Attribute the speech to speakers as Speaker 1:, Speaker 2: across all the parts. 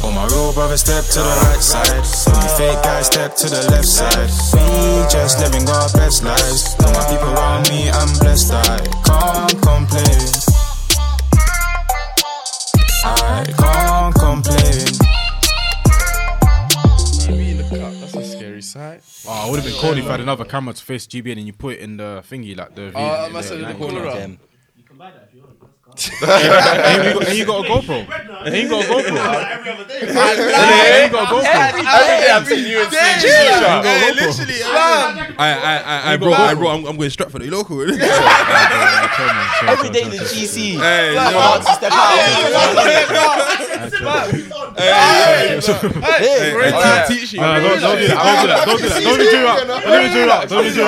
Speaker 1: brother, step to the right side. You fake guys, step to the left side. We just living our best lives. All my people around me, I'm blessed. I can't complain. I can't complain.
Speaker 2: That's a scary sight.
Speaker 3: Oh, it would have been cool if I had another camera to face GBN and you put it in the thingy, like the. V-
Speaker 2: Oh, I
Speaker 4: Uh,
Speaker 3: in
Speaker 2: must have
Speaker 3: the-
Speaker 2: been the
Speaker 3: like-
Speaker 2: corner up.
Speaker 5: Damn.
Speaker 3: And you, got, and you got a GoPro. And you got a GoPro.
Speaker 6: Every other day.
Speaker 3: And you got a GoPro.
Speaker 2: Every day I'm seeing you in
Speaker 3: got
Speaker 4: Hey,
Speaker 3: local.
Speaker 4: literally, I, I, I, I, bro, I, bro, I'm, I'm going straight for the local. hey,
Speaker 5: Every day the GC.
Speaker 4: yo,
Speaker 5: I'm about to step out.
Speaker 4: hey,
Speaker 5: Hey,
Speaker 4: hey,
Speaker 2: Yeah.
Speaker 4: I'm teaching you.
Speaker 3: No, don't, don't do that. Don't do that. Don't do that. Don't do that.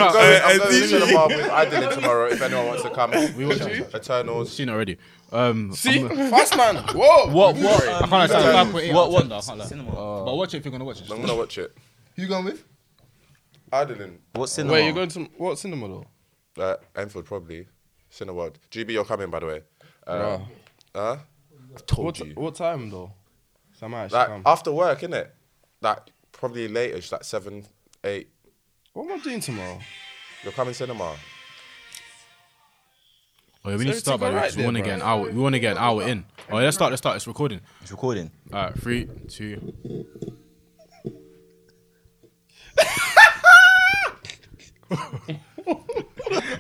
Speaker 3: Don't do
Speaker 4: Hey, hey,
Speaker 3: that. Don't do that.
Speaker 6: I'm going, I'm going to Luton
Speaker 4: TG.
Speaker 6: Bar with I did it tomorrow if anyone wants to come. We
Speaker 3: watch it.
Speaker 6: Eternals.
Speaker 3: Seen it already. Um,
Speaker 2: See,
Speaker 3: I'm-
Speaker 2: fast man. Whoa.
Speaker 3: What? What? I can't lie, it's like 5.8 out
Speaker 5: What?
Speaker 3: of 10 though, I can't lie.
Speaker 5: What? Cinema.
Speaker 3: But watch it if you're gonna watch it.
Speaker 6: I'm going to watch it.
Speaker 4: You going with?
Speaker 6: Adeline,
Speaker 5: What cinema?
Speaker 2: Wait, you're going to what cinema though?
Speaker 6: uh, Enfield probably. Cineworld. GB, you're coming by the way. Uh,
Speaker 2: Bruh.
Speaker 6: huh?
Speaker 2: What,
Speaker 6: Told you.
Speaker 2: what time though? Sam I should
Speaker 6: Like
Speaker 2: come.
Speaker 6: after work, innit? Like probably later, like seven, eight.
Speaker 2: What am I doing tomorrow?
Speaker 6: You're coming cinema.
Speaker 3: Oh, yeah, we need to
Speaker 2: It's
Speaker 3: start by the
Speaker 2: alright
Speaker 3: way, 'cause we
Speaker 2: there,
Speaker 3: want to
Speaker 2: bro.
Speaker 3: get an hour. We want to get an hour in. Oh, yeah, let's start. Let's start. It's recording.
Speaker 5: It's recording.
Speaker 3: All right, three, two.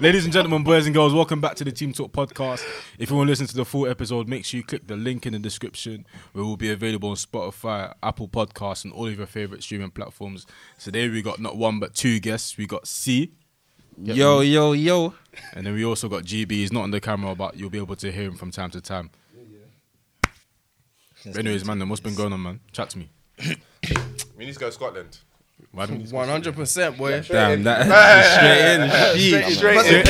Speaker 3: Ladies and gentlemen, boys and girls, welcome back to the Team Talk podcast. If you want to listen to the full episode, make sure you click the link in the description. We will be available on Spotify, Apple Podcasts, and all of your favorite streaming platforms. Today we got not one but two guests. We got C,
Speaker 4: Yo, yo, yo.
Speaker 3: and then we also got GB. He's not on the camera, but you'll be able to hear him from time to time. But anyways, man, then what's been going on, man? Chat to me.
Speaker 6: We need to go to Scotland.
Speaker 3: Why don't you-
Speaker 2: One hundred percent, boy.
Speaker 4: Damn, that straight in. Shit.
Speaker 6: Straight in.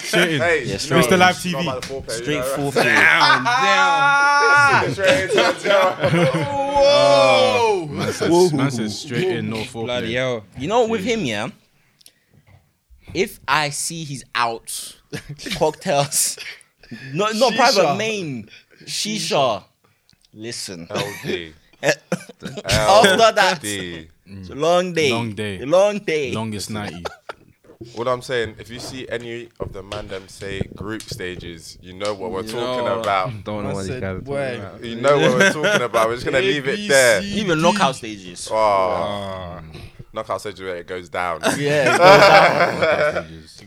Speaker 3: Shit.
Speaker 6: Hey,
Speaker 5: Yeah,
Speaker 6: no,
Speaker 5: straight
Speaker 3: Mr.
Speaker 5: in.
Speaker 3: Live
Speaker 6: it's not
Speaker 3: TV.
Speaker 6: about the four page, you
Speaker 5: Straight
Speaker 6: know, right?
Speaker 5: full through.
Speaker 4: Down, down.
Speaker 6: Straight in, down, down.
Speaker 3: Man says, man says straight in, no
Speaker 4: Bloody
Speaker 3: foreplay.
Speaker 4: hell.
Speaker 5: You know, with him, yeah. If I see he's out, cocktails, no, not
Speaker 2: Shisha.
Speaker 5: private main, shisha. Listen,
Speaker 6: LD.
Speaker 5: after that,
Speaker 6: LD.
Speaker 5: it's a long day,
Speaker 3: Long day.
Speaker 5: A long day.
Speaker 3: Longest 90.
Speaker 6: What I'm saying, if you see any of the man them say group stages, you know what we're talking
Speaker 4: know.
Speaker 6: about.
Speaker 4: Don't
Speaker 2: I said, boy.
Speaker 6: You know what we're talking about. We're just gonna leave it there.
Speaker 5: Even knockout stages.
Speaker 6: Oh, knockout surgery, it goes down.
Speaker 5: Yeah,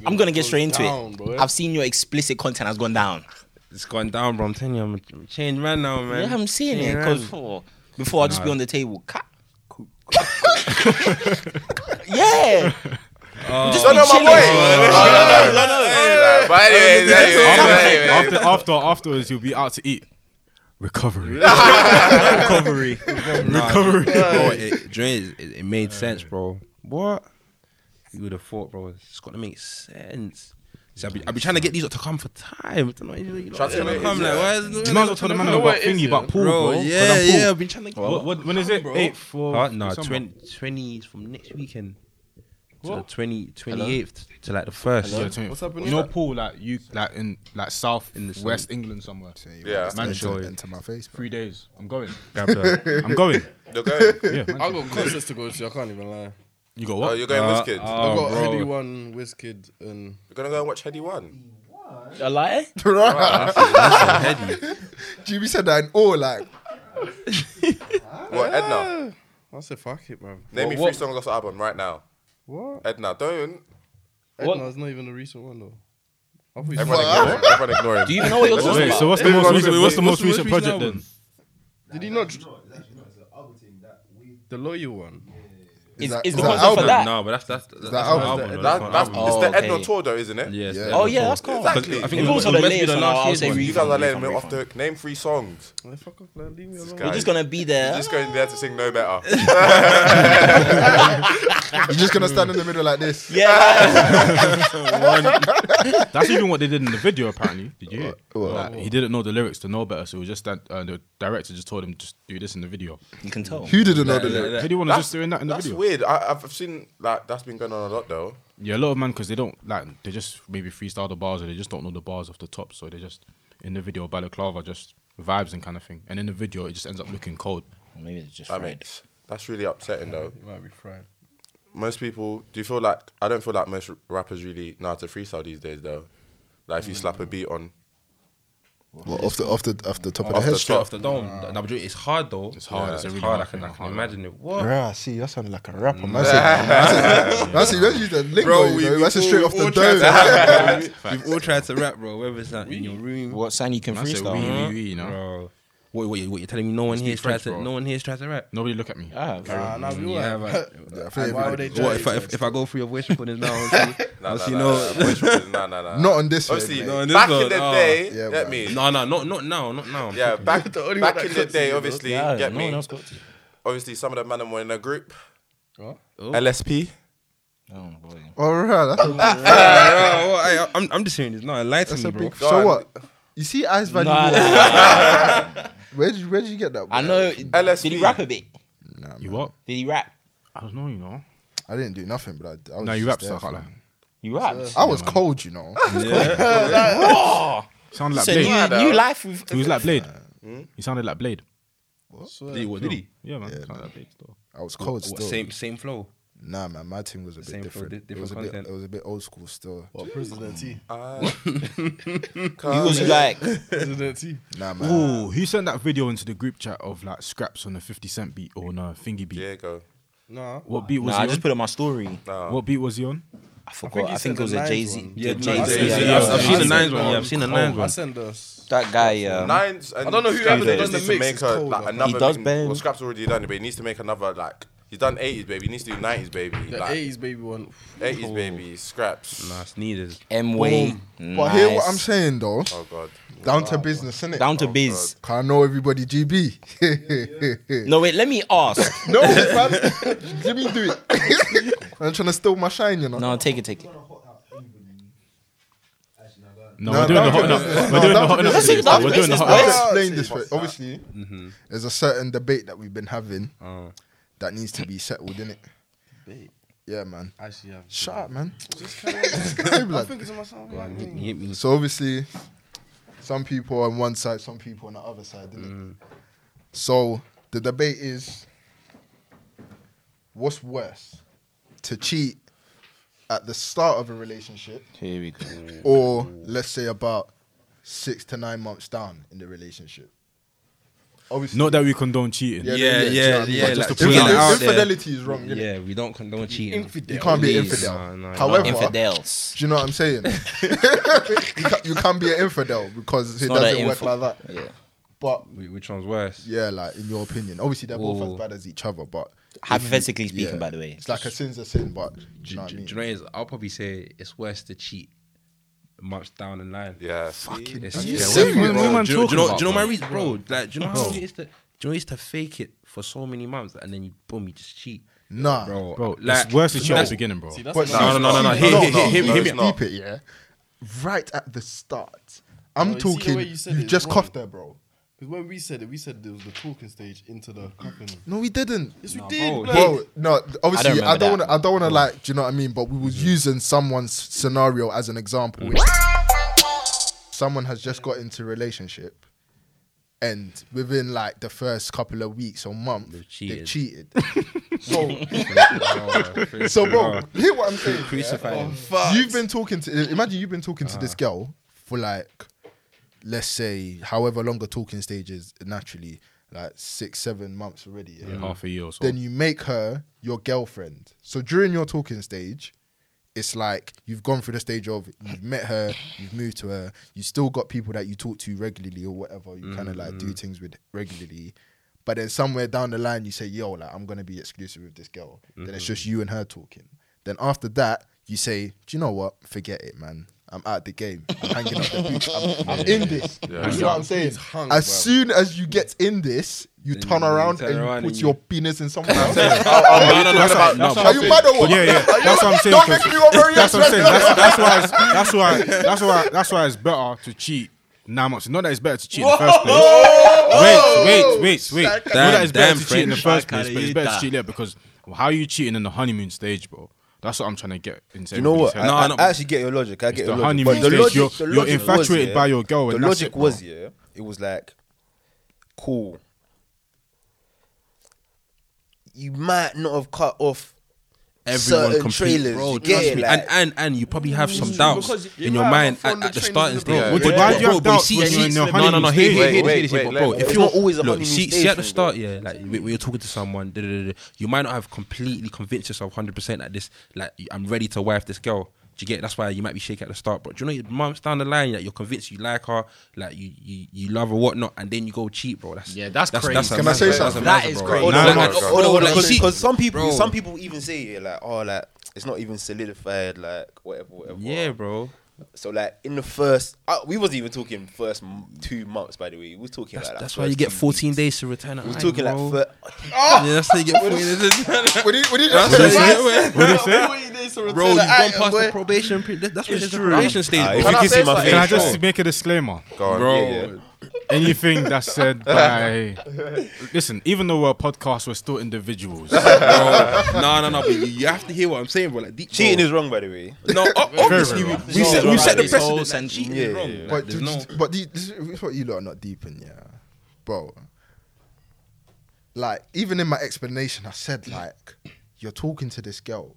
Speaker 5: I'm gonna get straight into
Speaker 2: down,
Speaker 5: it.
Speaker 2: boy.
Speaker 5: I've seen your explicit content has gone down.
Speaker 4: It's gone down, bro. I'm telling you, I'm a changed man now, man.
Speaker 5: Yeah, I'm seeing it
Speaker 4: Changed man.
Speaker 5: because before, before I'll just be on the table. Ca- yeah.
Speaker 6: So no, my
Speaker 5: chilling.
Speaker 6: boy. Oh, no, no, no, no. But anyways, anyways, anyways.
Speaker 3: after, after, after, afterwards, you'll be out to eat. Recovery.
Speaker 4: recovery. recovery. Bro, it, Dre, it, it made sense, bro. What? You would have thought, bro. It's got to make sense. See, I'll be, I'll be trying to get these up to come for time. You know, you know, you know,
Speaker 6: Trying to
Speaker 4: you know,
Speaker 6: make it
Speaker 4: come, like,
Speaker 6: easier.
Speaker 4: why is-
Speaker 3: You might as well tell the man
Speaker 2: know
Speaker 3: about
Speaker 2: what it is,
Speaker 3: thingy,
Speaker 2: yeah?
Speaker 3: about pool, bro.
Speaker 4: Bro, yeah, yeah. I've been trying to get.
Speaker 3: What, what, when is it?
Speaker 2: bro.
Speaker 3: 8th for.
Speaker 4: Huh? Nah,
Speaker 3: December.
Speaker 4: 20, 20s from next weekend. To the 20, 28th to like the first.
Speaker 3: Yeah, 20.
Speaker 2: What's happening?
Speaker 3: You know, pool, like, you, like, in, like, south, in
Speaker 4: In
Speaker 3: the
Speaker 4: the
Speaker 3: west England somewhere.
Speaker 6: Yeah.
Speaker 3: Man,
Speaker 7: Enter,
Speaker 3: joy.
Speaker 7: enter my face, bro.
Speaker 3: Three days. I'm going.
Speaker 4: Grab the-
Speaker 3: I'm going.
Speaker 6: You're going.
Speaker 3: Yeah.
Speaker 2: I
Speaker 3: man.
Speaker 2: got concerts to go to. I can't even lie.
Speaker 3: You got
Speaker 6: Oh,
Speaker 3: what?
Speaker 6: you're going
Speaker 4: Uh,
Speaker 6: with kids.
Speaker 4: uh,
Speaker 2: I
Speaker 4: Oh,
Speaker 2: got
Speaker 4: bro.
Speaker 2: Heady One, Wizkid, and
Speaker 6: You're gonna go and watch Heady One.
Speaker 5: A lie?
Speaker 7: GB said that in all, like,
Speaker 6: What Edna?
Speaker 2: I said, "Fuck it, bro."
Speaker 6: Name me
Speaker 2: What-
Speaker 6: three songs off the album right now.
Speaker 2: What?
Speaker 6: Edna, don't.
Speaker 2: What? Edna's not even a recent one though. I thought you
Speaker 6: Everyone
Speaker 2: said-
Speaker 6: ignore him. Everyone ignore him.
Speaker 5: Do you even know what you're
Speaker 6: Let's just-
Speaker 5: talking
Speaker 3: Wait,
Speaker 5: about?
Speaker 3: so what's the
Speaker 4: Wait,
Speaker 3: most
Speaker 4: wait,
Speaker 3: recent,
Speaker 4: wait,
Speaker 3: what's the
Speaker 4: what's
Speaker 3: most
Speaker 4: the most
Speaker 3: recent
Speaker 4: recent
Speaker 3: project
Speaker 4: album?
Speaker 3: then?
Speaker 2: Did he not? The loyal one.
Speaker 5: Is,
Speaker 7: that-
Speaker 5: is
Speaker 7: is
Speaker 5: the concert
Speaker 7: that
Speaker 5: for
Speaker 7: album?
Speaker 5: that?
Speaker 4: No, but that's that's that's,
Speaker 7: that
Speaker 4: not
Speaker 7: album?
Speaker 4: album,
Speaker 6: That,
Speaker 4: not
Speaker 6: that's,
Speaker 4: album.
Speaker 6: it's the
Speaker 5: Oh, okay.
Speaker 6: Edna tour though, isn't it?
Speaker 4: Yeah, it's the
Speaker 5: Oh
Speaker 4: album.
Speaker 5: yeah, that's cool.
Speaker 4: I
Speaker 6: Exactly.
Speaker 5: If
Speaker 4: think
Speaker 5: it
Speaker 4: it
Speaker 5: was
Speaker 4: was-
Speaker 5: for
Speaker 4: it was
Speaker 5: the
Speaker 4: meant to be
Speaker 5: latest
Speaker 4: the
Speaker 5: one,
Speaker 4: last
Speaker 5: I'll
Speaker 4: year's
Speaker 5: say
Speaker 4: one.
Speaker 6: You guys
Speaker 5: refund.
Speaker 6: are letting me
Speaker 5: refund,
Speaker 6: off
Speaker 5: refund.
Speaker 6: the name three songs.
Speaker 2: Like, fuck off, like, leave me alone.
Speaker 5: We're
Speaker 6: guy.
Speaker 5: just gonna be there.
Speaker 6: Just going there to sing no better.
Speaker 7: you're just gonna stand in the middle like this.
Speaker 5: Yeah.
Speaker 3: That's even what they did in the video, apparently. Did you? hear?
Speaker 7: What?
Speaker 3: Like, he didn't know the lyrics to know better, so it was just that uh, the director just told him just do this in the video.
Speaker 5: You can tell.
Speaker 7: Who didn't know the
Speaker 4: Yeah, yeah,
Speaker 7: lyrics?
Speaker 3: Did he want to just doing that in the
Speaker 6: That's
Speaker 3: video?
Speaker 6: weird. I, I've seen like that's been going on a lot though.
Speaker 3: Yeah, a lot of man because they don't like they just maybe freestyle the bars or they just don't know the bars off the top, so they just in the video balaclava just vibes and kind of thing, and in the video it just ends up looking cold.
Speaker 5: Maybe it's just
Speaker 6: I mean,
Speaker 5: fried.
Speaker 6: that's really upsetting though.
Speaker 2: It might be fried.
Speaker 6: Most people do you feel like I don't feel like most rappers really know how to freestyle these days though. Like if you slap a beat on,
Speaker 7: Well, off the off the off the top of the
Speaker 6: Off the
Speaker 7: head.
Speaker 6: top.
Speaker 7: straight.
Speaker 4: Straight off the dome. The- the majority- It's hard though.
Speaker 3: It's hard, it's a really
Speaker 4: hard. I
Speaker 3: hard
Speaker 4: can,
Speaker 3: thing,
Speaker 4: I can
Speaker 3: hard.
Speaker 4: imagine it. What?
Speaker 7: Bruh, Ah, I see, you sounded like a rapper. Man said, man said, you used the lingo,
Speaker 6: Bro,
Speaker 7: you
Speaker 6: we-
Speaker 7: know?
Speaker 6: we
Speaker 7: Man said
Speaker 6: all-
Speaker 7: straight off
Speaker 6: all
Speaker 7: the
Speaker 6: tried
Speaker 7: dome.
Speaker 4: You've all tried to rap, bro. Whether it's like in your room,
Speaker 5: What sign you can
Speaker 3: I said
Speaker 5: freestyle?
Speaker 3: wee, wee, wee, you know?
Speaker 4: bro. What, what, what you're telling me? No one
Speaker 3: Speak
Speaker 4: here's tried
Speaker 3: French,
Speaker 4: to.
Speaker 3: bro.
Speaker 4: No one here's tried to rap.
Speaker 3: Nobody look at me.
Speaker 5: Ah,
Speaker 2: Nah, nah, we
Speaker 4: Yeah,
Speaker 2: yeah,
Speaker 4: but
Speaker 7: Yeah, I
Speaker 2: Why
Speaker 7: feel
Speaker 2: would
Speaker 7: everybody-
Speaker 2: they
Speaker 4: what
Speaker 2: judge?
Speaker 4: if I, if, if I go through your voice recordings now? Obviously,
Speaker 6: nah, nah,
Speaker 4: obviously
Speaker 6: nah,
Speaker 4: you know.
Speaker 6: nah, voice recording, nah, nah, nah.
Speaker 7: Not on this one,
Speaker 6: obviously
Speaker 7: mate.
Speaker 4: No, on this
Speaker 6: back in
Speaker 4: one,
Speaker 6: the
Speaker 4: ah.
Speaker 6: day.
Speaker 7: Yeah,
Speaker 6: get
Speaker 7: bruh.
Speaker 6: me.
Speaker 4: No, no, not not now, not now. I'm
Speaker 6: Yeah,
Speaker 4: talking-
Speaker 6: back
Speaker 2: The only one
Speaker 6: back
Speaker 2: that
Speaker 6: in the
Speaker 2: got to
Speaker 6: day,
Speaker 2: you, bro.
Speaker 6: obviously,
Speaker 5: yeah,
Speaker 6: get
Speaker 5: no
Speaker 6: me.
Speaker 5: one else got to.
Speaker 6: Obviously, some of the men were in a group.
Speaker 2: What?
Speaker 6: LSP.
Speaker 5: Oh boy.
Speaker 7: Alright, that's-
Speaker 4: Yeah, well, I, I'm, I'm just hearing this. No, lie to
Speaker 7: that's
Speaker 4: me,
Speaker 7: a
Speaker 4: bro.
Speaker 7: big.
Speaker 6: Go
Speaker 7: So
Speaker 6: on.
Speaker 7: what? You see, Ice Value.
Speaker 5: Nah, nah, nah.
Speaker 7: Where did you where did you get that?
Speaker 5: I know.
Speaker 6: LSP.
Speaker 5: Did he rap a bit?
Speaker 3: You what?
Speaker 5: Did he rap?
Speaker 3: I don't know, you know.
Speaker 7: I didn't do nothing, but I, I was
Speaker 3: No, you
Speaker 7: just
Speaker 3: rap
Speaker 7: there
Speaker 3: stuff.
Speaker 7: for-
Speaker 3: I can't lie.
Speaker 5: You rapped.
Speaker 7: I was cold, you know.
Speaker 3: Sounded like
Speaker 5: so
Speaker 3: Blade.
Speaker 5: new, new life with.
Speaker 3: He was like Blade. He sounded like Blade.
Speaker 4: Did he, what, did he?
Speaker 3: Yeah, man.
Speaker 7: Yeah,
Speaker 3: Sounded
Speaker 7: man.
Speaker 3: like Blade still.
Speaker 7: I was cold
Speaker 4: What,
Speaker 7: still.
Speaker 4: same same flow.
Speaker 7: Nah, man, my team was a bit
Speaker 4: Same for
Speaker 7: different.
Speaker 4: di-
Speaker 7: it was
Speaker 4: different
Speaker 7: a
Speaker 4: content.
Speaker 7: bit. It was a bit old school still.
Speaker 2: What, President T?
Speaker 5: He was like,
Speaker 2: President T.
Speaker 7: Nah, man.
Speaker 3: Ooh, who sent that video into the group chat of like scraps on the 50 Cent beat or no thingy beat?
Speaker 6: Diego.
Speaker 2: Nah.
Speaker 3: What beat was
Speaker 5: nah, I
Speaker 3: he on?
Speaker 5: just put on my story.
Speaker 6: Nah.
Speaker 3: What beat was he on?
Speaker 5: I forgot.
Speaker 2: he
Speaker 5: I think,
Speaker 2: said
Speaker 5: it was
Speaker 2: the
Speaker 5: a
Speaker 2: Nines
Speaker 5: Jay Z.
Speaker 2: one.
Speaker 4: Yeah,
Speaker 5: Jay Z.
Speaker 4: Nines,
Speaker 6: yeah, yeah,
Speaker 4: I've, I've
Speaker 6: yeah.
Speaker 4: seen the
Speaker 6: Yeah.
Speaker 4: nines one. Yeah, I've seen the nines
Speaker 2: Oh, I
Speaker 4: one.
Speaker 2: sent us.
Speaker 5: That guy. Um,
Speaker 6: Nines and
Speaker 2: I don't know who
Speaker 6: Scraps
Speaker 2: hasn't
Speaker 6: needs
Speaker 2: done the
Speaker 6: to
Speaker 2: mix,
Speaker 6: Make
Speaker 2: it's
Speaker 6: a,
Speaker 2: cold,
Speaker 6: like,
Speaker 2: though.
Speaker 6: another
Speaker 5: He does,
Speaker 6: mix.
Speaker 5: babe.
Speaker 6: Well, Scraps already done it, but he needs to make another like. He's done 80s, baby. He needs to do 90s, baby.
Speaker 2: The
Speaker 6: like, 80s,
Speaker 2: 80s baby one.
Speaker 6: baby. Scraps.
Speaker 4: Nah, it's needed.
Speaker 5: M Way.
Speaker 7: But hear what I'm saying though.
Speaker 6: Oh God.
Speaker 7: Down to business, innit?
Speaker 5: Down to biz.
Speaker 7: Cause I know everybody GB.
Speaker 5: No, wait. Let me ask.
Speaker 7: no, man. Let me do it. I'm trying to steal my shine, you know.
Speaker 5: no, take it, take it.
Speaker 3: No,
Speaker 7: No,
Speaker 3: we're doing
Speaker 7: no,
Speaker 3: the hot
Speaker 7: no,
Speaker 3: enough.
Speaker 7: no,
Speaker 3: We're doing
Speaker 7: no,
Speaker 3: the hot
Speaker 7: no,
Speaker 3: enough.
Speaker 7: that's
Speaker 3: today,
Speaker 5: it,
Speaker 3: so
Speaker 5: that's
Speaker 3: We're doing the
Speaker 5: business,
Speaker 3: hot
Speaker 5: bro.
Speaker 7: I'll
Speaker 3: enough.
Speaker 7: explain this way. Obviously,
Speaker 4: Mm-hmm.
Speaker 7: there's a certain debate that we've been having
Speaker 4: Oh.
Speaker 7: that needs to be settled, innit? Yeah, man.
Speaker 2: Actually, yeah.
Speaker 7: Shut up, man.
Speaker 2: I think it's in my song. like,
Speaker 4: You hit me.
Speaker 7: So obviously, some people on one side, some people on the other side. Didn't it? So the debate is, what's worse, to cheat at the start of a relationship,
Speaker 5: Here we go.
Speaker 7: or let's say about six to nine months down in the relationship? Obviously,
Speaker 3: Not that we condone cheating.
Speaker 4: Yeah,
Speaker 7: no, do you
Speaker 4: yeah,
Speaker 7: know what I mean?
Speaker 4: yeah,
Speaker 7: But
Speaker 4: like,
Speaker 7: just
Speaker 4: to put it
Speaker 7: infidel-
Speaker 4: out there.
Speaker 7: infidelity is wrong. innit?
Speaker 4: Yeah, we don't condone cheating.
Speaker 7: You can't be an
Speaker 5: Please.
Speaker 7: infidel.
Speaker 4: No, no, no.
Speaker 7: However,
Speaker 5: Infidels.
Speaker 7: do you know what I'm saying? you, can't, you can't be an infidel because it
Speaker 5: not
Speaker 7: doesn't
Speaker 5: an
Speaker 7: work
Speaker 5: info-
Speaker 7: like that.
Speaker 5: Yeah.
Speaker 7: But
Speaker 4: Wh- Which one's worse?
Speaker 7: Yeah, like in your opinion. Obviously, they're both
Speaker 4: Ooh.
Speaker 7: as bad as each other, but
Speaker 5: Hypothetically speaking,
Speaker 7: yeah,
Speaker 5: by the way.
Speaker 7: it's like a sin's a sin. But do
Speaker 4: Do
Speaker 7: you know what I
Speaker 4: do-
Speaker 7: mean?
Speaker 4: do you know what it is? I'll probably say it's worse to cheat months down the line.
Speaker 6: Yeah. Fucking.
Speaker 4: It's-
Speaker 7: you
Speaker 4: yeah,
Speaker 7: serious,
Speaker 4: what-
Speaker 3: bro?
Speaker 4: bro,
Speaker 3: Man
Speaker 4: Do you know- do you know
Speaker 3: talking
Speaker 4: do you know my
Speaker 3: about,
Speaker 4: reason, bro? Like, do you know how it is to do you know it is to fake it for so many months and then you boom, you just cheat,
Speaker 7: Nah,
Speaker 4: bro.
Speaker 3: Bro,
Speaker 4: like,
Speaker 3: it's worse than cheating at
Speaker 4: that's-
Speaker 3: the beginning, bro.
Speaker 2: See, that's
Speaker 7: But
Speaker 2: another-
Speaker 4: No, no, no, no, no.
Speaker 7: see,
Speaker 4: Hear,
Speaker 7: no,
Speaker 4: hear,
Speaker 7: no,
Speaker 4: hear, me,
Speaker 6: no,
Speaker 4: hear me.
Speaker 6: it's
Speaker 7: deep it, yeah. Right at the start, I'm
Speaker 2: No, you see the
Speaker 7: talking.
Speaker 2: way
Speaker 7: You,
Speaker 2: you said it's
Speaker 7: just
Speaker 2: wrong.
Speaker 7: coughed there, bro.
Speaker 2: Because when we said it, we said it was the talking stage into the cupping.
Speaker 7: No, we didn't.
Speaker 2: Yes, we did.
Speaker 4: bro.
Speaker 2: blood.
Speaker 7: Bro, no. th- Obviously,
Speaker 5: remember
Speaker 7: I don't.
Speaker 5: that.
Speaker 7: Wanna, I don't want to like. Do you know what I mean? But we was using someone's scenario as an example. Someone has just got into a relationship, and within like the first couple of weeks or month,
Speaker 4: They've cheated.
Speaker 7: They've cheated.
Speaker 4: Bro,
Speaker 7: So, bro, hear what I'm saying.
Speaker 4: crucify him.
Speaker 7: yeah? You've been talking to. Imagine you've been talking to this girl for like, let's say, however long a talking stage is naturally, like six, seven months already. Yeah?
Speaker 3: Half a year or so.
Speaker 7: Then you make her your girlfriend. So during your talking stage, it's like you've gone through the stage of you've met her, you've moved to her, you still got people that you talk to regularly or whatever. You kind of like
Speaker 4: Mm-hmm.
Speaker 7: do things with regularly. But then somewhere down the line, you say, yo, like, I'm going to be exclusive with this girl. Then it's
Speaker 4: Mm-hmm.
Speaker 7: just you and her talking. Then after that, you say, do you know what? Forget it, man. I'm out the game. I'm hanging up the boots. I'm, I'm in this. You know what I'm saying?
Speaker 2: hung,
Speaker 7: as
Speaker 2: bruv.
Speaker 7: soon as you get in this, you turn
Speaker 4: you
Speaker 7: around
Speaker 4: turn
Speaker 7: and
Speaker 4: around
Speaker 7: you put
Speaker 4: and
Speaker 7: your
Speaker 4: you-
Speaker 7: penis in someone else. Oh,
Speaker 3: No, no, no, that's
Speaker 6: about-
Speaker 3: what- no,
Speaker 6: that's
Speaker 3: but-
Speaker 7: Are you mad or what?
Speaker 3: But yeah, yeah,
Speaker 7: Are you-
Speaker 3: that's what I'm saying,
Speaker 7: Don't
Speaker 3: because-
Speaker 7: make me over
Speaker 3: That's what I'm saying. That's, that's why. It's, that's why. That's why. That's why it's better to cheat nine months. Not that it's better to cheat in the first place. Wait, wait, wait, wait. Not that it's better
Speaker 4: damn
Speaker 3: to cheat in the
Speaker 4: French.
Speaker 3: first place, but it's better to cheat later because how are you cheating in the honeymoon stage, bro? That's what I'm trying to get. Into
Speaker 8: You know what?
Speaker 3: everybody's
Speaker 8: I,
Speaker 3: head.
Speaker 8: I,
Speaker 4: no.
Speaker 8: I actually get your logic. I get
Speaker 3: the
Speaker 8: your logic.
Speaker 3: honeymoon
Speaker 8: But the
Speaker 3: stage.
Speaker 8: logic,
Speaker 3: You're-
Speaker 8: the
Speaker 3: you're
Speaker 8: logic
Speaker 3: infatuated
Speaker 8: was, yeah,
Speaker 3: by your girl
Speaker 8: The
Speaker 3: and that's
Speaker 8: logic
Speaker 3: it, bro.
Speaker 8: was yeah. It was like, cool.
Speaker 5: you might not have cut off
Speaker 4: Everyone
Speaker 5: certain
Speaker 4: complete,
Speaker 5: trailers.
Speaker 4: bro.
Speaker 5: you
Speaker 4: Trust
Speaker 5: get it,
Speaker 4: me,
Speaker 5: like-
Speaker 4: and, and and you probably have some doubts
Speaker 2: because you
Speaker 4: in your
Speaker 2: might
Speaker 4: mind
Speaker 2: have
Speaker 4: at,
Speaker 2: found
Speaker 4: at
Speaker 2: the
Speaker 4: the
Speaker 2: train
Speaker 4: starting
Speaker 2: in the
Speaker 4: stage.
Speaker 2: bro.
Speaker 4: But
Speaker 3: Why
Speaker 4: bro,
Speaker 3: do you have
Speaker 4: bro, but
Speaker 3: doubts
Speaker 4: see-
Speaker 3: when
Speaker 4: see-
Speaker 3: you're in your
Speaker 4: No, no, no. Here,
Speaker 3: honeymoon
Speaker 4: here,
Speaker 3: stage?
Speaker 4: here,
Speaker 6: Wait,
Speaker 4: here,
Speaker 6: wait,
Speaker 4: here,
Speaker 6: wait,
Speaker 4: bro.
Speaker 6: wait.
Speaker 4: If
Speaker 5: It's
Speaker 4: you're
Speaker 5: not always a
Speaker 4: look,
Speaker 5: honeymoon
Speaker 4: see,
Speaker 5: stage
Speaker 4: see at the
Speaker 5: thing,
Speaker 4: start, yeah, like we, we were talking to someone. Da, da, da, da. You might not have completely convinced yourself hundred percent that this, like, I'm ready to wife this girl. Do you get? it? That's why you might be shaky at the start, but do you know, your months down the line, like, you're convinced you like her, like you you, you love her, whatnot, and then you go cheap, bro. That's
Speaker 5: Yeah, that's crazy.
Speaker 4: a
Speaker 7: Can I say
Speaker 4: massive-
Speaker 7: something?
Speaker 4: that's a
Speaker 5: That is
Speaker 4: massive, bro.
Speaker 5: great. Hold
Speaker 6: Nah,
Speaker 5: on,
Speaker 6: nah,
Speaker 5: like,
Speaker 6: nah,
Speaker 5: hold on,
Speaker 4: nah,
Speaker 5: like,
Speaker 4: nah,
Speaker 5: Because some people,
Speaker 4: bro.
Speaker 5: some people even say yeah, like, oh, like it's not even solidified, like whatever, whatever.
Speaker 4: Yeah, bro.
Speaker 5: So like in the first, uh, we wasn't even talking first m- two months. By the way, we was talking
Speaker 4: That's,
Speaker 5: like
Speaker 4: that's
Speaker 5: that
Speaker 4: why you
Speaker 5: first
Speaker 4: get
Speaker 5: two
Speaker 4: 14
Speaker 5: weeks.
Speaker 4: days to return.
Speaker 5: We was talking like fir-
Speaker 4: Yeah, that's how you get 14 days.
Speaker 7: What do you, what do you just
Speaker 4: That's
Speaker 7: say?
Speaker 4: it. Bro, you've
Speaker 5: Like,
Speaker 4: gone
Speaker 5: aight,
Speaker 4: past
Speaker 5: boy.
Speaker 4: the probation period. That- That's what it's the probation stage,
Speaker 6: Nah,
Speaker 4: bro.
Speaker 6: if
Speaker 4: Can
Speaker 6: you
Speaker 4: I-
Speaker 6: can see my face,
Speaker 3: Can I just
Speaker 6: bro.
Speaker 3: make a disclaimer?
Speaker 6: Go on.
Speaker 4: Bro.
Speaker 6: Yeah, yeah.
Speaker 3: Anything that's said by listen, even though we're a podcast, we're still individuals. Very
Speaker 4: bro. No, no, no. But you, you have to hear what I'm saying, bro. Like deep
Speaker 5: Cheating
Speaker 4: bro.
Speaker 5: is wrong, by the way.
Speaker 4: no. o- Obviously, we,
Speaker 3: wrong.
Speaker 4: we
Speaker 5: No,
Speaker 4: set,
Speaker 5: it's
Speaker 4: we set the
Speaker 5: right.
Speaker 4: precedent.
Speaker 5: It's all
Speaker 4: that cheating
Speaker 5: yeah,
Speaker 4: is wrong.
Speaker 5: yeah, yeah.
Speaker 4: Like,
Speaker 7: But,
Speaker 4: there's
Speaker 7: do-
Speaker 4: no.
Speaker 7: but do- this is what you lot are not deep in, yeah, bro. Like even in my explanation, I said like you're talking to this girl,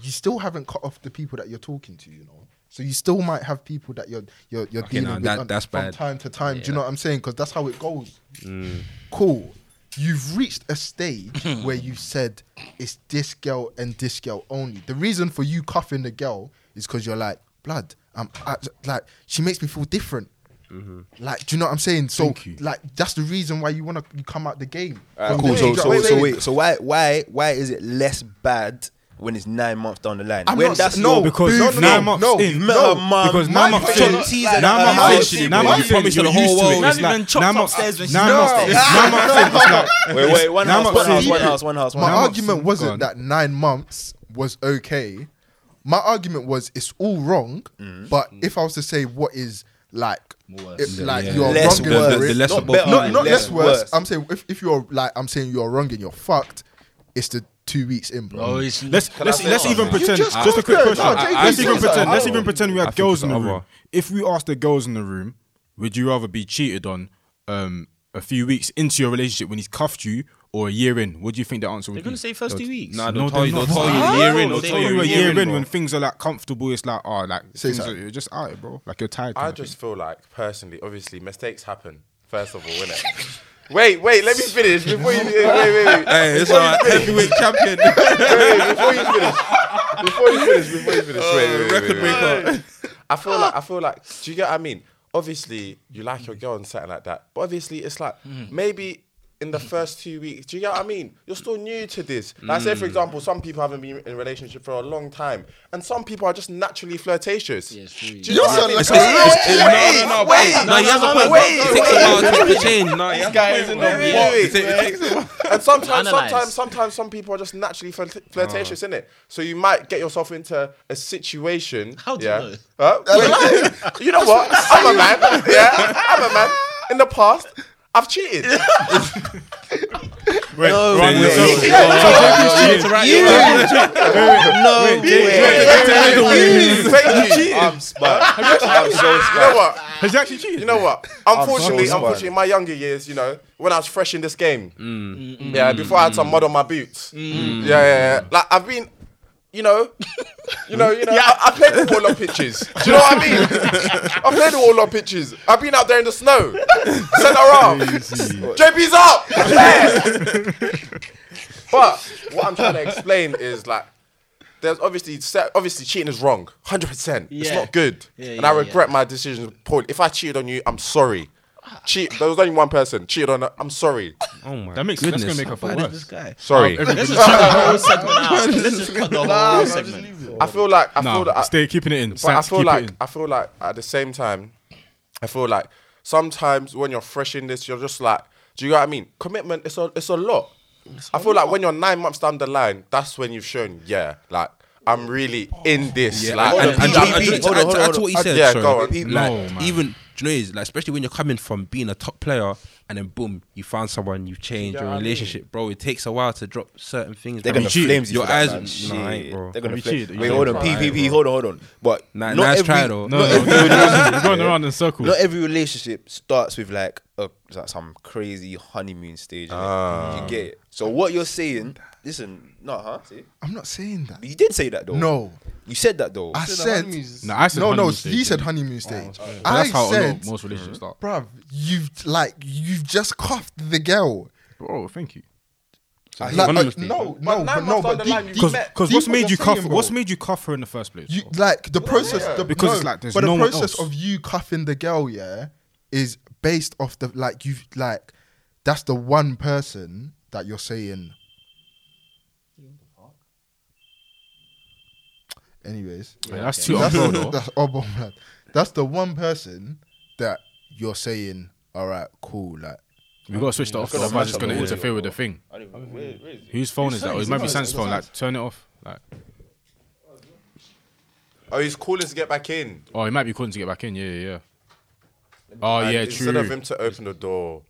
Speaker 7: you still haven't cut off the people that you're talking to, you know. So you still might have people that you're you're, you're
Speaker 4: Okay,
Speaker 7: dealing
Speaker 4: nah,
Speaker 7: with
Speaker 4: that-
Speaker 7: on-
Speaker 4: that's
Speaker 7: from
Speaker 4: bad.
Speaker 7: time to time. Do
Speaker 4: Yeah.
Speaker 7: you know what I'm saying? Because that's how it goes.
Speaker 3: Mm.
Speaker 7: Cool. You've reached a stage where you said it's this girl and this girl only. The reason for you cuffing the girl is because you're like, blood. I'm I, like she makes me feel different.
Speaker 5: Mm-hmm.
Speaker 7: Like, do you know what I'm saying? So,
Speaker 3: Thank you.
Speaker 7: like, that's the reason why you want to come out the game.
Speaker 5: Alright,
Speaker 7: From
Speaker 5: cool.
Speaker 7: there,
Speaker 5: So,
Speaker 7: do you
Speaker 5: so,
Speaker 7: know what I'm
Speaker 5: so
Speaker 7: saying?
Speaker 5: wait. So why, why, why is it less bad when it's nine months down the line?
Speaker 7: I'm
Speaker 5: when
Speaker 7: not-
Speaker 5: that's
Speaker 7: no,
Speaker 5: your
Speaker 3: because
Speaker 7: no, no,
Speaker 3: now
Speaker 7: no,
Speaker 3: I'm up
Speaker 7: no,
Speaker 3: in.
Speaker 5: met
Speaker 7: no,
Speaker 5: her mum,
Speaker 3: because now I'm
Speaker 5: my
Speaker 3: upset.
Speaker 5: friend teased her
Speaker 3: Now
Speaker 5: at
Speaker 3: I'm
Speaker 5: her
Speaker 3: upset.
Speaker 5: house.
Speaker 4: shit,
Speaker 3: Now
Speaker 4: bro.
Speaker 3: I'm
Speaker 4: You
Speaker 3: upset.
Speaker 4: promised
Speaker 3: You're
Speaker 4: the
Speaker 3: used
Speaker 4: whole
Speaker 3: to it.
Speaker 4: world.
Speaker 3: It's
Speaker 4: Not
Speaker 3: like-
Speaker 4: even
Speaker 3: Now I'm
Speaker 5: upstairs when
Speaker 3: upset.
Speaker 5: she
Speaker 3: Now I'm
Speaker 5: knocked
Speaker 3: upset.
Speaker 5: it.
Speaker 3: Now I'm upset. It's like-
Speaker 5: Wait, wait, one
Speaker 3: Now I'm
Speaker 5: house, one
Speaker 3: upset.
Speaker 5: house, one house, one house, one
Speaker 7: My
Speaker 5: house.
Speaker 7: argument wasn't
Speaker 3: Go on.
Speaker 7: that nine months was okay. My argument was it's all wrong.
Speaker 5: Mm.
Speaker 7: But if I was to say what is like, if, like
Speaker 4: yeah.
Speaker 7: you're
Speaker 5: Less
Speaker 7: wrong
Speaker 4: the-
Speaker 7: and
Speaker 4: the-
Speaker 5: worse,
Speaker 4: the
Speaker 7: worse,
Speaker 4: lesser
Speaker 5: not
Speaker 4: both
Speaker 5: better,
Speaker 7: not, not
Speaker 5: less
Speaker 7: less worse. I'm saying if, if you're like I'm saying you're wrong and you're fucked, it's the two weeks in, bro.
Speaker 3: Oh,
Speaker 5: it's
Speaker 3: Let's let's,
Speaker 6: say
Speaker 3: let's even
Speaker 6: something?
Speaker 3: pretend.
Speaker 7: You just
Speaker 3: Just a
Speaker 7: can't
Speaker 3: quick
Speaker 7: do it.
Speaker 3: question.
Speaker 7: No, JP
Speaker 3: let's even
Speaker 7: says that.
Speaker 3: pretend. Let's
Speaker 7: Oh.
Speaker 3: even pretend we had
Speaker 4: think
Speaker 3: girls
Speaker 4: it's
Speaker 3: in the
Speaker 4: other.
Speaker 3: room. If we asked the girls in the room, would you rather be cheated on um, a few weeks into your relationship when he's cuffed you, or a year in? What do you think the answer would
Speaker 9: They're
Speaker 3: be?
Speaker 9: gonna say first two weeks.
Speaker 4: Nah, they'll
Speaker 3: No,
Speaker 4: tell you.
Speaker 3: they're
Speaker 4: They'll
Speaker 3: not.
Speaker 4: tell you a year in. They'll tell
Speaker 3: They
Speaker 9: They
Speaker 3: tell
Speaker 9: will.
Speaker 4: you
Speaker 3: you a year in
Speaker 4: bro.
Speaker 3: when things are like comfortable. It's like oh, like things
Speaker 7: something.
Speaker 3: are, you're just out, bro. Like you're tired.
Speaker 6: I just feel like, personally, obviously, mistakes happen. First of all, innit? wait, wait, let me finish before you. Wait, wait, wait.
Speaker 4: Hey, it's all right. Heavyweight champion.
Speaker 6: wait, wait, before you finish, before you finish, before you finish, wait, wait,
Speaker 4: Oh,
Speaker 6: wait,
Speaker 4: Record
Speaker 6: wait, wait.
Speaker 4: breaker.
Speaker 6: I feel like I feel like. Do you get what I mean? Obviously, you like your girl and something like that, but obviously, it's like
Speaker 4: Hmm.
Speaker 6: maybe in the first two weeks. Do you get what I mean? You're still new to this. Like, say
Speaker 4: Hmm.
Speaker 6: for example, some people haven't been in a relationship for a long time, and some people are just naturally flirtatious. Do you know
Speaker 7: You
Speaker 6: what I
Speaker 7: sound
Speaker 6: mean?
Speaker 7: like
Speaker 4: It's- it's- it's- No, no, no. Wait. No, he has a point.
Speaker 6: wait,
Speaker 4: It takes a while to- to change. No, he has a
Speaker 6: Guys,
Speaker 4: point,
Speaker 6: in
Speaker 4: bro.
Speaker 6: the
Speaker 4: It
Speaker 6: wait,
Speaker 4: takes- it takes-
Speaker 6: and sometimes,
Speaker 9: Analyze.
Speaker 6: sometimes, sometimes, some people are just naturally flirt- flirtatious, innit? So you might get yourself into a situation.
Speaker 9: How do you
Speaker 6: yeah.
Speaker 9: know?
Speaker 6: Huh? Well, you know what? I'm a man. Yeah, I'm a man. In the past, I've cheated.
Speaker 3: Wait,
Speaker 5: No
Speaker 3: wrong
Speaker 5: way.
Speaker 3: result.
Speaker 5: Yeah.
Speaker 3: So JP's cheated.
Speaker 5: You, no way.
Speaker 6: Thank you. I'm smart. I'm so smart. You know what?
Speaker 3: Has he actually cheated?
Speaker 6: You know what? Unfortunately,
Speaker 5: so smart.
Speaker 6: unfortunately, in my younger years, you know, when I was fresh in this game, yeah, before I had some mud on my boots, yeah, yeah, yeah, like I've been, you know, you know, you know, I, I played the wall on pitches. Do you know what I mean? I played the wall on pitches. I've been out there in the snow, sent her up, JP's up. Yeah. but what I'm trying to explain is like. There's obviously se- obviously cheating is wrong, hundred percent. It's
Speaker 9: Yeah.
Speaker 6: not good,
Speaker 9: Yeah,
Speaker 6: and
Speaker 9: yeah,
Speaker 6: I
Speaker 9: yeah.
Speaker 6: regret my decision. Paul, if I cheated on you, I'm sorry. Cheat. There was only one person cheated on. her, I'm sorry.
Speaker 4: Oh my
Speaker 3: That makes- that's
Speaker 4: goodness.
Speaker 3: gonna make
Speaker 4: how
Speaker 3: her feel
Speaker 4: bad is
Speaker 3: worse.
Speaker 4: this guy?
Speaker 6: Sorry.
Speaker 9: Let's just cut the whole segment out. Let's just cut the whole segment.
Speaker 6: I feel like I
Speaker 3: Nah,
Speaker 6: feel that.
Speaker 3: stay keeping it in.
Speaker 6: But I
Speaker 3: Sax,
Speaker 6: feel
Speaker 3: keep it
Speaker 6: like
Speaker 3: in.
Speaker 6: I feel like at the same time, I feel like sometimes when you're fresh in this, you're just like, do you know what I mean? Commitment. It's a it's a lot. I feel like when you're nine months down the line, that's when you've shown, yeah, like I'm really in this. like,
Speaker 4: and, and,
Speaker 5: Hold
Speaker 4: and,
Speaker 5: on,
Speaker 4: and, and,
Speaker 5: Pete,
Speaker 4: and,
Speaker 5: hold on,
Speaker 4: and,
Speaker 5: hold
Speaker 4: and
Speaker 5: on,
Speaker 4: to what he said,
Speaker 6: Yeah,
Speaker 4: sorry,
Speaker 6: go on.
Speaker 4: like,
Speaker 3: No, man.
Speaker 4: even do you know is like especially when you're coming from being a top player and then boom, you found someone, you've changed your relationship, bro. It takes a while to drop certain things.
Speaker 5: They're
Speaker 4: bro.
Speaker 5: gonna
Speaker 3: cheated.
Speaker 5: flames you.
Speaker 4: Your
Speaker 5: for that,
Speaker 4: eyes-
Speaker 5: man.
Speaker 4: nah,
Speaker 5: Shit.
Speaker 4: ain't, bro.
Speaker 5: They're gonna
Speaker 3: You
Speaker 5: flame.
Speaker 3: cheated, you
Speaker 5: Wait, hold on,
Speaker 3: don't.
Speaker 5: P, P, P, hold on, hold on. But
Speaker 4: Nah,
Speaker 5: not
Speaker 4: nice
Speaker 5: every,
Speaker 4: try though.
Speaker 3: No, no, no, no, no, you're going around in circles.
Speaker 5: not every relationship starts with like
Speaker 9: a like some crazy honeymoon stage. innit? You get it. So what you're saying? Listen, no, huh? See,
Speaker 7: I'm not saying that.
Speaker 9: you did say that though.
Speaker 7: No,
Speaker 9: you said that though.
Speaker 7: I said
Speaker 3: Nah, I said
Speaker 7: no, no.
Speaker 3: honeymoon
Speaker 7: He
Speaker 3: stage,
Speaker 7: said
Speaker 3: yeah.
Speaker 7: honeymoon stage.
Speaker 3: But
Speaker 7: I
Speaker 3: that's how a lot-
Speaker 7: said,
Speaker 3: most relationships start.
Speaker 7: bruv, you've like you've just cuffed the girl.
Speaker 3: Bro, thank you.
Speaker 7: Like,
Speaker 3: honeymoon
Speaker 7: uh,
Speaker 3: stage.
Speaker 7: no,
Speaker 6: But
Speaker 7: no,
Speaker 6: nine
Speaker 7: but
Speaker 6: months
Speaker 7: no,
Speaker 6: down
Speaker 7: but
Speaker 6: the
Speaker 7: deep-
Speaker 6: line, you
Speaker 7: deep-
Speaker 3: Because
Speaker 6: met.
Speaker 7: deep
Speaker 3: what's
Speaker 7: what
Speaker 3: made
Speaker 7: you're
Speaker 3: you cuff?
Speaker 7: saying,
Speaker 3: What's
Speaker 7: bro.
Speaker 3: made you cuff her in the first place?
Speaker 7: You
Speaker 3: bro?
Speaker 7: like the process, the,
Speaker 3: Because
Speaker 7: no,
Speaker 3: it's like there's
Speaker 7: but
Speaker 3: no
Speaker 7: the
Speaker 3: one
Speaker 7: process
Speaker 3: else.
Speaker 7: of you cuffing the girl, yeah, is based off the like you like that's the one person that you're saying. Anyways,
Speaker 3: Yeah, that's too
Speaker 7: that's,
Speaker 3: unfair, though.
Speaker 7: that's, oh, man. that's the one person that you're saying, all right, cool, like
Speaker 3: We gotta switch that off.
Speaker 9: Because
Speaker 3: Otherwise, it's
Speaker 9: I'm
Speaker 3: gonna
Speaker 9: not-
Speaker 3: interfere with the thing.
Speaker 9: I don't even- where- where is it?
Speaker 3: Whose phone is that? Or It might be Sam's phone. Like, turn it off. Like,
Speaker 6: Oh, he's calling to get back in.
Speaker 3: oh, he might be calling to get back in. Yeah, yeah, yeah. Oh
Speaker 6: And
Speaker 3: yeah, true.
Speaker 6: Instead
Speaker 3: No,
Speaker 6: of him to open the door.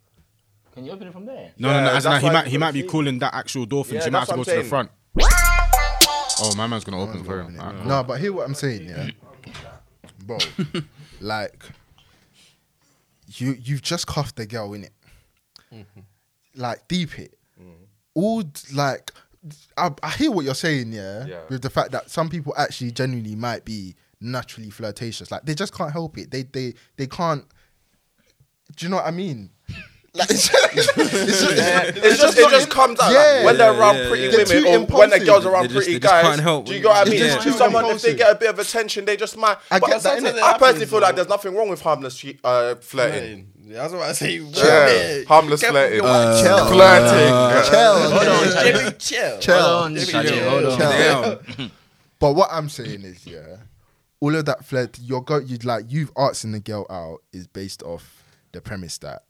Speaker 5: Can you open it from there?
Speaker 3: no, no.
Speaker 6: Yeah,
Speaker 3: As in, like,
Speaker 6: that's
Speaker 3: he
Speaker 6: why-
Speaker 3: might, he might be calling that actual door thing.
Speaker 6: Yeah,
Speaker 3: so he might have
Speaker 6: that's
Speaker 3: to go
Speaker 6: what
Speaker 3: to
Speaker 6: I'm
Speaker 3: the
Speaker 6: saying.
Speaker 3: front. Oh, my man's gonna open it for him. Alright, cool.
Speaker 7: No, but hear what I'm saying, yeah, bro. like, you you've just cuffed the girl in it, like deep it. All d- like, I, I hear what you're saying, yeah,
Speaker 6: Yeah.
Speaker 7: with the fact that some people actually genuinely might be naturally flirtatious. Like they just can't help it. They they they can't. Do you know what I mean? Like, it's just, it's just-
Speaker 6: It's just, it just comes out
Speaker 7: Yeah.
Speaker 6: like, when they're
Speaker 4: Yeah,
Speaker 6: around
Speaker 4: yeah,
Speaker 6: pretty
Speaker 4: yeah.
Speaker 7: They're
Speaker 6: women
Speaker 7: too
Speaker 6: or when the
Speaker 7: impulsive.
Speaker 6: girls around
Speaker 4: They just-
Speaker 6: pretty
Speaker 4: they just
Speaker 6: guys.
Speaker 4: can't help
Speaker 6: do you
Speaker 4: when-
Speaker 6: know what I
Speaker 7: They're
Speaker 6: mean?
Speaker 7: just too
Speaker 6: Someone if they
Speaker 7: impulsive.
Speaker 6: get a bit of attention, they just might.
Speaker 7: I
Speaker 6: but
Speaker 7: get that,
Speaker 6: sometimes
Speaker 7: innit?
Speaker 6: I personally
Speaker 2: Happens,
Speaker 6: feel like
Speaker 2: bro.
Speaker 6: there's nothing wrong with harmless che- uh, flirting.
Speaker 2: Yeah, that's what I say.
Speaker 6: Yeah, harmless
Speaker 2: Careful,
Speaker 6: flirting.
Speaker 2: yo.
Speaker 6: Uh, flirting.
Speaker 7: Uh,
Speaker 5: Jimmy, chill.
Speaker 7: Hold
Speaker 5: Hold on.
Speaker 7: But what I'm saying is, yeah, all of that flirt, your go, you like you've asking the girl out is based off the premise that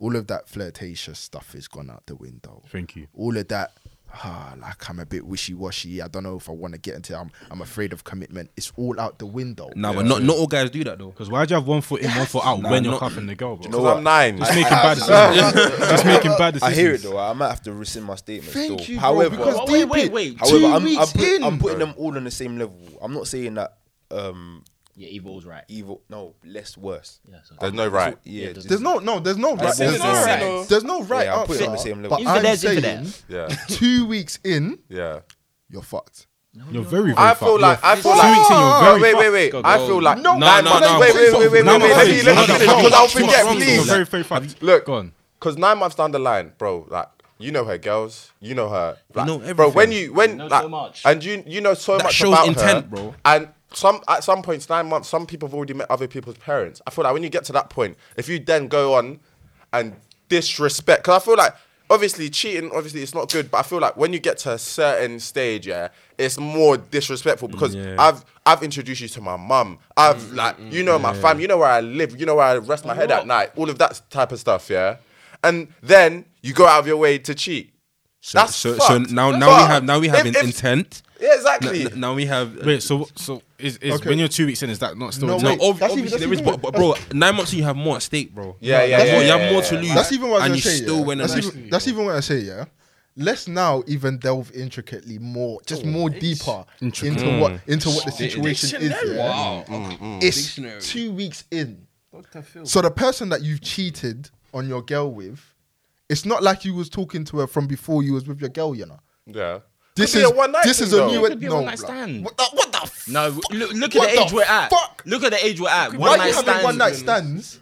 Speaker 7: all of that flirtatious stuff is gone out the window.
Speaker 3: Thank you.
Speaker 7: All of that, ah, like I'm a bit wishy washy. I don't know if I want to get into. I'm, I'm afraid of commitment. It's all out the window.
Speaker 4: Nah, but not not all guys do that though.
Speaker 3: Because why do you have one foot in, one foot out
Speaker 4: Nah,
Speaker 3: when you're
Speaker 4: not-
Speaker 3: cuffing the girl, bro?
Speaker 6: Because I'm nine.
Speaker 3: Just making bad decisions. Just making bad
Speaker 9: I
Speaker 3: decisions.
Speaker 9: hear it though. I might have to rescind my statement.
Speaker 7: Thank
Speaker 9: still.
Speaker 7: you, bro,
Speaker 9: however,
Speaker 7: because
Speaker 5: Wait,
Speaker 7: deep
Speaker 5: wait,
Speaker 7: it,
Speaker 5: wait.
Speaker 9: however,
Speaker 7: two
Speaker 9: I'm, I'm,
Speaker 7: weeks
Speaker 9: put,
Speaker 7: in,
Speaker 9: I'm putting them all on the same level. I'm not saying that um
Speaker 5: Yeah, evil was right.
Speaker 9: evil, no, less worse.
Speaker 5: Yeah, so
Speaker 6: There's no right.
Speaker 9: Yeah,
Speaker 5: there's
Speaker 7: There's no, no, there's no right.
Speaker 9: said
Speaker 7: There's
Speaker 9: it's
Speaker 7: no
Speaker 9: all
Speaker 7: right.
Speaker 9: right.
Speaker 7: There's no right
Speaker 9: Yeah, I'll put it
Speaker 7: answer.
Speaker 9: on the same level.
Speaker 7: But
Speaker 5: Infidels,
Speaker 7: I'm saying,
Speaker 5: infidels.
Speaker 6: Yeah,
Speaker 7: two weeks in,
Speaker 6: yeah.
Speaker 7: you're fucked.
Speaker 3: You're very, very
Speaker 6: I feel
Speaker 3: fucked.
Speaker 6: like I
Speaker 3: You're
Speaker 6: feel
Speaker 3: two
Speaker 6: like.
Speaker 3: weeks in, you're
Speaker 6: No,
Speaker 3: very
Speaker 6: wait,
Speaker 3: fucked.
Speaker 6: wait, wait. I feel like
Speaker 7: No,
Speaker 6: nine
Speaker 4: no,
Speaker 6: months.
Speaker 4: no,
Speaker 6: Wait,
Speaker 4: no,
Speaker 6: wait, wait, wait,
Speaker 3: no,
Speaker 6: wait,
Speaker 3: no,
Speaker 6: wait. Let me
Speaker 3: no, no,
Speaker 6: let me finish
Speaker 3: no,
Speaker 6: because I'll
Speaker 3: Too much
Speaker 6: forget.
Speaker 3: wrong, though.
Speaker 6: Please.
Speaker 3: Very, very fucked.
Speaker 6: Look.
Speaker 3: go on.
Speaker 6: Cause nine months down the line, bro, like you know her girls, you know her, like,
Speaker 4: know
Speaker 6: bro. When
Speaker 4: everything.
Speaker 6: you when
Speaker 5: know
Speaker 6: like,
Speaker 5: so much.
Speaker 6: and you you know so
Speaker 4: That
Speaker 6: much
Speaker 4: shows
Speaker 6: about
Speaker 4: intent,
Speaker 6: her,
Speaker 4: bro.
Speaker 6: And some at some points, nine months, some people have already met other people's parents. I feel like when you get to that point, if you then go on and disrespect, cause I feel like obviously cheating, obviously it's not good, but I feel like when you get to a certain stage, yeah, it's more disrespectful because
Speaker 4: Yeah. Mm,
Speaker 6: I've I've introduced you to my mum. I've like you know my fam, you know where I live, you know where I rest my head at night, all of that type of stuff, yeah. And then you go out of your way to cheat.
Speaker 4: So,
Speaker 6: That's
Speaker 4: so, so
Speaker 6: fucked.
Speaker 4: now now
Speaker 6: But
Speaker 4: we have now we have an
Speaker 6: if- if-
Speaker 4: intent.
Speaker 6: Yeah, exactly.
Speaker 4: N- n- now we have
Speaker 3: Wait, so so is, is
Speaker 7: Okay.
Speaker 3: when you're two weeks in, is that not still?
Speaker 7: No,
Speaker 4: No,
Speaker 7: wait,
Speaker 4: ob-
Speaker 7: that's
Speaker 4: obviously
Speaker 7: even- that's
Speaker 4: there is,
Speaker 7: even-
Speaker 4: but, but bro, nine months in, you have more at stake, bro.
Speaker 6: Yeah, yeah,
Speaker 4: That's
Speaker 6: yeah,
Speaker 4: what-
Speaker 6: yeah,
Speaker 4: You have
Speaker 6: yeah,
Speaker 4: more
Speaker 6: yeah,
Speaker 4: to lose.
Speaker 7: That's even what I
Speaker 4: and
Speaker 7: was
Speaker 4: you
Speaker 7: gonna say.
Speaker 4: still
Speaker 7: yeah.
Speaker 4: went and
Speaker 7: that's, even, that's even what I say. Yeah. Let's now even delve intricately more, just
Speaker 6: Oh,
Speaker 7: more deeper into
Speaker 4: Mm.
Speaker 7: what into what the situation is. Yeah? It's two weeks in.
Speaker 2: Dr. Phil.
Speaker 7: So the person that you've cheated on your girl with, it's not like you was talking to her from before you was with your girl. You know.
Speaker 6: yeah.
Speaker 7: This
Speaker 6: Could be
Speaker 7: is
Speaker 6: a one-night
Speaker 7: this
Speaker 6: thing,
Speaker 7: is a
Speaker 6: though.
Speaker 7: new
Speaker 5: It could be a
Speaker 7: no,
Speaker 5: one-night
Speaker 7: bruh.
Speaker 5: stand.
Speaker 7: What the, what the f-
Speaker 5: No, w- look, look at
Speaker 7: What
Speaker 5: the age
Speaker 7: the
Speaker 5: we're at.
Speaker 7: fuck?
Speaker 5: Look at the age we're at.
Speaker 7: Why
Speaker 5: One
Speaker 7: are
Speaker 5: night
Speaker 7: you having
Speaker 5: stands.
Speaker 7: one night stands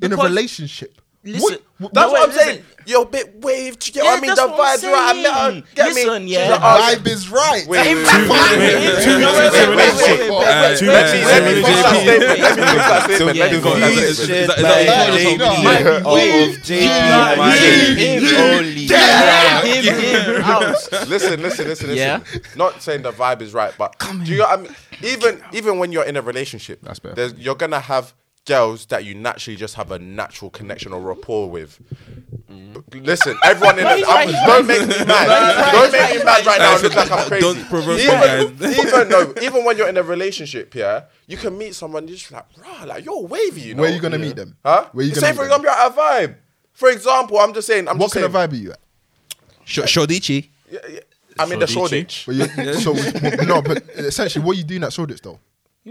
Speaker 7: in a
Speaker 5: Because-
Speaker 7: relationship?
Speaker 5: Listen,
Speaker 7: What-
Speaker 5: no,
Speaker 6: That's
Speaker 5: wait,
Speaker 6: what I'm
Speaker 5: listen.
Speaker 6: saying. You're a bit waved. You know what I
Speaker 5: Yeah,
Speaker 6: mean? The
Speaker 5: that's what I'm
Speaker 6: vibes right. I met her.
Speaker 5: saying.
Speaker 6: Get
Speaker 5: Listen,
Speaker 6: me?
Speaker 5: yeah.
Speaker 6: She's
Speaker 7: The
Speaker 6: like, oh,
Speaker 7: vibe is right.
Speaker 6: Wait, wait,
Speaker 5: Two-
Speaker 6: wait, wait, wait,
Speaker 5: wait, two
Speaker 6: wait,
Speaker 5: minutes
Speaker 6: wait, wait,
Speaker 5: into a
Speaker 6: wait,
Speaker 5: relationship.
Speaker 6: wait, wait,
Speaker 4: Uh,
Speaker 6: wait,
Speaker 4: two minutes
Speaker 6: let me-
Speaker 4: into
Speaker 6: let
Speaker 4: a
Speaker 6: me finish that
Speaker 4: relationship.
Speaker 6: statement. Let me finish that statement. Let me
Speaker 5: So,
Speaker 6: finish that
Speaker 4: Is
Speaker 6: statement.
Speaker 4: that- is that- is that-
Speaker 9: of JP, my
Speaker 5: Him, him, out.
Speaker 6: listen, listen, listen, listen.
Speaker 5: Yeah.
Speaker 6: Not saying the vibe is right, but do you know what I mean? Even even when you're in a relationship,
Speaker 3: That's better.
Speaker 6: there's- you're gonna have girls that you naturally just have a natural connection or rapport with. B- Listen, everyone in the
Speaker 5: he's
Speaker 6: I'm-
Speaker 5: right, he's
Speaker 6: don't make me mad. Don't make me mad right now. and Look like I'm crazy.
Speaker 4: Don't provoke
Speaker 6: even,
Speaker 4: me,
Speaker 6: even no, even when you're in a relationship, yeah, you can meet someone. You're just like, rah, like you're wavy. You know?
Speaker 7: Where you gonna meet them?
Speaker 6: Huh?
Speaker 7: Where you gonna
Speaker 6: Say
Speaker 7: meet
Speaker 6: for
Speaker 7: them?
Speaker 6: example, you're at a vibe. For example, I'm just saying. I'm
Speaker 7: What
Speaker 6: just
Speaker 7: kind of
Speaker 6: saying,
Speaker 7: vibe are you at?
Speaker 4: Sh- Shodichi.
Speaker 6: I'm in the
Speaker 3: Shoreditch?
Speaker 6: Shoreditch.
Speaker 7: But you so no, but essentially, what are you doing at Shoreditch though?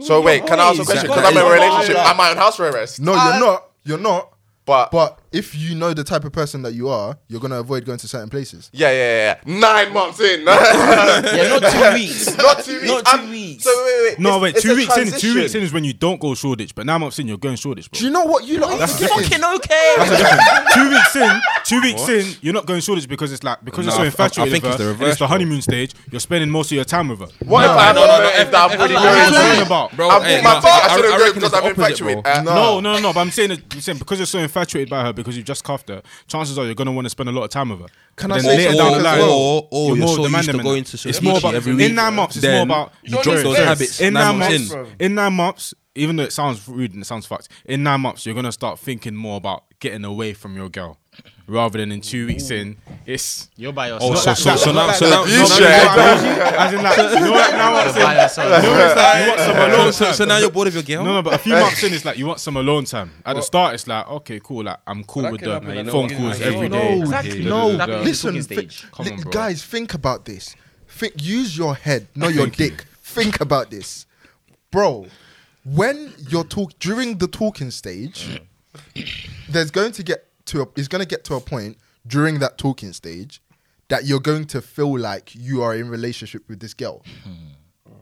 Speaker 6: So
Speaker 7: Uh,
Speaker 5: Uh,
Speaker 6: wait, can I ask a question? Because I'm in a relationship. Am I on house arrest?
Speaker 7: No, you're not. You're not.
Speaker 6: But
Speaker 7: But if you know the type of person that you are, you're gonna avoid going to certain places.
Speaker 6: Yeah, yeah, yeah. Nine months in. not
Speaker 5: Yeah, not two weeks.
Speaker 6: two weeks.
Speaker 5: Not two
Speaker 6: I'm-
Speaker 5: weeks.
Speaker 6: So wait, wait, wait.
Speaker 3: No,
Speaker 6: It's-
Speaker 3: wait.
Speaker 6: it's
Speaker 3: Two
Speaker 6: a
Speaker 3: weeks in. Two
Speaker 6: transition.
Speaker 3: weeks in is when you don't go Shoreditch, but now months in, you're going Shoreditch, bro.
Speaker 7: Do you know what you lot are
Speaker 3: That's
Speaker 7: forgetting?
Speaker 5: Fucking okay.
Speaker 3: That's a different- two weeks in, two weeks in, you're not going Shoreditch because it's like because you're
Speaker 4: No,
Speaker 3: so
Speaker 4: I- I- I
Speaker 3: infatuated
Speaker 4: think
Speaker 3: with
Speaker 4: it's
Speaker 3: her.
Speaker 4: the
Speaker 3: and
Speaker 4: reverse,
Speaker 3: the
Speaker 4: bro.
Speaker 3: honeymoon stage. You're spending most of your time with her.
Speaker 6: What if I don't know if that
Speaker 3: What
Speaker 6: really
Speaker 3: are you
Speaker 6: knows?
Speaker 3: talking about?
Speaker 4: Bro,
Speaker 6: I
Speaker 4: hey,
Speaker 6: bought my
Speaker 4: no, I-
Speaker 6: ticket. I
Speaker 4: I
Speaker 6: shouldn't go
Speaker 4: reckon
Speaker 6: because
Speaker 4: it's
Speaker 6: I'm
Speaker 4: opposite,
Speaker 6: infatuated.
Speaker 4: bro.
Speaker 6: Uh,
Speaker 3: No, no, no, no. But I'm saying, it- I'm saying because you're so infatuated by her because you've just cuffed her. Chances are you're going to want to spend a lot of time with her.
Speaker 7: Can I
Speaker 3: Then
Speaker 7: say
Speaker 3: later
Speaker 7: something
Speaker 3: down the
Speaker 7: as
Speaker 3: line,
Speaker 7: well?
Speaker 4: Or- or you're so used to
Speaker 3: demanding
Speaker 4: going
Speaker 3: it.
Speaker 4: to
Speaker 3: it's more
Speaker 4: Suzuki
Speaker 3: about
Speaker 4: every
Speaker 3: in
Speaker 4: week,
Speaker 3: nine months. It's more
Speaker 4: then
Speaker 3: about
Speaker 4: you drop those
Speaker 3: Yes.
Speaker 4: habits
Speaker 3: In nine
Speaker 4: nine
Speaker 3: months,
Speaker 4: months
Speaker 3: in nine months, even though it sounds rude and it sounds fucked, in nine months you're gonna start thinking more about getting away from your girl. Rather than in two weeks in, it's
Speaker 5: You're by yourself.
Speaker 4: Oh, so, so, so now, so now,
Speaker 6: You
Speaker 4: no,
Speaker 6: should.
Speaker 4: no, no,
Speaker 3: as in like, you know what, now I'm
Speaker 5: You're
Speaker 3: saying,
Speaker 5: by yourself.
Speaker 3: you know it's like, you want some alone
Speaker 4: so, so
Speaker 3: time.
Speaker 4: now you're bored of your girl.
Speaker 3: No, no, but a few months in, it's like you want some alone time. At the start, it's like, okay, cool, like I'm cool
Speaker 2: that
Speaker 3: with
Speaker 2: can
Speaker 3: the
Speaker 2: happen at the
Speaker 3: phone
Speaker 2: beginning
Speaker 3: calls
Speaker 2: as well.
Speaker 3: every
Speaker 2: No,
Speaker 3: day.
Speaker 5: exactly.
Speaker 3: Da, da,
Speaker 5: No,
Speaker 3: da, da,
Speaker 5: that-
Speaker 3: da.
Speaker 5: the
Speaker 7: Listen,
Speaker 5: talking
Speaker 7: thi-
Speaker 5: stage.
Speaker 3: Come on,
Speaker 7: li-
Speaker 3: bro.
Speaker 7: guys, think about this. Think, use your head, not your dick. Think about this, bro. When you're talk during the talking stage, there's going to get to a, it's going to get to a point during that talking stage that you're going to feel like you are in relationship with this girl.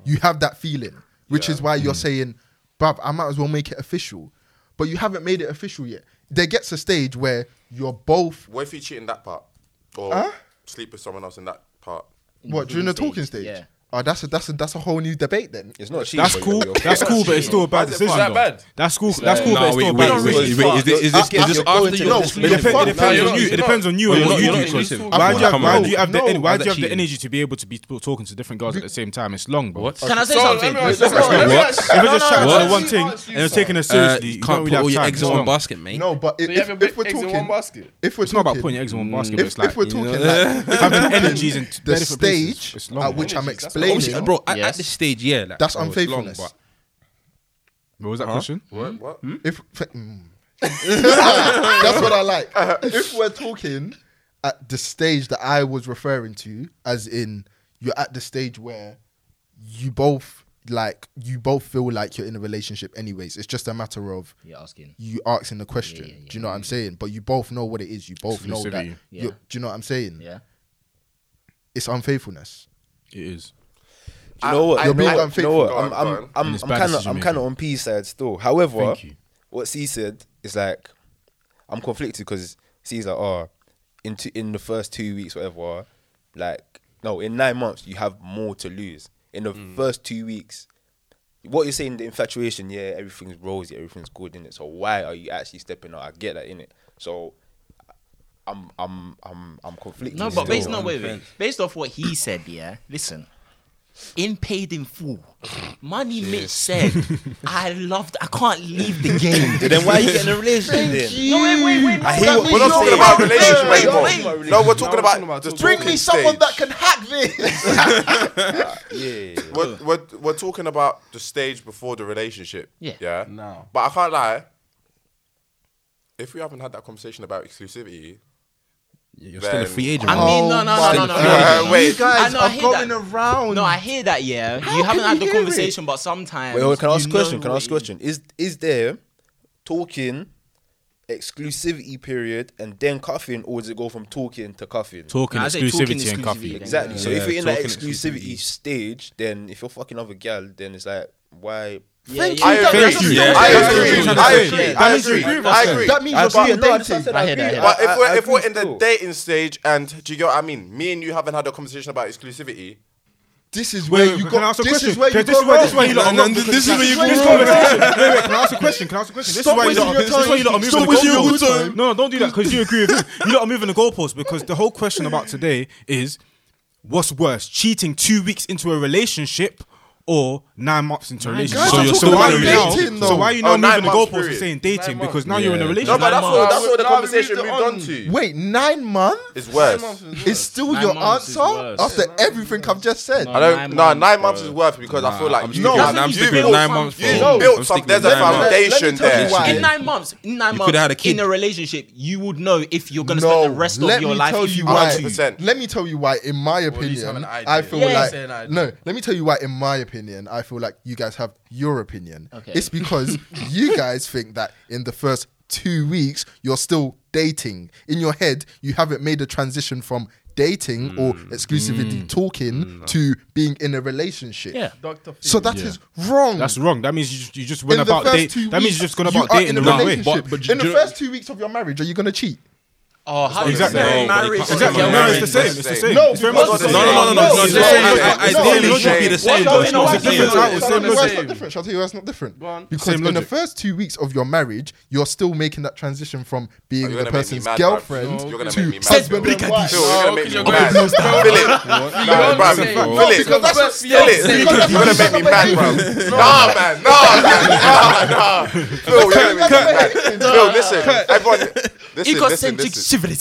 Speaker 7: You have that feeling, which is why you're saying, bruv, I might as well make it official. But you haven't made it official yet. There gets a stage where you're both
Speaker 6: What if you cheat in that part? Or sleep with someone else in that part?
Speaker 7: What during the talking stage?
Speaker 5: Yeah.
Speaker 7: Oh, that's a that's a that's a whole new debate then.
Speaker 9: It's not cheap.
Speaker 3: That's cool. That's cool, but it's still a bad
Speaker 6: Is it
Speaker 3: decision.
Speaker 6: that
Speaker 3: though.
Speaker 6: bad?
Speaker 3: That's cool. That's cool,
Speaker 4: Nah,
Speaker 3: but it's still a
Speaker 4: wait,
Speaker 3: bad
Speaker 4: wait, wait,
Speaker 3: decision.
Speaker 4: wait, wait, is this- is this- is this
Speaker 7: After
Speaker 4: after
Speaker 7: you-
Speaker 4: your
Speaker 7: no,
Speaker 4: this-
Speaker 7: it
Speaker 4: no,
Speaker 3: It, depends- it
Speaker 7: Fuck,
Speaker 3: depends
Speaker 7: no,
Speaker 3: on
Speaker 7: no,
Speaker 3: you. It
Speaker 7: no.
Speaker 3: depends on you
Speaker 4: Well,
Speaker 3: and
Speaker 4: you're not-
Speaker 3: what you
Speaker 4: you're
Speaker 3: do.
Speaker 4: not
Speaker 3: Chris.
Speaker 4: exclusive. I
Speaker 3: Why do
Speaker 4: thought
Speaker 3: you
Speaker 4: that
Speaker 3: have,
Speaker 4: was
Speaker 3: why
Speaker 4: cool.
Speaker 3: do you have the en-
Speaker 7: No.
Speaker 3: why do you
Speaker 4: That's
Speaker 3: have the
Speaker 4: cheating.
Speaker 3: energy to be able to be t- talking to different girls at the same time? It's long, bro.
Speaker 5: Can I say
Speaker 2: So,
Speaker 5: something?
Speaker 2: let me ask you
Speaker 5: Let's go.
Speaker 2: something.
Speaker 5: Let me
Speaker 4: What?
Speaker 2: ask you-
Speaker 3: If it's just chatting
Speaker 5: no, no,
Speaker 3: to
Speaker 2: no,
Speaker 3: one
Speaker 2: no,
Speaker 3: thing
Speaker 2: no,
Speaker 3: and you're taking it seriously, you
Speaker 4: you
Speaker 3: don't
Speaker 4: can't
Speaker 3: really
Speaker 4: put all
Speaker 3: have
Speaker 4: your
Speaker 3: time.
Speaker 4: eggs
Speaker 3: It's
Speaker 4: in one
Speaker 3: long.
Speaker 4: basket, mate.
Speaker 7: No, but if,
Speaker 2: So you have
Speaker 7: if,
Speaker 2: your
Speaker 7: if we're
Speaker 2: eggs in
Speaker 7: talking,
Speaker 2: one basket.
Speaker 7: if we're
Speaker 3: It's not
Speaker 7: talking,
Speaker 3: about putting your eggs in one basket. but
Speaker 7: if,
Speaker 3: It's like
Speaker 7: if we're
Speaker 3: you
Speaker 7: talking,
Speaker 3: know,
Speaker 7: like,
Speaker 3: having
Speaker 7: if we're talking
Speaker 3: energies in
Speaker 7: the
Speaker 3: different places.
Speaker 7: stage
Speaker 3: It's long,
Speaker 7: at which I'm
Speaker 2: Energies,
Speaker 4: Obviously,
Speaker 2: that's
Speaker 7: explaining,
Speaker 4: bro, at, at
Speaker 5: Yes.
Speaker 4: this stage, yeah, like,
Speaker 7: that's
Speaker 4: oh, it's
Speaker 7: unfaithfulness.
Speaker 4: long,
Speaker 3: What was that question?
Speaker 6: What? What?
Speaker 7: if mm. that's what I like. If we're talking at the stage that I was referring to, as in you're at the stage where you both like you both feel like you're in a relationship. Anyways, it's just a matter of
Speaker 5: You're asking.
Speaker 7: you asking the question.
Speaker 5: yeah, yeah.
Speaker 7: Do you know what I'm saying? But you both know what it is. You both know that.
Speaker 3: Exclusivity.
Speaker 7: you
Speaker 5: Yeah.
Speaker 7: Do you know what I'm saying?
Speaker 5: Yeah.
Speaker 7: It's unfaithfulness.
Speaker 3: It is.
Speaker 9: You know what?
Speaker 7: You're being
Speaker 9: you know what? You
Speaker 7: unfaithful.
Speaker 9: know what?
Speaker 6: Go on,
Speaker 9: I'm, I'm,
Speaker 6: go on.
Speaker 9: I'm, I'm
Speaker 3: It's bad
Speaker 9: kind of,
Speaker 3: decision
Speaker 9: I'm
Speaker 3: making.
Speaker 9: kind of on P's side still. However,
Speaker 3: Thank you.
Speaker 9: what C said is like, I'm conflicted because C's like, oh, in two, in the first two weeks, whatever, like, no, in nine months you have more to lose. In the first two weeks, what you're saying, the infatuation, yeah, everything's rosy, everything's good in it. So why are you actually stepping out? I get that in it. So. I'm I'm I'm I'm conflicted.
Speaker 5: No, but based
Speaker 9: still.
Speaker 5: no wait, wait. Based off what he said, yeah. Listen, in paid in full, Money Mitch said, "I loved. I can't leave the game."
Speaker 9: Then why are you getting a relationship then?
Speaker 5: no, wait, wait, wait.
Speaker 9: I
Speaker 5: no,
Speaker 9: hear
Speaker 5: that
Speaker 9: what-
Speaker 5: means
Speaker 6: We're not
Speaker 5: you're-
Speaker 6: talking about
Speaker 5: wait,
Speaker 6: relationship
Speaker 5: wait, wait.
Speaker 6: anymore. No, we're talking
Speaker 2: we're talking
Speaker 6: about
Speaker 2: about
Speaker 6: the
Speaker 2: talking.
Speaker 6: talking
Speaker 7: Bring me someone
Speaker 6: stage.
Speaker 7: that can hack this.
Speaker 9: Yeah.
Speaker 6: We're, we're, we're talking about the stage before the relationship.
Speaker 5: Yeah.
Speaker 6: Yeah. Now. But I can't lie. If we haven't had that conversation about exclusivity,
Speaker 4: You're still a free agent.
Speaker 5: I
Speaker 4: bro.
Speaker 5: mean, no, no, no, no, no, no, no,
Speaker 6: Uh,
Speaker 5: no.
Speaker 6: wait.
Speaker 5: You guys
Speaker 7: are going
Speaker 5: around. No, I hear that. Yeah, you haven't had the conversation, but sometimes.
Speaker 9: Wait, hold on, can I ask a
Speaker 5: you
Speaker 9: question?
Speaker 5: know
Speaker 9: Can I ask a
Speaker 5: what
Speaker 9: question? Is is there talking exclusivity period and then cuffing, or does it go from talking to cuffing?
Speaker 3: Talking
Speaker 5: Nah, I say talking
Speaker 3: exclusivity and
Speaker 5: exclusivity
Speaker 3: coffee.
Speaker 5: then.
Speaker 9: exactly. So
Speaker 4: Yeah, E.
Speaker 9: if you're in that
Speaker 4: talking
Speaker 9: exclusivity
Speaker 4: exclusivity.
Speaker 9: stage, then if you're fucking other gal, then it's like why?
Speaker 5: you- Yeah, yeah,
Speaker 6: I
Speaker 5: yeah.
Speaker 6: agree.
Speaker 4: Thank you. Yeah.
Speaker 6: I
Speaker 4: That's
Speaker 6: agree.
Speaker 4: what you're trying
Speaker 6: I
Speaker 4: to
Speaker 6: agree.
Speaker 4: say.
Speaker 6: I
Speaker 3: That means you
Speaker 6: agree.
Speaker 3: agree with
Speaker 6: I
Speaker 3: us
Speaker 6: agree.
Speaker 7: that means
Speaker 9: I
Speaker 7: you're
Speaker 9: agree,
Speaker 7: being
Speaker 9: no, that's what I
Speaker 7: dated.
Speaker 9: said,
Speaker 5: I hear that, I
Speaker 9: agree.
Speaker 5: hear
Speaker 6: But
Speaker 9: I-
Speaker 6: if we're
Speaker 9: I
Speaker 6: if we're
Speaker 9: agree
Speaker 6: in the
Speaker 9: still.
Speaker 6: dating stage and do you get what I mean? Me and you haven't had a conversation about exclusivity.
Speaker 7: This is
Speaker 3: Wait,
Speaker 7: where you
Speaker 3: wait, can I
Speaker 7: got.
Speaker 3: ask a
Speaker 7: This
Speaker 3: question?
Speaker 7: is where you
Speaker 3: Can- this is
Speaker 7: got.
Speaker 3: where- this is where
Speaker 7: wrong.
Speaker 3: you lot are wrong
Speaker 4: And then
Speaker 3: because
Speaker 4: this is
Speaker 3: like-
Speaker 4: where you
Speaker 3: this
Speaker 4: go
Speaker 3: conversation. Wait, wait, can I ask a question? Can I ask a question? This
Speaker 7: Stop
Speaker 3: is why you lot are-
Speaker 7: wasting your
Speaker 3: this is why you lot are
Speaker 7: time.
Speaker 3: moving
Speaker 7: Stop
Speaker 3: the
Speaker 7: wasting your good
Speaker 3: goalposts.
Speaker 7: time.
Speaker 3: No, no, don't do that because you agree with me. You lot are moving the goalposts because the whole question about today is what's worse, cheating two weeks into a relationship or nine months into a relationship?
Speaker 7: guys,
Speaker 3: So
Speaker 7: I'm
Speaker 3: you're-
Speaker 7: talking
Speaker 3: so why
Speaker 7: about
Speaker 3: are you now-
Speaker 7: dating,
Speaker 3: so
Speaker 7: though.
Speaker 3: why are you
Speaker 6: Oh,
Speaker 3: now
Speaker 6: nine
Speaker 3: moving the
Speaker 6: months
Speaker 3: goalposts and
Speaker 6: period.
Speaker 3: saying dating because now
Speaker 4: Yeah.
Speaker 3: you're in a
Speaker 4: No, but
Speaker 6: No,
Speaker 3: relationship?
Speaker 6: but that's what that's what the
Speaker 2: Now we
Speaker 6: conversation
Speaker 2: moved
Speaker 6: moved
Speaker 2: it
Speaker 6: on
Speaker 2: on.
Speaker 6: to.
Speaker 7: Wait, nine months
Speaker 6: It's worse.
Speaker 7: is still
Speaker 5: Nine
Speaker 7: your
Speaker 5: months is
Speaker 7: answer
Speaker 5: worse.
Speaker 7: after everything I've just said.
Speaker 6: I
Speaker 5: Nine
Speaker 6: don't. No,
Speaker 5: months,
Speaker 6: nine
Speaker 5: bro.
Speaker 6: months is worth because I feel like you.
Speaker 4: No,
Speaker 6: you-
Speaker 4: I'm
Speaker 5: you
Speaker 4: sticking
Speaker 5: built
Speaker 4: with nine
Speaker 5: some-
Speaker 4: months.
Speaker 6: You
Speaker 4: bro.
Speaker 6: built
Speaker 4: I'm
Speaker 6: some.
Speaker 4: sticking
Speaker 6: There's
Speaker 4: with
Speaker 6: a
Speaker 4: nine months.
Speaker 6: foundation
Speaker 7: Let me tell you
Speaker 6: there.
Speaker 7: why.
Speaker 5: In nine months, in nine
Speaker 4: You
Speaker 5: months,
Speaker 4: coulda had a kid.
Speaker 5: in a relationship, you would know if you're gonna
Speaker 7: No,
Speaker 5: spend the rest
Speaker 7: let
Speaker 5: of your
Speaker 7: me
Speaker 5: life
Speaker 7: tell
Speaker 5: if you
Speaker 7: you
Speaker 5: want
Speaker 7: why.
Speaker 5: to.
Speaker 6: percent.
Speaker 7: Let me tell you why, in my
Speaker 2: least have
Speaker 7: opinion,
Speaker 2: an idea.
Speaker 7: I feel
Speaker 5: Yeah.
Speaker 2: Say an
Speaker 7: like
Speaker 2: idea.
Speaker 7: no. Let me tell you why, in my opinion, I feel like you guys have your opinion.
Speaker 5: Okay.
Speaker 7: It's because you guys think that in the first two weeks you're still dating. In your head, you haven't made a transition from dating or exclusively talking to being in a relationship.
Speaker 5: Yeah.
Speaker 2: Dr. Phil.
Speaker 7: So that is
Speaker 3: Yeah.
Speaker 7: wrong.
Speaker 3: That's wrong. That means you just, you just went
Speaker 7: in the
Speaker 3: about
Speaker 7: first
Speaker 3: date.
Speaker 7: two
Speaker 3: That means
Speaker 7: weeks,
Speaker 3: you just gone
Speaker 7: you
Speaker 3: about
Speaker 7: are
Speaker 3: dating
Speaker 7: in
Speaker 3: the
Speaker 7: a
Speaker 3: wrong way.
Speaker 7: relationship.
Speaker 4: But- but
Speaker 7: in the
Speaker 4: you-
Speaker 7: first two weeks of your marriage, are you gonna cheat?
Speaker 5: Oh, how
Speaker 3: Exactly.
Speaker 6: No,
Speaker 3: Exactly.
Speaker 6: marriage is
Speaker 3: Exactly.
Speaker 6: the
Speaker 3: No, it's
Speaker 6: same.
Speaker 3: the same. It's the same. It's very
Speaker 7: because
Speaker 3: much
Speaker 6: it's
Speaker 3: the
Speaker 6: the
Speaker 3: same.
Speaker 6: same. No, no, no, no,
Speaker 3: It's
Speaker 6: no, no,
Speaker 3: the same.
Speaker 6: no,
Speaker 3: It's- it's
Speaker 6: no, no,
Speaker 3: the
Speaker 6: no,
Speaker 3: same.
Speaker 6: no,
Speaker 4: should be the same,
Speaker 7: No,
Speaker 4: though.
Speaker 7: no,
Speaker 4: It's
Speaker 7: no,
Speaker 4: not
Speaker 7: why
Speaker 4: the same.
Speaker 7: it's not different.
Speaker 3: though. It's
Speaker 7: Why- why
Speaker 3: the
Speaker 7: it's
Speaker 3: same
Speaker 7: not- why it's
Speaker 3: logic.
Speaker 7: not different. I'll tell you why it's not different.
Speaker 2: Go on.
Speaker 7: Because
Speaker 3: Same
Speaker 7: in the
Speaker 3: logic.
Speaker 7: first two weeks of your marriage, you're still making that transition from being
Speaker 6: Oh, You're
Speaker 7: the
Speaker 6: gonna make me
Speaker 7: person's
Speaker 6: mad, bruv.
Speaker 7: girlfriend
Speaker 6: You're gonna
Speaker 7: to
Speaker 6: make me mad,
Speaker 7: husband
Speaker 6: bruv.
Speaker 7: and wife.
Speaker 6: Phil, you're gonna make me
Speaker 2: No,
Speaker 6: mad. Fill
Speaker 2: because
Speaker 6: it. Nah, bruv,
Speaker 2: Fill it.
Speaker 6: fill it.
Speaker 7: Because that's what-
Speaker 6: Fill it.
Speaker 7: because
Speaker 6: You're
Speaker 7: that's
Speaker 6: gonna
Speaker 7: what-
Speaker 6: make me mad, bro. Nah, man. Nah, man. Nah, nah. Phil, you're gonna make me mad. Phil, listen. Everyone, listen, listen,
Speaker 5: Egocentric
Speaker 6: listen.
Speaker 5: chivalrous.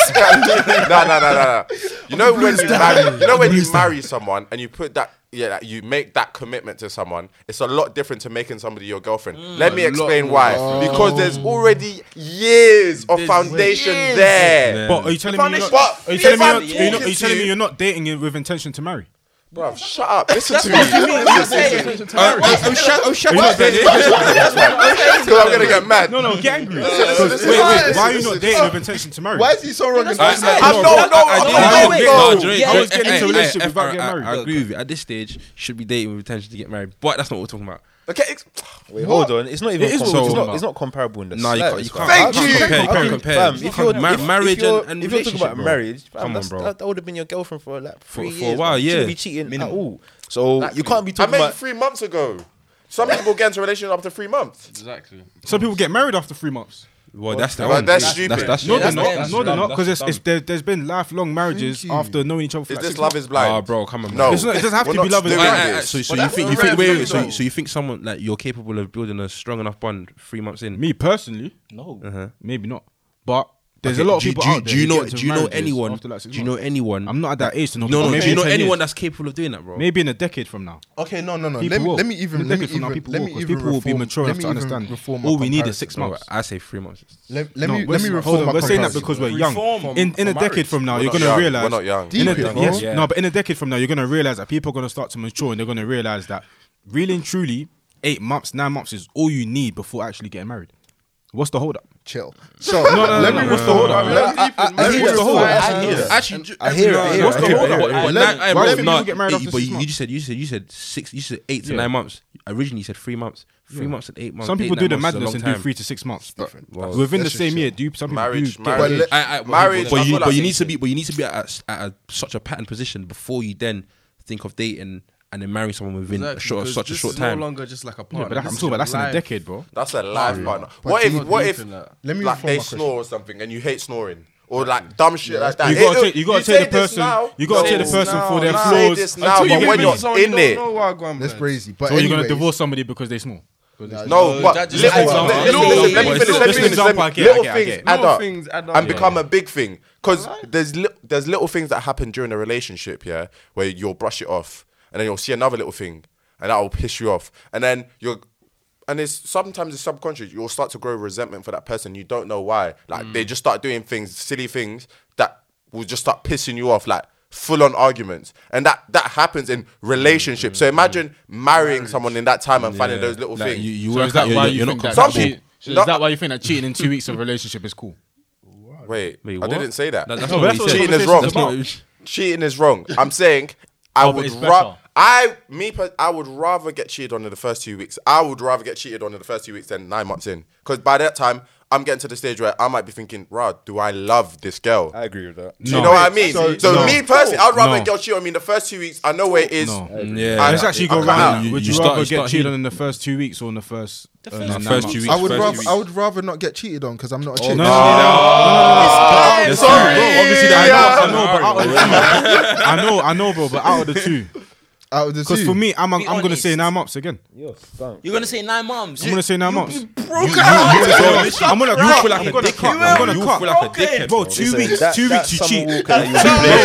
Speaker 6: Nah, nah, nah, nah, nah. You know when you marry, you know when you marry someone and you put that. Yeah, like, you make that commitment to someone. It's a lot different to making somebody your girlfriend. Let me explain why. Because there's already years of foundation
Speaker 5: years.
Speaker 6: there.
Speaker 3: But are you telling me? you're
Speaker 6: But
Speaker 3: not- Are you
Speaker 6: if
Speaker 3: telling me?
Speaker 6: I'm
Speaker 3: you're not- Are you not- are
Speaker 6: talking
Speaker 3: you telling
Speaker 6: to
Speaker 3: me
Speaker 6: you-
Speaker 3: you're not dating it with intention to marry?
Speaker 6: Bruv, shut up. Listen to me.
Speaker 4: Oh, shut oh, shut
Speaker 3: Are you not
Speaker 4: up.
Speaker 3: dating?
Speaker 6: Because I'm going to get mad.
Speaker 3: No, no, get angry.
Speaker 6: Listen,
Speaker 3: Wait,
Speaker 6: listen,
Speaker 3: wait. Why
Speaker 6: listen,
Speaker 3: are you
Speaker 6: listen,
Speaker 3: not dating with intention to marry?
Speaker 7: Why is he so wrong? in
Speaker 4: I-
Speaker 7: that?
Speaker 4: I-
Speaker 6: I
Speaker 4: no, I-
Speaker 6: don't
Speaker 4: I-
Speaker 6: know, I
Speaker 4: I-
Speaker 6: don't
Speaker 4: I- I-
Speaker 6: know, wait,
Speaker 4: no,
Speaker 6: wait.
Speaker 4: Drake,
Speaker 5: Yeah,
Speaker 4: I was
Speaker 5: yeah,
Speaker 4: getting into a
Speaker 5: yeah, yeah,
Speaker 4: relationship
Speaker 3: yeah.
Speaker 4: without
Speaker 3: I-
Speaker 4: getting
Speaker 3: I-
Speaker 4: married.
Speaker 3: I
Speaker 4: I agree with you. At this stage, should be dating with intention to get married, but that's not what we're talking about.
Speaker 6: Okay, ex-
Speaker 9: Wait, hold on. It's not even.
Speaker 3: It is
Speaker 9: com-
Speaker 3: what we're
Speaker 9: it's,
Speaker 3: talking
Speaker 9: not, it's not comparable in the
Speaker 4: No, you
Speaker 9: slightest,
Speaker 4: can't. You
Speaker 9: fam.
Speaker 4: can't,
Speaker 6: Thank you.
Speaker 4: compare. You
Speaker 9: Fam,
Speaker 4: can't compare.
Speaker 9: Fam, if you're
Speaker 4: Ma-
Speaker 9: if-
Speaker 4: marriage
Speaker 9: if you're,
Speaker 4: and, and
Speaker 9: if you're talking
Speaker 4: relationship,
Speaker 9: about
Speaker 4: bro.
Speaker 9: marriage, fam,
Speaker 4: Come on,
Speaker 9: that's-
Speaker 4: bro.
Speaker 9: That, that would have been your girlfriend for like three
Speaker 4: for a
Speaker 9: years.
Speaker 4: while,
Speaker 9: You shouldn't
Speaker 4: yeah.
Speaker 9: be cheating at all. So you can't be
Speaker 6: I
Speaker 9: talking
Speaker 6: met you
Speaker 9: about.
Speaker 6: three months ago. Some people get into a relationship after three months.
Speaker 2: Exactly.
Speaker 3: Some people get married after three months.
Speaker 4: Well, that's that
Speaker 6: Well,
Speaker 4: one.
Speaker 6: that's
Speaker 4: That's
Speaker 6: stupid.
Speaker 4: That's, that's
Speaker 3: No, they're
Speaker 5: that's
Speaker 3: not.
Speaker 5: dumb.
Speaker 3: no, they're
Speaker 4: dumb.
Speaker 3: not. Because it's,
Speaker 4: That's
Speaker 3: it's, there, there's been lifelong marriages after knowing each other. For
Speaker 6: Is
Speaker 3: like
Speaker 6: this
Speaker 3: six
Speaker 6: love
Speaker 3: months.
Speaker 6: is blind?
Speaker 4: Ah, bro, come on.
Speaker 6: No.
Speaker 4: bro.
Speaker 3: It's not- it doesn't have
Speaker 6: We're
Speaker 3: to
Speaker 6: not
Speaker 3: be love and
Speaker 6: doing
Speaker 3: life.
Speaker 6: this.
Speaker 4: I- I- I- so, so
Speaker 5: But
Speaker 4: you
Speaker 5: that's
Speaker 4: think
Speaker 5: a
Speaker 4: you think
Speaker 5: red
Speaker 4: wait,
Speaker 5: flag,
Speaker 4: wait, so,
Speaker 5: though.
Speaker 4: so you think someone like you're capable of building a strong enough bond three months in?
Speaker 3: Me personally, uh-huh,
Speaker 5: No.
Speaker 3: maybe not. But there's
Speaker 4: Okay,
Speaker 3: a lot of
Speaker 4: do, you-
Speaker 3: people
Speaker 4: do, you-
Speaker 3: out there
Speaker 4: Do you
Speaker 3: who
Speaker 4: know?
Speaker 3: get into
Speaker 4: Do you know
Speaker 3: marriages
Speaker 4: anyone?
Speaker 3: after, like,
Speaker 4: Do
Speaker 3: six
Speaker 4: you know
Speaker 3: months.
Speaker 4: anyone?
Speaker 3: I'm not at that age to know.
Speaker 4: No,
Speaker 3: but
Speaker 4: no.
Speaker 3: maybe
Speaker 4: Do you
Speaker 3: in
Speaker 4: know
Speaker 3: 10
Speaker 4: anyone
Speaker 3: years.
Speaker 4: that's capable of doing that, bro?
Speaker 3: Maybe in a decade from now.
Speaker 7: Okay, no, no, no.
Speaker 3: People
Speaker 7: Let me,
Speaker 3: will.
Speaker 7: let me even
Speaker 3: In a
Speaker 7: let me
Speaker 3: decade from now,
Speaker 7: even
Speaker 3: people
Speaker 7: let
Speaker 3: will,
Speaker 7: me
Speaker 3: 'cause
Speaker 7: even
Speaker 3: people will be
Speaker 7: reform-
Speaker 3: mature
Speaker 7: let
Speaker 3: enough
Speaker 7: me
Speaker 3: to
Speaker 7: even
Speaker 3: understand.
Speaker 7: reform my
Speaker 3: All we need is
Speaker 7: comparison.
Speaker 3: six
Speaker 4: Bro,
Speaker 3: months.
Speaker 4: I say three months.
Speaker 7: Let, let
Speaker 3: No,
Speaker 7: me
Speaker 3: we're-
Speaker 7: let me
Speaker 3: hold on,
Speaker 7: reform my
Speaker 3: We're saying that
Speaker 7: comparison.
Speaker 3: because we're young.
Speaker 2: Reform
Speaker 3: in in a
Speaker 2: for marriage.
Speaker 3: decade from now,
Speaker 6: We're
Speaker 3: you're
Speaker 6: not
Speaker 3: gonna
Speaker 6: young.
Speaker 3: realize.
Speaker 6: We're not young.
Speaker 3: In a,
Speaker 7: Deep it, bro.
Speaker 3: yes,
Speaker 4: Yeah.
Speaker 3: no, but in a decade from now, you're gonna realize that people are gonna start to mature and they're gonna realize that really and truly, eight months, nine months is all you need before actually getting married. What's the hold up?
Speaker 7: Chill. So
Speaker 3: No, no,
Speaker 7: let
Speaker 3: no,
Speaker 7: me
Speaker 3: no,
Speaker 7: reform.
Speaker 3: no, no,
Speaker 7: let
Speaker 3: no,
Speaker 7: me-
Speaker 3: no.
Speaker 7: I- I- I
Speaker 3: What's
Speaker 7: hear
Speaker 3: the
Speaker 7: it.
Speaker 3: hold up?
Speaker 7: I hear it.
Speaker 4: Actually, ju-
Speaker 7: I hear it,
Speaker 4: no,
Speaker 7: I hear
Speaker 4: what's
Speaker 7: it,
Speaker 4: the
Speaker 7: I hear it,
Speaker 4: hold
Speaker 7: I
Speaker 4: up?
Speaker 7: hear
Speaker 4: But
Speaker 7: it.
Speaker 4: nine-
Speaker 3: Eleven-
Speaker 4: aye,
Speaker 3: why
Speaker 4: bro,
Speaker 3: would people
Speaker 4: nah,
Speaker 3: get married
Speaker 4: eh,
Speaker 3: after
Speaker 4: but
Speaker 3: six
Speaker 4: you- you
Speaker 3: months?
Speaker 4: just said you said you said six. You said eight to
Speaker 3: Yeah.
Speaker 4: nine months. Originally, you said three months. Three months and eight months.
Speaker 3: Some
Speaker 4: eight,
Speaker 3: people do
Speaker 4: nine
Speaker 3: the
Speaker 4: months is a
Speaker 3: madness
Speaker 4: long
Speaker 3: and do
Speaker 4: time.
Speaker 3: three to six months.
Speaker 4: Well,
Speaker 3: Within the
Speaker 7: that's just
Speaker 3: same
Speaker 7: chill.
Speaker 3: year, do some people
Speaker 6: Marriage,
Speaker 3: do get
Speaker 6: marriage.
Speaker 3: engaged.
Speaker 4: I, I,
Speaker 6: Marriage,
Speaker 4: but
Speaker 6: I
Speaker 4: you,
Speaker 6: feel
Speaker 4: but
Speaker 6: like
Speaker 4: you
Speaker 6: it's-
Speaker 4: need to be, but you need to be at, a s- at a, such a pattern position before you then think of dating and then marrying someone within a
Speaker 2: Exactly,
Speaker 4: short,
Speaker 2: 'cause
Speaker 4: such a
Speaker 2: this
Speaker 4: short
Speaker 2: is
Speaker 4: time.
Speaker 2: no longer just like a
Speaker 3: Yeah,
Speaker 2: partner.
Speaker 3: but that, I'm
Speaker 2: This
Speaker 3: talking
Speaker 2: is
Speaker 3: about that's in a
Speaker 2: life.
Speaker 3: decade, bro.
Speaker 6: That's a life partner. What
Speaker 7: do
Speaker 6: if
Speaker 7: not
Speaker 6: what
Speaker 2: do
Speaker 6: if
Speaker 2: that.
Speaker 7: Let
Speaker 6: like they
Speaker 7: me reform my question.
Speaker 6: snore or something and you hate snoring or like dumb shit like that?
Speaker 3: You
Speaker 6: It-
Speaker 3: gotta
Speaker 6: it-
Speaker 3: take- you gotta take
Speaker 6: say
Speaker 3: the
Speaker 6: this
Speaker 3: person-
Speaker 6: now,
Speaker 3: you gotta
Speaker 6: say
Speaker 3: take the
Speaker 6: this
Speaker 3: person
Speaker 6: now,
Speaker 3: for their
Speaker 6: now.
Speaker 3: flaws
Speaker 6: Say this
Speaker 3: until
Speaker 6: now,
Speaker 3: you
Speaker 6: but
Speaker 3: get
Speaker 6: when
Speaker 3: married.
Speaker 6: you're in it,
Speaker 7: That's crazy. But
Speaker 3: So you're gonna
Speaker 7: anyways,
Speaker 3: divorce somebody because they small.
Speaker 6: No, but
Speaker 2: that
Speaker 6: listen,
Speaker 2: just-
Speaker 6: listen,
Speaker 2: No,
Speaker 6: listen,
Speaker 2: no,
Speaker 6: listen, let me
Speaker 2: no,
Speaker 6: finish.
Speaker 2: it's
Speaker 6: Let me
Speaker 2: just
Speaker 6: finish.
Speaker 3: example,
Speaker 6: Let me-
Speaker 3: I get, I
Speaker 6: Little
Speaker 3: get, I get.
Speaker 6: things add
Speaker 2: Little
Speaker 6: up
Speaker 2: things add up.
Speaker 6: and
Speaker 2: Yeah.
Speaker 6: become a big thing. Because there's li- there's little things that happen during a relationship, yeah, where you'll brush it off, and then you'll see another little thing, and that will piss you off, and then you're. And it's sometimes it's subconscious. You'll start to grow resentment for that person. You don't know why. Like
Speaker 2: Mm.
Speaker 6: they just start doing things, silly things that will just start pissing you off. Like full on arguments, and that that happens in relationships.
Speaker 2: Mm.
Speaker 6: So imagine marrying someone in that time and finding those little
Speaker 4: Like,
Speaker 6: things.
Speaker 4: You, you
Speaker 3: So
Speaker 4: work
Speaker 3: is that
Speaker 4: out, you're,
Speaker 3: why
Speaker 4: you're
Speaker 3: you
Speaker 4: not
Speaker 3: think that?
Speaker 6: Some
Speaker 4: compatible.
Speaker 6: people-
Speaker 3: cheat- so
Speaker 6: No.
Speaker 3: is that why you think that cheating in two weeks of a relationship is cool?
Speaker 6: Wait,
Speaker 4: Wait,
Speaker 6: I
Speaker 4: what?
Speaker 6: didn't say that.
Speaker 4: That- that's
Speaker 3: No,
Speaker 4: not what
Speaker 3: that's
Speaker 4: he
Speaker 3: what
Speaker 4: said.
Speaker 6: cheating is wrong.
Speaker 4: That's not what he-
Speaker 6: cheating is wrong. I'm saying I
Speaker 3: No, Oh, but
Speaker 6: would
Speaker 3: it's
Speaker 6: ra-
Speaker 3: better.
Speaker 6: I me per- I would rather get cheated on in the first two weeks. I would rather get cheated on in the first two weeks than nine months in. Because by that time, I'm getting to the stage where I might be thinking, "Rah, do I love this girl?"
Speaker 9: I agree with that.
Speaker 6: do you know what I mean? So,
Speaker 7: so- no.
Speaker 6: me personally, I'd rather
Speaker 3: No.
Speaker 6: a girl cheat on me in the first two weeks. I know where it is.
Speaker 3: No.
Speaker 4: Yeah,
Speaker 6: I-
Speaker 3: Let's actually go
Speaker 6: I-
Speaker 3: round.
Speaker 4: you-
Speaker 3: Would
Speaker 4: you
Speaker 3: you
Speaker 4: start-
Speaker 3: rather
Speaker 4: you
Speaker 3: get
Speaker 4: start
Speaker 3: cheated
Speaker 4: heat.
Speaker 3: on in the first two weeks or in the first uh,
Speaker 4: Nah,
Speaker 3: nine
Speaker 4: first
Speaker 3: months?
Speaker 4: two weeks.
Speaker 7: I would
Speaker 4: first two
Speaker 7: rather
Speaker 4: weeks.
Speaker 7: I would rather not get cheated on because I'm not a chick.
Speaker 3: Oh, No, no, no,
Speaker 6: I'm sorry.
Speaker 4: Obviously,
Speaker 6: Yeah.
Speaker 4: that I know. I know,
Speaker 3: no, no, no, no. I know, I know, bro. But out of the two,
Speaker 7: Out of the
Speaker 3: because
Speaker 7: two.
Speaker 3: for me, I'm I'm
Speaker 5: Be
Speaker 3: gonna
Speaker 5: honest.
Speaker 3: say nine months again.
Speaker 5: You're gonna say nine moms.
Speaker 3: I'm gonna say nine months.
Speaker 5: broke
Speaker 3: I'm gonna cut.
Speaker 4: like
Speaker 3: I'm
Speaker 4: a
Speaker 3: gonna
Speaker 4: dickhead,
Speaker 3: cut.
Speaker 4: bro.
Speaker 3: I'm gonna
Speaker 4: You
Speaker 3: cut.
Speaker 4: feel like a dickhead, bro.
Speaker 3: bro. Two weeks. Two weeks. You cheat.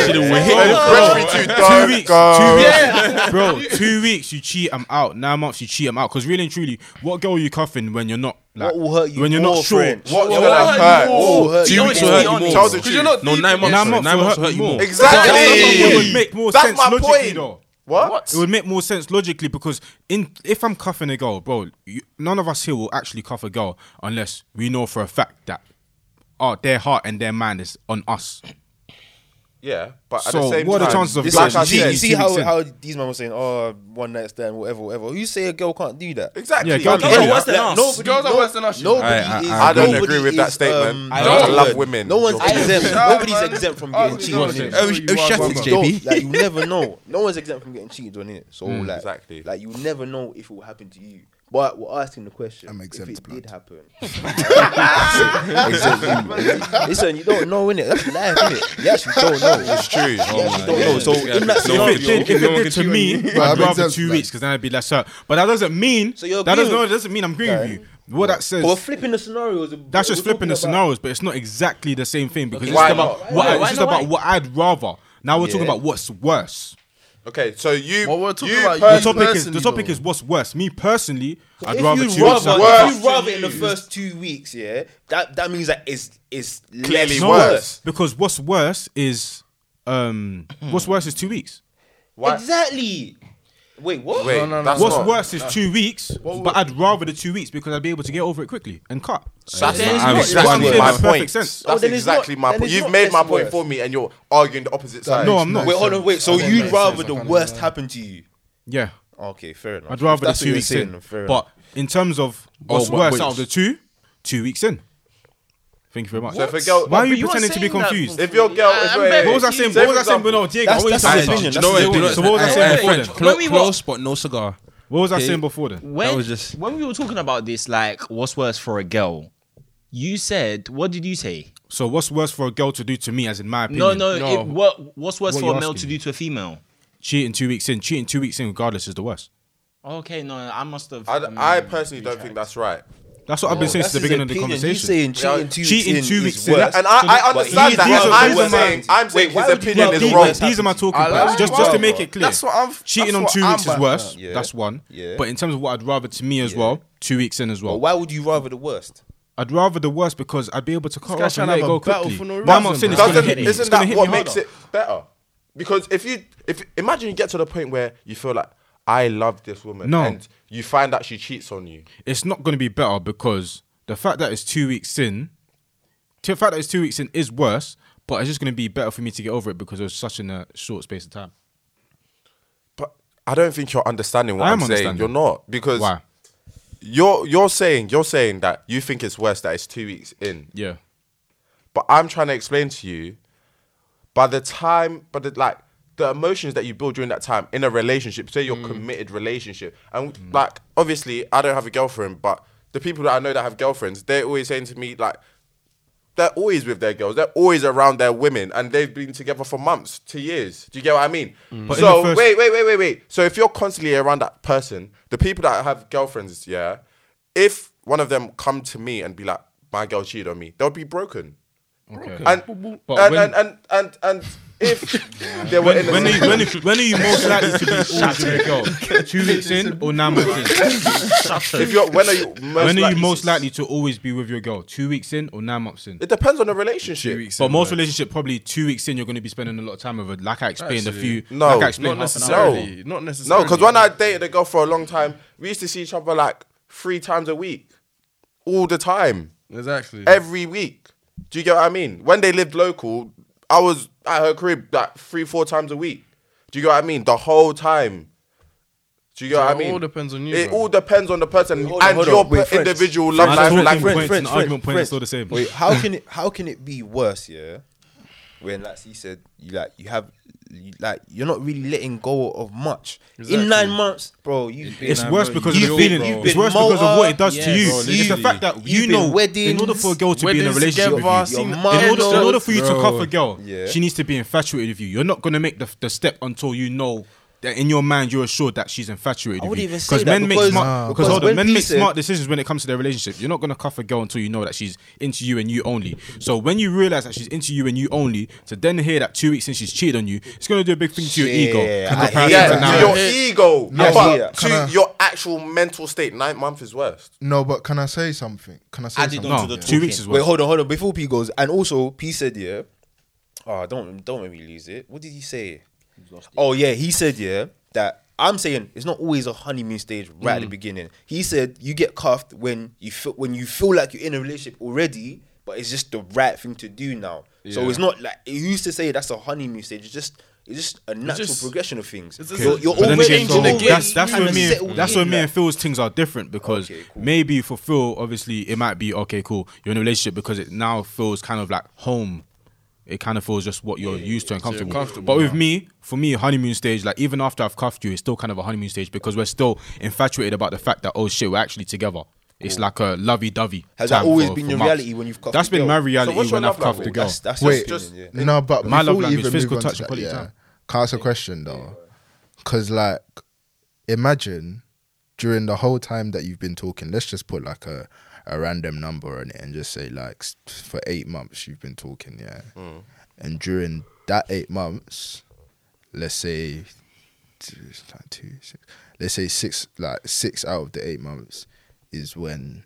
Speaker 6: Fresh me
Speaker 3: Two
Speaker 6: too, dark
Speaker 3: weeks,
Speaker 6: girl.
Speaker 3: two weeks, bro. Two weeks, you cheat. I'm out. Nine months, you cheat. I'm out. Because really and truly, what girl are you cuffing when you're not? Like,
Speaker 9: What will hurt you
Speaker 3: when you're
Speaker 9: more,
Speaker 3: not sure?
Speaker 9: friend?
Speaker 6: What's
Speaker 5: Yeah,
Speaker 6: gonna
Speaker 5: what
Speaker 6: hurt?
Speaker 9: What will hurt
Speaker 4: Two
Speaker 9: you
Speaker 4: weeks
Speaker 9: more?
Speaker 4: will hurt you
Speaker 5: honest.
Speaker 6: Tell
Speaker 4: more.
Speaker 6: the
Speaker 4: bro.
Speaker 6: truth.
Speaker 4: No, nine months.
Speaker 3: Nine
Speaker 4: sorry,
Speaker 3: months
Speaker 4: Nine
Speaker 3: will
Speaker 4: months
Speaker 3: hurt you more.
Speaker 6: Exactly.
Speaker 3: It would make more
Speaker 6: That's
Speaker 3: sense
Speaker 6: my
Speaker 3: logically,
Speaker 6: point.
Speaker 3: though.
Speaker 6: What?
Speaker 3: It would make more sense logically because in if I'm cuffing a girl, bro, you, none of us here will actually cuff a girl unless we know for a fact that oh, their heart and their mind is on us.
Speaker 6: Yeah, but at the
Speaker 3: So,
Speaker 6: same
Speaker 3: what are the
Speaker 6: time,
Speaker 3: chances of
Speaker 6: this
Speaker 3: that?
Speaker 6: like I
Speaker 9: you see,
Speaker 6: said,
Speaker 9: you see
Speaker 3: two
Speaker 9: how,
Speaker 3: weeks in.
Speaker 9: how these men were saying, oh, one night stand, whatever, whatever. You say a girl can't do that.
Speaker 6: Exactly.
Speaker 3: Yeah, girls
Speaker 6: Like,
Speaker 3: are
Speaker 6: yeah,
Speaker 5: worse than
Speaker 6: yeah,
Speaker 5: us.
Speaker 6: nobody-
Speaker 2: Girls are
Speaker 6: no-
Speaker 2: worse than us, you
Speaker 9: Nobody
Speaker 4: I- I-
Speaker 9: is.
Speaker 4: I
Speaker 6: don't
Speaker 9: nobody
Speaker 6: agree with that
Speaker 9: is,
Speaker 6: statement.
Speaker 9: um,
Speaker 6: I don't
Speaker 9: what's the
Speaker 6: love
Speaker 9: word?
Speaker 6: women.
Speaker 9: No one's
Speaker 6: You're kidding.
Speaker 9: exempt.
Speaker 6: Shut up,
Speaker 9: Nobody's
Speaker 6: man.
Speaker 9: exempt from
Speaker 6: Oh,
Speaker 9: getting
Speaker 6: you
Speaker 9: cheated
Speaker 6: know
Speaker 9: on.
Speaker 6: what it
Speaker 9: innit?
Speaker 6: is.
Speaker 4: Oh, sh- oh, shut
Speaker 9: You
Speaker 4: it, JB.
Speaker 9: don't- Like you never know. No one's exempt from getting cheated on it. So like,
Speaker 6: Mm, Exactly.
Speaker 9: Like you never know if it will happen to you. But we're asking the question.
Speaker 7: I'm exempt,
Speaker 9: If it
Speaker 7: blood.
Speaker 9: did happen. Exempt you. Listen, you don't know innit. That's life innit. You actually don't know. It's true. You
Speaker 3: Oh
Speaker 9: actually don't know. So in
Speaker 3: If
Speaker 9: that
Speaker 3: it
Speaker 9: scenario,
Speaker 3: did, if it did to me, I'd
Speaker 7: I've been
Speaker 3: rather
Speaker 7: exempt
Speaker 3: two
Speaker 7: from
Speaker 3: weeks because then I'd be less hurt. But that doesn't mean
Speaker 9: So you're
Speaker 3: that doesn't,
Speaker 9: agreeing
Speaker 3: no,
Speaker 9: with-
Speaker 3: it doesn't mean I'm agreeing with you. What that says,
Speaker 9: But we're flipping the scenarios.
Speaker 3: that's just
Speaker 9: We're
Speaker 3: flipping the
Speaker 9: talking about-
Speaker 3: scenarios, but it's not exactly the same thing because it's
Speaker 6: Why
Speaker 3: just about
Speaker 6: not?
Speaker 3: what
Speaker 5: Why-
Speaker 3: I-
Speaker 5: why
Speaker 3: it's just
Speaker 5: not?
Speaker 3: about what I'd rather. Now we're talking
Speaker 9: Yeah.
Speaker 3: about what's worse.
Speaker 6: Okay, so you.
Speaker 2: Well, we're talking
Speaker 6: you
Speaker 2: about
Speaker 3: The
Speaker 2: you
Speaker 6: pers-
Speaker 3: topic is the
Speaker 2: personally,
Speaker 3: topic
Speaker 2: though.
Speaker 3: is what's worse. Me personally, I'd
Speaker 9: if
Speaker 3: rather
Speaker 9: you
Speaker 3: two weeks.
Speaker 9: rather,
Speaker 3: out.
Speaker 6: worse
Speaker 9: if you rather in the first two weeks, yeah, that that means that it's it's
Speaker 6: Clearly
Speaker 9: less
Speaker 3: No,
Speaker 6: worse.
Speaker 3: because what's worse is um what's worse is two weeks.
Speaker 6: Why-
Speaker 9: Exactly. Wait, what?
Speaker 6: Wait,
Speaker 2: No, no, no.
Speaker 6: that's
Speaker 3: What's
Speaker 6: not-
Speaker 3: worse is two weeks, but I'd rather the two weeks because I'd be able to get over it quickly and cut.
Speaker 6: That's
Speaker 5: Then it's
Speaker 6: not-
Speaker 5: not-
Speaker 6: that's
Speaker 5: it's
Speaker 3: not
Speaker 6: exactly
Speaker 3: worse.
Speaker 6: my
Speaker 3: Makes perfect
Speaker 6: point.
Speaker 3: sense.
Speaker 9: Oh,
Speaker 6: That's
Speaker 9: then it's not-
Speaker 6: exactly my
Speaker 9: then
Speaker 6: point.
Speaker 9: it's
Speaker 6: You've
Speaker 9: not
Speaker 6: made my
Speaker 9: less
Speaker 6: point
Speaker 9: worse.
Speaker 6: for me, and you're arguing the opposite side.
Speaker 3: No, I'm not.
Speaker 9: Wait, hold on, wait. So
Speaker 2: That
Speaker 9: you'd
Speaker 2: makes
Speaker 9: rather
Speaker 2: sense,
Speaker 9: the
Speaker 2: I can't
Speaker 9: worst
Speaker 2: remember.
Speaker 9: happen to you?
Speaker 3: Yeah,
Speaker 9: Okay, fair enough.
Speaker 3: I'd
Speaker 9: If
Speaker 3: rather the
Speaker 9: that's what
Speaker 3: two
Speaker 9: you're
Speaker 3: weeks
Speaker 9: saying,
Speaker 3: in.
Speaker 9: fair
Speaker 3: But
Speaker 9: enough.
Speaker 3: in terms of what's
Speaker 4: what-
Speaker 3: worse
Speaker 4: which-
Speaker 3: out of the two, two weeks in. Thank you very much.
Speaker 6: So if a girl-
Speaker 3: Why are
Speaker 6: But
Speaker 3: you
Speaker 5: you are
Speaker 3: pretending to be
Speaker 5: saying that
Speaker 3: confused?
Speaker 6: If your girl,
Speaker 5: I-
Speaker 6: if
Speaker 5: I'm
Speaker 6: wait,
Speaker 5: very
Speaker 6: wait,
Speaker 3: What was I saying?
Speaker 6: say
Speaker 3: What was
Speaker 6: for
Speaker 3: I saying?
Speaker 6: example-
Speaker 3: No, Diego.
Speaker 9: That's-
Speaker 3: what was
Speaker 9: that's
Speaker 3: I
Speaker 9: his
Speaker 3: saying?
Speaker 9: opinion, that's his
Speaker 3: So what was I saying before then?
Speaker 5: When we were-
Speaker 4: Close but no cigar.
Speaker 3: What was I
Speaker 4: Okay.
Speaker 3: saying before then?
Speaker 5: when,
Speaker 4: was just-
Speaker 5: when we were talking about this, like, what's worse for a girl? You said, what did you say?
Speaker 3: So what's worse for a girl to do to me, as in my
Speaker 5: No,
Speaker 3: opinion?
Speaker 5: no.
Speaker 2: No.
Speaker 5: It, what, what's worse
Speaker 3: What
Speaker 5: for
Speaker 3: you
Speaker 5: a male to
Speaker 3: asking
Speaker 5: do to a female?
Speaker 3: Cheating two weeks in, cheating two weeks in, regardless, is the worst.
Speaker 5: Okay, no, I must have.
Speaker 6: I,
Speaker 9: Mm.
Speaker 5: um,
Speaker 6: I personally don't think that's right.
Speaker 3: That's what I've been saying since the beginning of the conversation.
Speaker 9: You saying
Speaker 6: Yeah,
Speaker 9: cheating two
Speaker 3: cheating
Speaker 9: weeks
Speaker 3: two
Speaker 9: in
Speaker 3: weeks
Speaker 9: is
Speaker 3: in.
Speaker 9: worse.
Speaker 6: And I, I
Speaker 9: But
Speaker 6: understand
Speaker 3: he-
Speaker 6: that.
Speaker 3: these are-
Speaker 6: I'm
Speaker 3: these are
Speaker 6: saying,
Speaker 9: my-
Speaker 6: I'm saying
Speaker 9: Wait, why
Speaker 6: his
Speaker 9: would you
Speaker 6: opinion
Speaker 9: rather
Speaker 6: is
Speaker 9: do
Speaker 3: these,
Speaker 6: wrong.
Speaker 9: that?
Speaker 3: these are my talking
Speaker 2: I like
Speaker 3: points. Just,
Speaker 2: that.
Speaker 3: just to
Speaker 2: Well,
Speaker 3: make it clear,
Speaker 2: that's what I'm-
Speaker 3: cheating
Speaker 2: that's
Speaker 3: on
Speaker 2: what
Speaker 3: two
Speaker 2: I'm
Speaker 3: weeks is
Speaker 2: back
Speaker 3: worse.
Speaker 9: at. Yeah.
Speaker 3: That's one.
Speaker 9: Yeah.
Speaker 3: But in terms of what I'd rather to me as well, two weeks in as well.
Speaker 9: But why would you rather the worst?
Speaker 3: I'd rather the worst because I'd be able to cut
Speaker 2: guy
Speaker 3: off and
Speaker 2: tryna
Speaker 3: let it
Speaker 2: have
Speaker 3: go
Speaker 2: a battle
Speaker 3: quickly.
Speaker 2: for no
Speaker 3: But I'm not
Speaker 2: reason,
Speaker 3: saying it's
Speaker 2: bro.
Speaker 3: going to
Speaker 6: Doesn't,
Speaker 3: hit me. It's
Speaker 6: isn't
Speaker 3: going to
Speaker 6: that
Speaker 3: hit
Speaker 6: what
Speaker 3: me
Speaker 6: makes
Speaker 3: harder.
Speaker 6: it better? Because if you if imagine you get to the point where you feel like I love this woman,
Speaker 3: No.
Speaker 6: and you find that she cheats on you.
Speaker 3: It's not going to be better because the fact that it's two weeks in, the fact that it's two weeks in is worse, but it's just going to be better for me to get over it because it was such in a short space of time.
Speaker 6: But I don't think you're understanding what
Speaker 3: I
Speaker 6: I
Speaker 3: am
Speaker 6: am saying.
Speaker 3: understanding.
Speaker 6: You're not because
Speaker 3: Why?
Speaker 6: you're you're saying you're saying that you think it's worse that it's two weeks in.
Speaker 3: Yeah.
Speaker 6: But I'm trying to explain to you, by the time, but the, like the emotions that you build during that time in a relationship, say
Speaker 3: Mm.
Speaker 6: your committed relationship, and like obviously I don't have a girlfriend, but the people that I know that have girlfriends, they're always saying to me like, they're always with their girls, they're always around their women, and they've been together for months to years. Do you get what I mean?
Speaker 3: But in
Speaker 6: So
Speaker 3: the first-
Speaker 6: wait, wait, wait, wait, wait. So if you're constantly around that person, the people that have girlfriends, yeah, if one of them come to me and be like, my girl cheated on me, they'll be broken.
Speaker 3: Okay.
Speaker 6: And
Speaker 3: But
Speaker 6: and,
Speaker 3: when-
Speaker 6: and and and and if they were in
Speaker 3: When are, you,
Speaker 6: the
Speaker 3: when, are, when are you most likely to be all with a girl? Two weeks in or nine months in?
Speaker 6: if you're when are you most
Speaker 3: When are you
Speaker 6: likely-
Speaker 3: most likely to always be with your girl? Two weeks in or nine months in?
Speaker 6: It depends on the relationship.
Speaker 3: But most relationship probably two weeks in, you're going to be spending a lot of time with her. Like I explained, a few.
Speaker 6: No,
Speaker 3: like I
Speaker 2: Not
Speaker 3: explained, half an hour.
Speaker 2: necessarily. Not
Speaker 6: No,
Speaker 2: necessarily.
Speaker 6: because when I dated a girl for a long time, we used to see each other like three times a week, all the time,
Speaker 2: Exactly.
Speaker 6: every week. Do you get what I mean? When they lived local, I was at her crib like three, four times a week. Do you get what I mean? The whole time. Do you get
Speaker 2: So
Speaker 6: what I
Speaker 2: it
Speaker 6: mean?
Speaker 2: all depends on you,
Speaker 6: It
Speaker 2: bro.
Speaker 6: all depends on the person
Speaker 9: hold on,
Speaker 6: and
Speaker 9: hold
Speaker 6: your
Speaker 9: on. Wait,
Speaker 6: per-
Speaker 9: friends.
Speaker 6: individual love
Speaker 3: Man,
Speaker 6: life.
Speaker 3: talking
Speaker 6: language.
Speaker 3: points and argument points are all the same.
Speaker 9: Wait, how can it how can it be worse? Yeah, when like he said, you like you have you, like you're not really letting go of much in nine months, bro. You
Speaker 3: It's worse because of the
Speaker 9: You've been-
Speaker 3: feeling.
Speaker 9: you've
Speaker 3: It's
Speaker 9: been
Speaker 3: worse because of what it does to
Speaker 5: Malta.
Speaker 3: you.
Speaker 5: Yes,
Speaker 3: it's the
Speaker 9: bro,
Speaker 3: fact that you
Speaker 9: you've
Speaker 3: know,
Speaker 9: been
Speaker 3: in order for a girl to be in a
Speaker 2: Weddings
Speaker 3: relationship with
Speaker 2: together,
Speaker 3: you,
Speaker 2: seen
Speaker 9: your man
Speaker 3: in order, in
Speaker 9: knows-
Speaker 3: order for you to cuff a girl,
Speaker 9: Yeah.
Speaker 3: she needs to be infatuated with you. You're not gonna make the, the step until you know that in your mind you're assured that she's infatuated
Speaker 9: I
Speaker 3: with
Speaker 9: wouldn't
Speaker 3: you.
Speaker 9: even say that
Speaker 3: men make
Speaker 9: because-
Speaker 3: smart,
Speaker 9: Nah.
Speaker 3: because hold
Speaker 9: because
Speaker 3: on,
Speaker 9: when
Speaker 3: men
Speaker 9: he
Speaker 3: make
Speaker 9: said-
Speaker 3: smart decisions when it comes to their relationship. You're not gonna cuff a girl until you know that she's into you and you only. So when you realize that she's into you and you only, to then hear that two weeks since she's cheated on you, it's gonna do a big thing to your
Speaker 9: Shit,
Speaker 3: ego.
Speaker 9: I
Speaker 3: in
Speaker 9: hate
Speaker 3: comparison
Speaker 6: Yeah,
Speaker 3: to
Speaker 6: to
Speaker 3: now.
Speaker 6: your ego,
Speaker 9: Yeah,
Speaker 6: but
Speaker 9: yeah.
Speaker 6: to your actual mental state, ninth month is worst.
Speaker 7: No, but can I say something? Can I say
Speaker 5: Added
Speaker 7: something?
Speaker 5: on
Speaker 3: No,
Speaker 5: to the
Speaker 3: two
Speaker 5: talking.
Speaker 3: weeks is
Speaker 9: Wait,
Speaker 3: well.
Speaker 9: hold on, hold on. Before P goes, and also P said, yeah. Oh, don't don't make me lose it. What did he say? Oh yeah, he said yeah that I'm saying it's not always a honeymoon stage right at the beginning. He said you get cuffed when you feel when you feel like you're in a relationship already. but it's just the right thing to do now. So it's not like it used to say that's a honeymoon stage. It's just it's just a natural
Speaker 2: just-
Speaker 9: progression of things.
Speaker 2: it's just-
Speaker 9: You're, you're
Speaker 2: But then
Speaker 9: always
Speaker 2: again,
Speaker 9: changing
Speaker 2: so
Speaker 9: the game.
Speaker 3: That's, that's
Speaker 9: You're
Speaker 3: where
Speaker 9: trying to
Speaker 3: me.
Speaker 9: settle
Speaker 3: And, that's where
Speaker 9: in,
Speaker 3: me
Speaker 9: like-
Speaker 3: and Phil's things are different because
Speaker 9: Okay, cool.
Speaker 3: maybe for Phil, obviously, it might be okay, cool. You're in a relationship because it now feels kind of like home. It kind of feels just what you're used to and comfortable.
Speaker 2: comfortable
Speaker 3: but with
Speaker 2: now.
Speaker 3: me, for me, honeymoon stage, like even after I've cuffed you, it's still kind of a honeymoon stage because we're still infatuated about the fact that oh shit, we're actually together. It's like a lovey-dovey.
Speaker 9: Has that
Speaker 3: time
Speaker 9: always
Speaker 3: for-
Speaker 9: been
Speaker 3: for
Speaker 9: your
Speaker 3: months.
Speaker 9: reality when you've cuffed
Speaker 3: That's
Speaker 9: a
Speaker 3: been
Speaker 9: girl?
Speaker 3: my
Speaker 9: So
Speaker 3: reality
Speaker 6: what's your
Speaker 3: when I've
Speaker 6: love
Speaker 3: cuffed
Speaker 6: language?
Speaker 3: a girl.
Speaker 9: That's, that's
Speaker 7: Wait,
Speaker 9: just opinion, yeah.
Speaker 7: no, but
Speaker 3: My
Speaker 7: my
Speaker 3: love
Speaker 7: before we
Speaker 3: language,
Speaker 7: even
Speaker 3: physical
Speaker 7: move on
Speaker 3: touch and
Speaker 7: to that,
Speaker 3: quality
Speaker 7: yeah,
Speaker 3: time.
Speaker 7: can I ask a question though? Because like, imagine during the whole time that you've been talking, let's just put like a a random number on it and just say like s- for eight months you've been talking, yeah,
Speaker 3: Mm.
Speaker 7: and during that eight months, let's say two, like two, six, let's say six, like six out of the eight months is when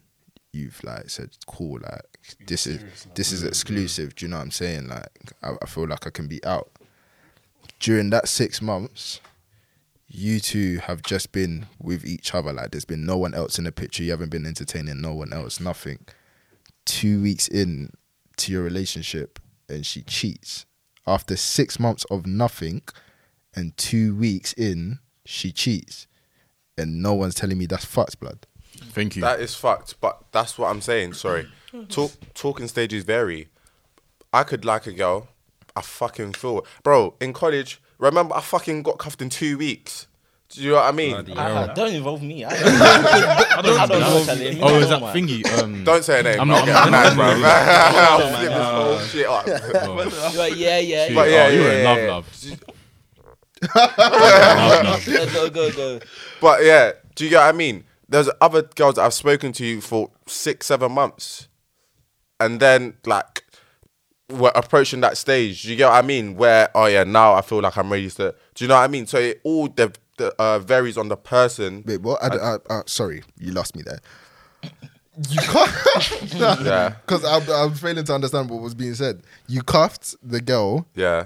Speaker 7: you've like said, cool, like this is this is exclusive. Do you know what I'm saying? Like I, I feel like I can be out during that six months. You two have just been with each other. Like there's been no one else in the picture. You haven't been entertaining no one else. Nothing. Two weeks in to your relationship, and she cheats. After six months of nothing, and two weeks in, she cheats, and no one's telling me that's fucked, blood.
Speaker 3: Thank you.
Speaker 6: That is fucked, but that's what I'm saying. Sorry. Talk talking stages vary. I could like a girl. I fucking feel bro, in college, remember I fucking got cuffed in two weeks. Do you know what I mean?
Speaker 5: Ah, don't involve me. I don't, I don't, I don't know. tell him.
Speaker 3: oh,
Speaker 5: I
Speaker 3: is
Speaker 5: don't
Speaker 3: that
Speaker 5: mind.
Speaker 3: thingy? Um,
Speaker 6: Don't say her name.
Speaker 3: I'm
Speaker 6: I'll
Speaker 3: not-
Speaker 6: get
Speaker 3: I'm not-
Speaker 6: mad, bro.
Speaker 3: I'm
Speaker 6: I'll flip this whole shit up.
Speaker 5: You're like, yeah, yeah, yeah.
Speaker 6: But yeah,
Speaker 3: oh, you were in
Speaker 6: yeah,
Speaker 3: love,
Speaker 6: yeah.
Speaker 3: love.
Speaker 5: Go, go, go.
Speaker 6: But yeah, do you get what I mean? There's other girls that I've spoken to for six, seven months, and then like we're approaching that stage. Do you get what I mean? Where oh yeah, now I feel like I'm ready to. Do you know what I mean? So it all de- de- uh, varies on the person.
Speaker 7: Wait, what? I, I, I, sorry, you lost me there. You cuffed,
Speaker 6: Yeah.
Speaker 7: because I'm, I'm failing to understand what was being said. You cuffed the girl
Speaker 6: Yeah,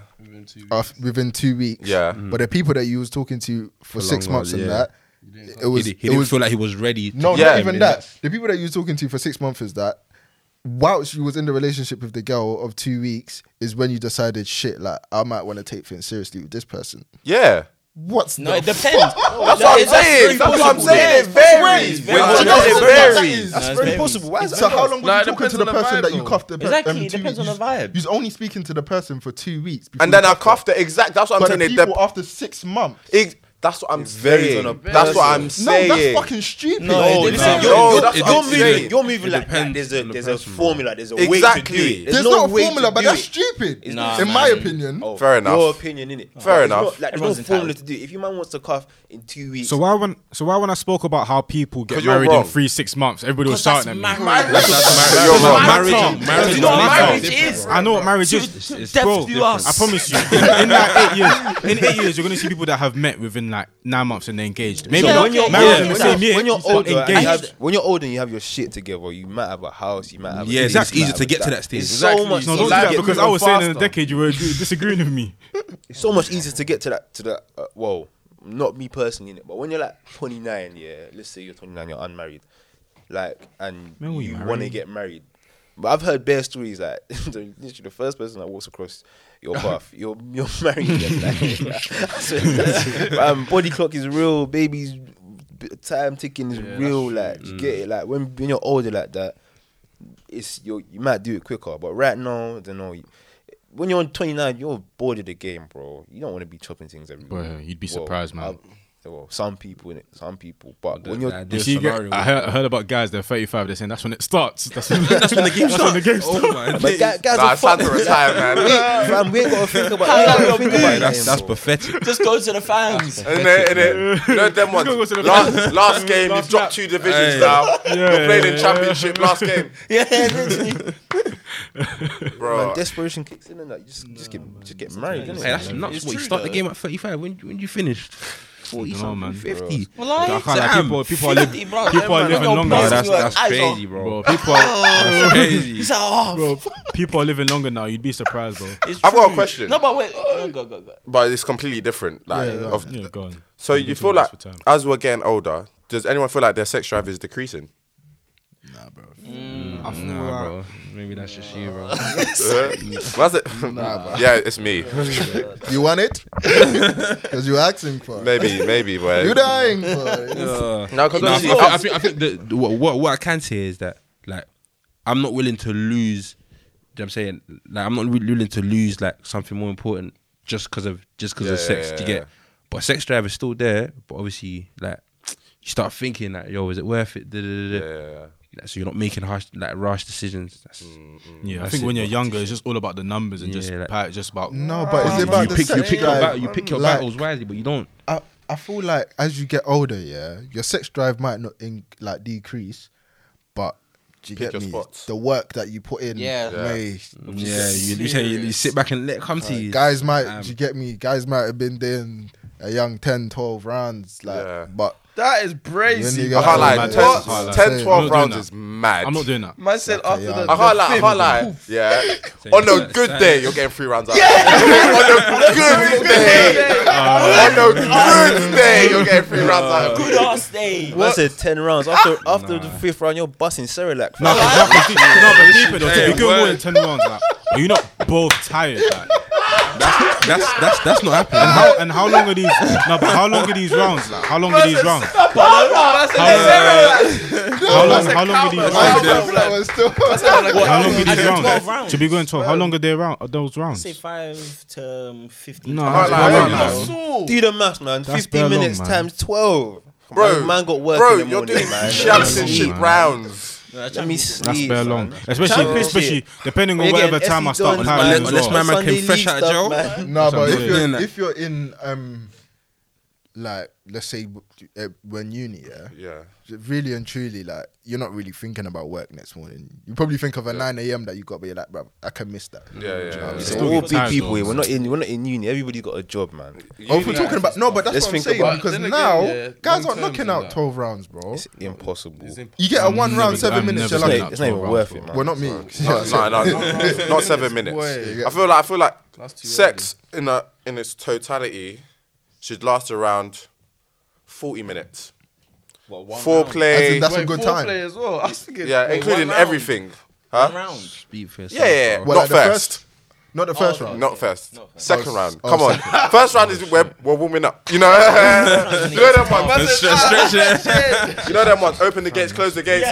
Speaker 7: af- within two weeks,
Speaker 6: Yeah.
Speaker 7: But the people that you was talking to for six
Speaker 4: long
Speaker 7: months
Speaker 4: while,
Speaker 7: and
Speaker 4: yeah.
Speaker 7: that, it
Speaker 4: He,
Speaker 7: was
Speaker 4: di- he
Speaker 7: it
Speaker 4: didn't
Speaker 7: was
Speaker 4: feel like he was ready. to-
Speaker 7: no,
Speaker 6: Yeah.
Speaker 7: not even that. The people that you was talking to for six months is that. Whilst you was in the relationship with the girl of two weeks, is when you decided, shit, like I might want to take things seriously with this person.
Speaker 6: yeah.
Speaker 7: What's
Speaker 5: No,
Speaker 7: the
Speaker 5: it depends. that's
Speaker 6: That's what I'm saying. That's what I'm saying. It varies.
Speaker 5: It's very
Speaker 6: bro.
Speaker 5: possible.
Speaker 6: It varies.
Speaker 5: That's
Speaker 7: It's
Speaker 5: very
Speaker 7: very
Speaker 5: possible.
Speaker 7: possible. so how long were
Speaker 2: Nah, it
Speaker 7: you talking
Speaker 2: depends
Speaker 7: to the
Speaker 2: on the
Speaker 7: person
Speaker 2: vibe,
Speaker 7: that you
Speaker 2: though.
Speaker 7: cuffed? The per-
Speaker 5: Exactly,
Speaker 7: um,
Speaker 5: it
Speaker 7: two
Speaker 5: depends on
Speaker 7: weeks?
Speaker 5: the vibe.
Speaker 7: You're only speaking to the person for two weeks. before
Speaker 6: And then
Speaker 7: you
Speaker 6: I cuffed the exact. That's what I'm
Speaker 7: But
Speaker 6: saying.
Speaker 7: the
Speaker 6: It
Speaker 7: people
Speaker 6: dep-
Speaker 7: after six months.
Speaker 6: it- that's what I'm
Speaker 9: varies
Speaker 6: saying.
Speaker 9: on a
Speaker 6: That's what I'm
Speaker 9: person.
Speaker 7: No, that's
Speaker 6: saying.
Speaker 7: fucking stupid.
Speaker 5: No, it
Speaker 9: Listen,
Speaker 5: depends.
Speaker 9: you're,
Speaker 6: No,
Speaker 9: you're-
Speaker 6: that's
Speaker 9: you're
Speaker 6: what I'm saying.
Speaker 9: moving. You're moving like that.
Speaker 4: depends
Speaker 9: There's a
Speaker 4: on the
Speaker 9: there's a
Speaker 4: person, bro.
Speaker 9: formula. There's a
Speaker 6: Exactly.
Speaker 9: way to do it.
Speaker 7: There's
Speaker 9: no
Speaker 7: not a
Speaker 9: way to
Speaker 7: formula, but
Speaker 9: do
Speaker 7: that's
Speaker 9: it.
Speaker 7: stupid.
Speaker 5: Nah,
Speaker 7: in my
Speaker 5: man.
Speaker 7: opinion,
Speaker 9: Oh,
Speaker 6: Fair enough.
Speaker 9: Your opinion, innit?
Speaker 6: Fair enough.
Speaker 9: Like, It's not, like, there's
Speaker 5: Everyone's
Speaker 9: no formula
Speaker 5: entitled.
Speaker 9: to do. it. If your man wants to cuff in two weeks,
Speaker 3: So why when so why when I spoke about how people
Speaker 6: 'Cause
Speaker 3: get
Speaker 6: you're
Speaker 3: married in
Speaker 6: wrong.
Speaker 3: three six months, everybody was
Speaker 5: 'Cause that's
Speaker 3: shouting at me.
Speaker 5: marriage.
Speaker 6: You're
Speaker 3: That's
Speaker 6: wrong.
Speaker 3: marriage,
Speaker 4: Marriage-
Speaker 3: marriage
Speaker 5: You know what
Speaker 3: marriage
Speaker 5: marriage is?
Speaker 3: I know what marriage
Speaker 5: To-
Speaker 3: is.
Speaker 5: to death
Speaker 3: Bro,
Speaker 5: do us.
Speaker 3: I promise you. In, in that eight years, in eight years, you're gonna see people that have met within like nine months and they're engaged. Maybe
Speaker 5: Yeah,
Speaker 3: not
Speaker 5: okay,
Speaker 3: married
Speaker 5: yeah.
Speaker 3: in the
Speaker 9: when,
Speaker 3: same
Speaker 9: you're,
Speaker 3: year,
Speaker 9: when you're
Speaker 3: but
Speaker 9: older, and you
Speaker 3: engaged.
Speaker 9: have, when you're older and you have your shit together, you might have a house, you might have.
Speaker 4: Yeah,
Speaker 9: a
Speaker 4: it's
Speaker 9: you might
Speaker 4: easier
Speaker 9: have
Speaker 4: to
Speaker 9: a
Speaker 4: get to
Speaker 9: flat.
Speaker 4: that stage.
Speaker 9: It's
Speaker 4: Exactly.
Speaker 9: So much,
Speaker 3: No, don't do
Speaker 9: easier-
Speaker 3: that because I was
Speaker 2: moving
Speaker 3: saying in a
Speaker 2: faster.
Speaker 3: decade you were agree- disagreeing with me.
Speaker 9: it's so much easier to get to that to that. Uh, well, not me personally, innit? but when you're like 29, yeah, let's say you're 29, you're unmarried, like, and
Speaker 3: Man, we
Speaker 9: you want to
Speaker 3: married.
Speaker 9: get married. But I've heard bare stories like the, literally the first person that walks across your path, you're you're married. them, like, so, um, body clock is real, baby's b- time ticking is real. Like, you get it. Like when when you're older like that, it's you you might do it quicker. But right now, I don't know. When you're 29, you're bored of the game, bro. You don't want to be chopping things every
Speaker 3: Bro,
Speaker 9: week.
Speaker 3: you'd be surprised, man.
Speaker 9: I- well, some people in it, some people. But
Speaker 4: The-
Speaker 9: when you're
Speaker 4: the
Speaker 3: You
Speaker 4: ideal
Speaker 3: see, you get-
Speaker 4: scenario
Speaker 3: I
Speaker 4: was-
Speaker 3: heard, I heard about guys. They're 35. They're saying that's when it starts. That's when, that's when the game starts.
Speaker 4: Oh my
Speaker 9: but guys, guys
Speaker 6: Nah,
Speaker 9: are
Speaker 6: it's time to
Speaker 9: fucked.
Speaker 6: retire, man.
Speaker 9: Fam, we ain't got to think about
Speaker 5: How
Speaker 9: that.
Speaker 5: long
Speaker 9: We
Speaker 5: your
Speaker 9: ain't gotta think
Speaker 5: period?
Speaker 9: about that
Speaker 4: That's that's
Speaker 9: anymore.
Speaker 4: pathetic.
Speaker 5: Just go to the fans.
Speaker 6: Isn't it? Isn't it? You know them ones.
Speaker 3: gonna go to the
Speaker 6: Last, last game,
Speaker 3: Last
Speaker 6: you've dropped
Speaker 3: lap.
Speaker 6: two divisions now. You're playing in
Speaker 3: yeah,
Speaker 6: championship last game,
Speaker 5: Yeah, literally.
Speaker 6: bro.
Speaker 9: Man, desperation kicks in and that. You just, just get, just get married.
Speaker 4: Hey,
Speaker 9: innit?
Speaker 4: that's nuts. What, you start the game at 35. When when you finish? 40
Speaker 3: Dunno, man.
Speaker 4: something, 50.
Speaker 5: Well, I-
Speaker 3: I can't, like, people, people are living.
Speaker 5: Bro,
Speaker 3: People are
Speaker 5: man,
Speaker 3: living
Speaker 5: no
Speaker 3: longer.
Speaker 5: place
Speaker 4: Nah,
Speaker 3: That's-
Speaker 4: that's
Speaker 5: to your
Speaker 4: that's
Speaker 5: eyes on.
Speaker 4: crazy, bro.
Speaker 3: Bro, people are,
Speaker 4: That's crazy.
Speaker 5: He's like, oh,
Speaker 3: bro, people are living longer now. You'd be surprised, bro.
Speaker 5: it's
Speaker 6: I've got a
Speaker 5: true.
Speaker 6: question.
Speaker 5: No, but wait. Go, go, go, go.
Speaker 6: But it's completely different. Like, of,
Speaker 3: Yeah, go on.
Speaker 6: so you feel like as we're getting older, does anyone feel like their sex drive is decreasing?
Speaker 2: Nah, bro.
Speaker 4: Nah, bro. Maybe that's just you, bro.
Speaker 6: What's it? yeah, it's me.
Speaker 7: You want it? Because you're asking for it.
Speaker 6: Maybe, maybe, but
Speaker 7: You're dying for it.
Speaker 6: No, because
Speaker 4: No, I think, I think, I think the, the- what, what what I can say is that like I'm not willing to lose. You know what I'm saying like I'm not really willing to lose like something more important just because of just because of
Speaker 6: Yeah,
Speaker 4: sex.
Speaker 6: yeah,
Speaker 4: do you
Speaker 6: yeah,
Speaker 4: get, but sex drive is still there. But obviously, like you start thinking like, yo, is it worth it? Da, da, da, da.
Speaker 6: yeah. Mm.
Speaker 4: Like, so you're not making harsh like rash decisions. That's,
Speaker 3: Yeah, I
Speaker 4: That's
Speaker 3: think
Speaker 4: it,
Speaker 3: when you're
Speaker 4: bro.
Speaker 3: younger, it's just all about the numbers and just
Speaker 4: Yeah, like-
Speaker 3: pa- just about.
Speaker 7: No, but it's
Speaker 4: you,
Speaker 7: about the
Speaker 4: pick you
Speaker 7: sex
Speaker 4: pick your
Speaker 7: drive.
Speaker 4: battle, you pick your
Speaker 7: Like,
Speaker 4: battles wisely, but you don't.
Speaker 7: I, I feel like as you get older, yeah, your sex drive might not in, like decrease, but do you
Speaker 6: Pick
Speaker 7: get
Speaker 6: your
Speaker 7: me?
Speaker 6: spots.
Speaker 7: The work that you put in,
Speaker 5: Yeah. Yeah.
Speaker 7: may-
Speaker 4: Yeah, you, you, say, you sit back and let it come to you.
Speaker 7: guys might,
Speaker 4: Um,
Speaker 7: do you get me? Guys might have been doing a young 10, 12 rounds, like,
Speaker 6: Yeah.
Speaker 7: but
Speaker 2: That is
Speaker 7: When you
Speaker 2: brazy.
Speaker 7: get
Speaker 6: I can't
Speaker 7: Yeah,
Speaker 6: lie.
Speaker 3: mad.
Speaker 6: 10,
Speaker 3: That's hard, like.
Speaker 6: 10
Speaker 3: I'm
Speaker 6: 12
Speaker 3: not doing
Speaker 6: rounds
Speaker 3: that.
Speaker 6: is mad.
Speaker 3: I'm not doing that.
Speaker 2: Man said after
Speaker 7: yeah.
Speaker 2: the.
Speaker 6: I can't
Speaker 2: the
Speaker 6: lie. I
Speaker 2: fifth,
Speaker 6: can't lie. Yeah. On a good day, you're getting three rounds out. On a good day. On a good day, you're getting three rounds out.
Speaker 5: Good ass day.
Speaker 9: I said ten rounds. After after the fifth round, you're busting Cerilac.
Speaker 3: Ah! No, but no, but deep-
Speaker 9: fam.
Speaker 3: no, but deeper though, to be good more than ten rounds, like, are you not both tired? Like,
Speaker 4: That's that's that's that's not happening.
Speaker 3: and how and how long are these? No, but how long are these rounds? Like, how long are these rounds? How long? How long are these rounds?
Speaker 7: that was still.
Speaker 3: How long are
Speaker 5: I
Speaker 3: these
Speaker 5: said 12
Speaker 3: rounds?
Speaker 5: rounds.
Speaker 3: To be going twelve. How long are they round? Are those rounds?
Speaker 5: Say five to um, fifteen.
Speaker 3: No,
Speaker 5: times.
Speaker 3: that's
Speaker 6: lie,
Speaker 3: how long,
Speaker 6: I
Speaker 3: like.
Speaker 6: can't
Speaker 9: Do the maths, man.
Speaker 3: That's bare
Speaker 9: Fifteen
Speaker 3: long,
Speaker 9: minutes
Speaker 3: man.
Speaker 9: times twelve.
Speaker 6: Bro,
Speaker 9: My man got work
Speaker 6: Bro,
Speaker 9: in the
Speaker 6: you're
Speaker 9: morning,
Speaker 6: doing
Speaker 9: man.
Speaker 6: champs and shit
Speaker 3: Man.
Speaker 6: rounds.
Speaker 9: Let me
Speaker 3: That's
Speaker 9: sleep.
Speaker 3: bare
Speaker 9: fam.
Speaker 3: long, especially
Speaker 9: Champions
Speaker 3: especially
Speaker 9: League.
Speaker 3: depending on
Speaker 9: You're
Speaker 3: whatever
Speaker 9: getting
Speaker 3: time I
Speaker 9: SC
Speaker 3: start.
Speaker 9: done,
Speaker 3: piling
Speaker 4: Unless- unless
Speaker 3: as
Speaker 4: my
Speaker 3: well.
Speaker 4: man can
Speaker 9: Sunday
Speaker 4: fresh
Speaker 9: league
Speaker 4: out of
Speaker 9: stuff,
Speaker 4: jail.
Speaker 9: man.
Speaker 7: No, but
Speaker 4: I'm
Speaker 7: if
Speaker 4: doing
Speaker 7: you're,
Speaker 4: that.
Speaker 7: if you're in, um, like, let's say uh, when uni, yeah,
Speaker 6: Yeah.
Speaker 7: really and truly, like, you're not really thinking about work next morning. You probably think of a 9 a.m. that you got, but you're like, bro, I can miss that.
Speaker 6: Yeah, yeah, yeah.
Speaker 9: It's
Speaker 6: yeah.
Speaker 3: still
Speaker 9: all
Speaker 3: get
Speaker 9: big
Speaker 3: tired,
Speaker 9: people
Speaker 3: though.
Speaker 9: here. We're not in. We're not in uni. Everybody got a job, man.
Speaker 7: Oh, if we're talking about no, but that's
Speaker 9: Let's
Speaker 7: what I'm
Speaker 9: think about
Speaker 7: saying
Speaker 9: it.
Speaker 7: because
Speaker 2: Then again,
Speaker 7: now
Speaker 2: yeah,
Speaker 7: guys
Speaker 2: long
Speaker 7: aren't
Speaker 2: terms
Speaker 7: knocking
Speaker 2: and
Speaker 7: out
Speaker 2: that.
Speaker 7: twelve rounds, bro.
Speaker 9: It's impossible. It's,
Speaker 7: You get a one
Speaker 3: I'm
Speaker 7: round
Speaker 3: never-
Speaker 7: 7
Speaker 3: I'm
Speaker 7: minutes. You're
Speaker 3: never
Speaker 7: like,
Speaker 3: doing
Speaker 9: not- it's not even worth it, man.
Speaker 7: well, not me.
Speaker 6: No, no, no, not seven
Speaker 7: Way.
Speaker 6: minutes. I feel like I feel like
Speaker 2: That's too
Speaker 6: sex in a in its totality should last around forty minutes.
Speaker 7: As in,
Speaker 6: Foreplay,
Speaker 7: that's
Speaker 2: Wait,
Speaker 7: a good
Speaker 2: foreplay
Speaker 7: time.
Speaker 2: as well. I was thinking,
Speaker 6: yeah,
Speaker 5: Wait,
Speaker 6: including
Speaker 5: one round?
Speaker 6: everything. Huh?
Speaker 5: One round.
Speaker 4: Speak for yourself,
Speaker 6: Yeah, yeah, yeah.
Speaker 4: bro.
Speaker 7: Well,
Speaker 6: not
Speaker 7: like the
Speaker 6: first.
Speaker 7: Not the first round.
Speaker 6: Not first.
Speaker 5: Not first.
Speaker 6: Second
Speaker 7: Oh,
Speaker 6: round.
Speaker 7: oh,
Speaker 6: Come on. First round is where we're warming up. You know, you know them ones. You know them ones. Open the gates, close the gates.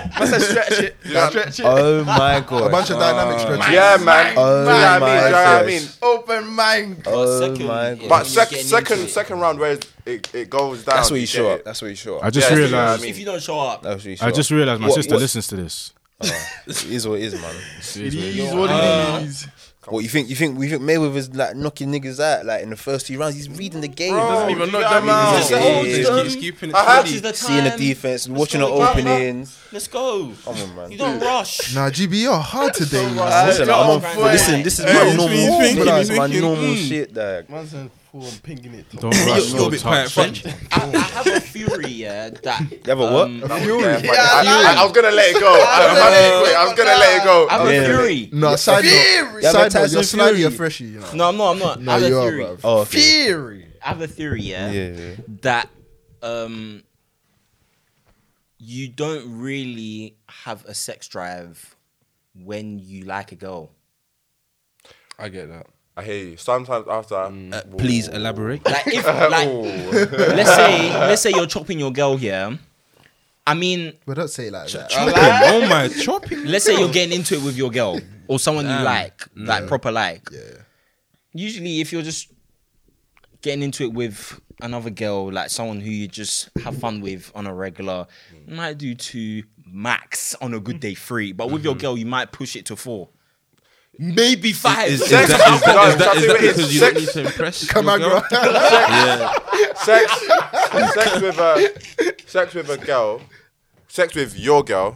Speaker 2: stretch it.
Speaker 6: You know-
Speaker 2: Stretch it.
Speaker 9: Oh my god.
Speaker 7: A bunch of dynamic stretches.
Speaker 6: Yeah, man.
Speaker 9: Oh
Speaker 6: Do you know what I
Speaker 9: my
Speaker 6: mean? Do you know what I
Speaker 9: gosh.
Speaker 6: mean?
Speaker 2: Open mind.
Speaker 9: Oh
Speaker 5: second,
Speaker 9: my
Speaker 5: yeah,
Speaker 6: But
Speaker 5: you're
Speaker 6: sec-
Speaker 5: getting
Speaker 6: second,
Speaker 5: into it.
Speaker 6: second round where it, it goes down.
Speaker 9: That's where you
Speaker 6: get
Speaker 9: show
Speaker 6: it.
Speaker 9: up. That's where you show up.
Speaker 3: I just
Speaker 6: Yeah,
Speaker 3: realized.
Speaker 5: If you don't show up,
Speaker 9: That's where you show
Speaker 3: I just
Speaker 9: up.
Speaker 3: realized my
Speaker 9: What-
Speaker 3: sister
Speaker 9: what's-
Speaker 3: listens to this.
Speaker 9: it is what it is, man.
Speaker 2: He's what it is.
Speaker 9: What you think? You think we think Mayweather's like knocking niggas out like in the first two rounds? He's reading the game.
Speaker 6: Bro,
Speaker 9: man.
Speaker 6: you
Speaker 2: knock
Speaker 6: know
Speaker 2: them
Speaker 6: what I mean?
Speaker 9: out.
Speaker 6: It's
Speaker 9: Yeah.
Speaker 6: all-
Speaker 9: He's
Speaker 4: He's keeping it.
Speaker 6: I had
Speaker 5: this is the time.
Speaker 9: Seeing the defense, watching the
Speaker 5: go with that.
Speaker 9: openings.
Speaker 5: Let's go.
Speaker 9: Come on, man.
Speaker 5: You don't rush.
Speaker 7: Nah, GB, you're hard today. man.
Speaker 9: Listen, I'm on.
Speaker 5: Right.
Speaker 9: Listen, this is my
Speaker 4: Hey,
Speaker 9: normal.
Speaker 4: he's thinking,
Speaker 9: This
Speaker 4: he's
Speaker 9: is my
Speaker 4: thinking,
Speaker 9: normal
Speaker 4: mm.
Speaker 9: shit, dog.
Speaker 2: Man said, "Fool, I'm pinging it.
Speaker 3: Don't rush.
Speaker 4: You're-
Speaker 3: no
Speaker 4: you're a bit
Speaker 3: touch.
Speaker 4: quiet.
Speaker 5: I, I have a fury, yeah. That um,
Speaker 9: You have a what?
Speaker 7: A fury.
Speaker 6: Yeah, I, I, I was gonna let it go. I, I, I was gonna let it go.
Speaker 5: I have
Speaker 9: Yeah.
Speaker 5: a fury.
Speaker 7: No, side note.
Speaker 9: Yeah,
Speaker 7: Side
Speaker 9: but
Speaker 7: note, you're
Speaker 9: Tyson
Speaker 7: slightly
Speaker 9: Fury.
Speaker 7: a freshie. You know.
Speaker 5: No, I'm not. I'm not.
Speaker 7: No,
Speaker 5: I have
Speaker 7: you
Speaker 5: a
Speaker 7: are,
Speaker 5: theory.
Speaker 7: bruv.
Speaker 9: Oh, okay.
Speaker 5: I have a theory, yeah,
Speaker 9: Yeah, yeah.
Speaker 5: that um, you don't really have a sex drive when you like a girl.
Speaker 2: I get that.
Speaker 6: I hear you. Sometimes after,
Speaker 4: Uh, please elaborate.
Speaker 5: Like if, like,
Speaker 6: oh,
Speaker 5: let's say, let's say you're chopping your girl here. I mean,
Speaker 7: But don't say it like that.
Speaker 4: Chopping. Oh my, chopping.
Speaker 5: let's say you're getting into it with your girl or someone you like, like proper like.
Speaker 7: Yeah.
Speaker 5: Usually, if you're just getting into it with another girl, like someone who you just have fun with on a regular, you might do two max on a good day three. But with your girl, you might push it to four, Mm-hmm. maybe five.
Speaker 4: Is, is,
Speaker 6: Sex-
Speaker 4: that, is, that, is, that, is
Speaker 6: No,
Speaker 4: that
Speaker 6: it's-
Speaker 4: because you don't need
Speaker 6: sex-
Speaker 4: to impress?
Speaker 7: Come
Speaker 4: your
Speaker 7: on,
Speaker 4: girl?
Speaker 7: girl.
Speaker 6: sex, sex with a, sex with a girl, sex with your girl,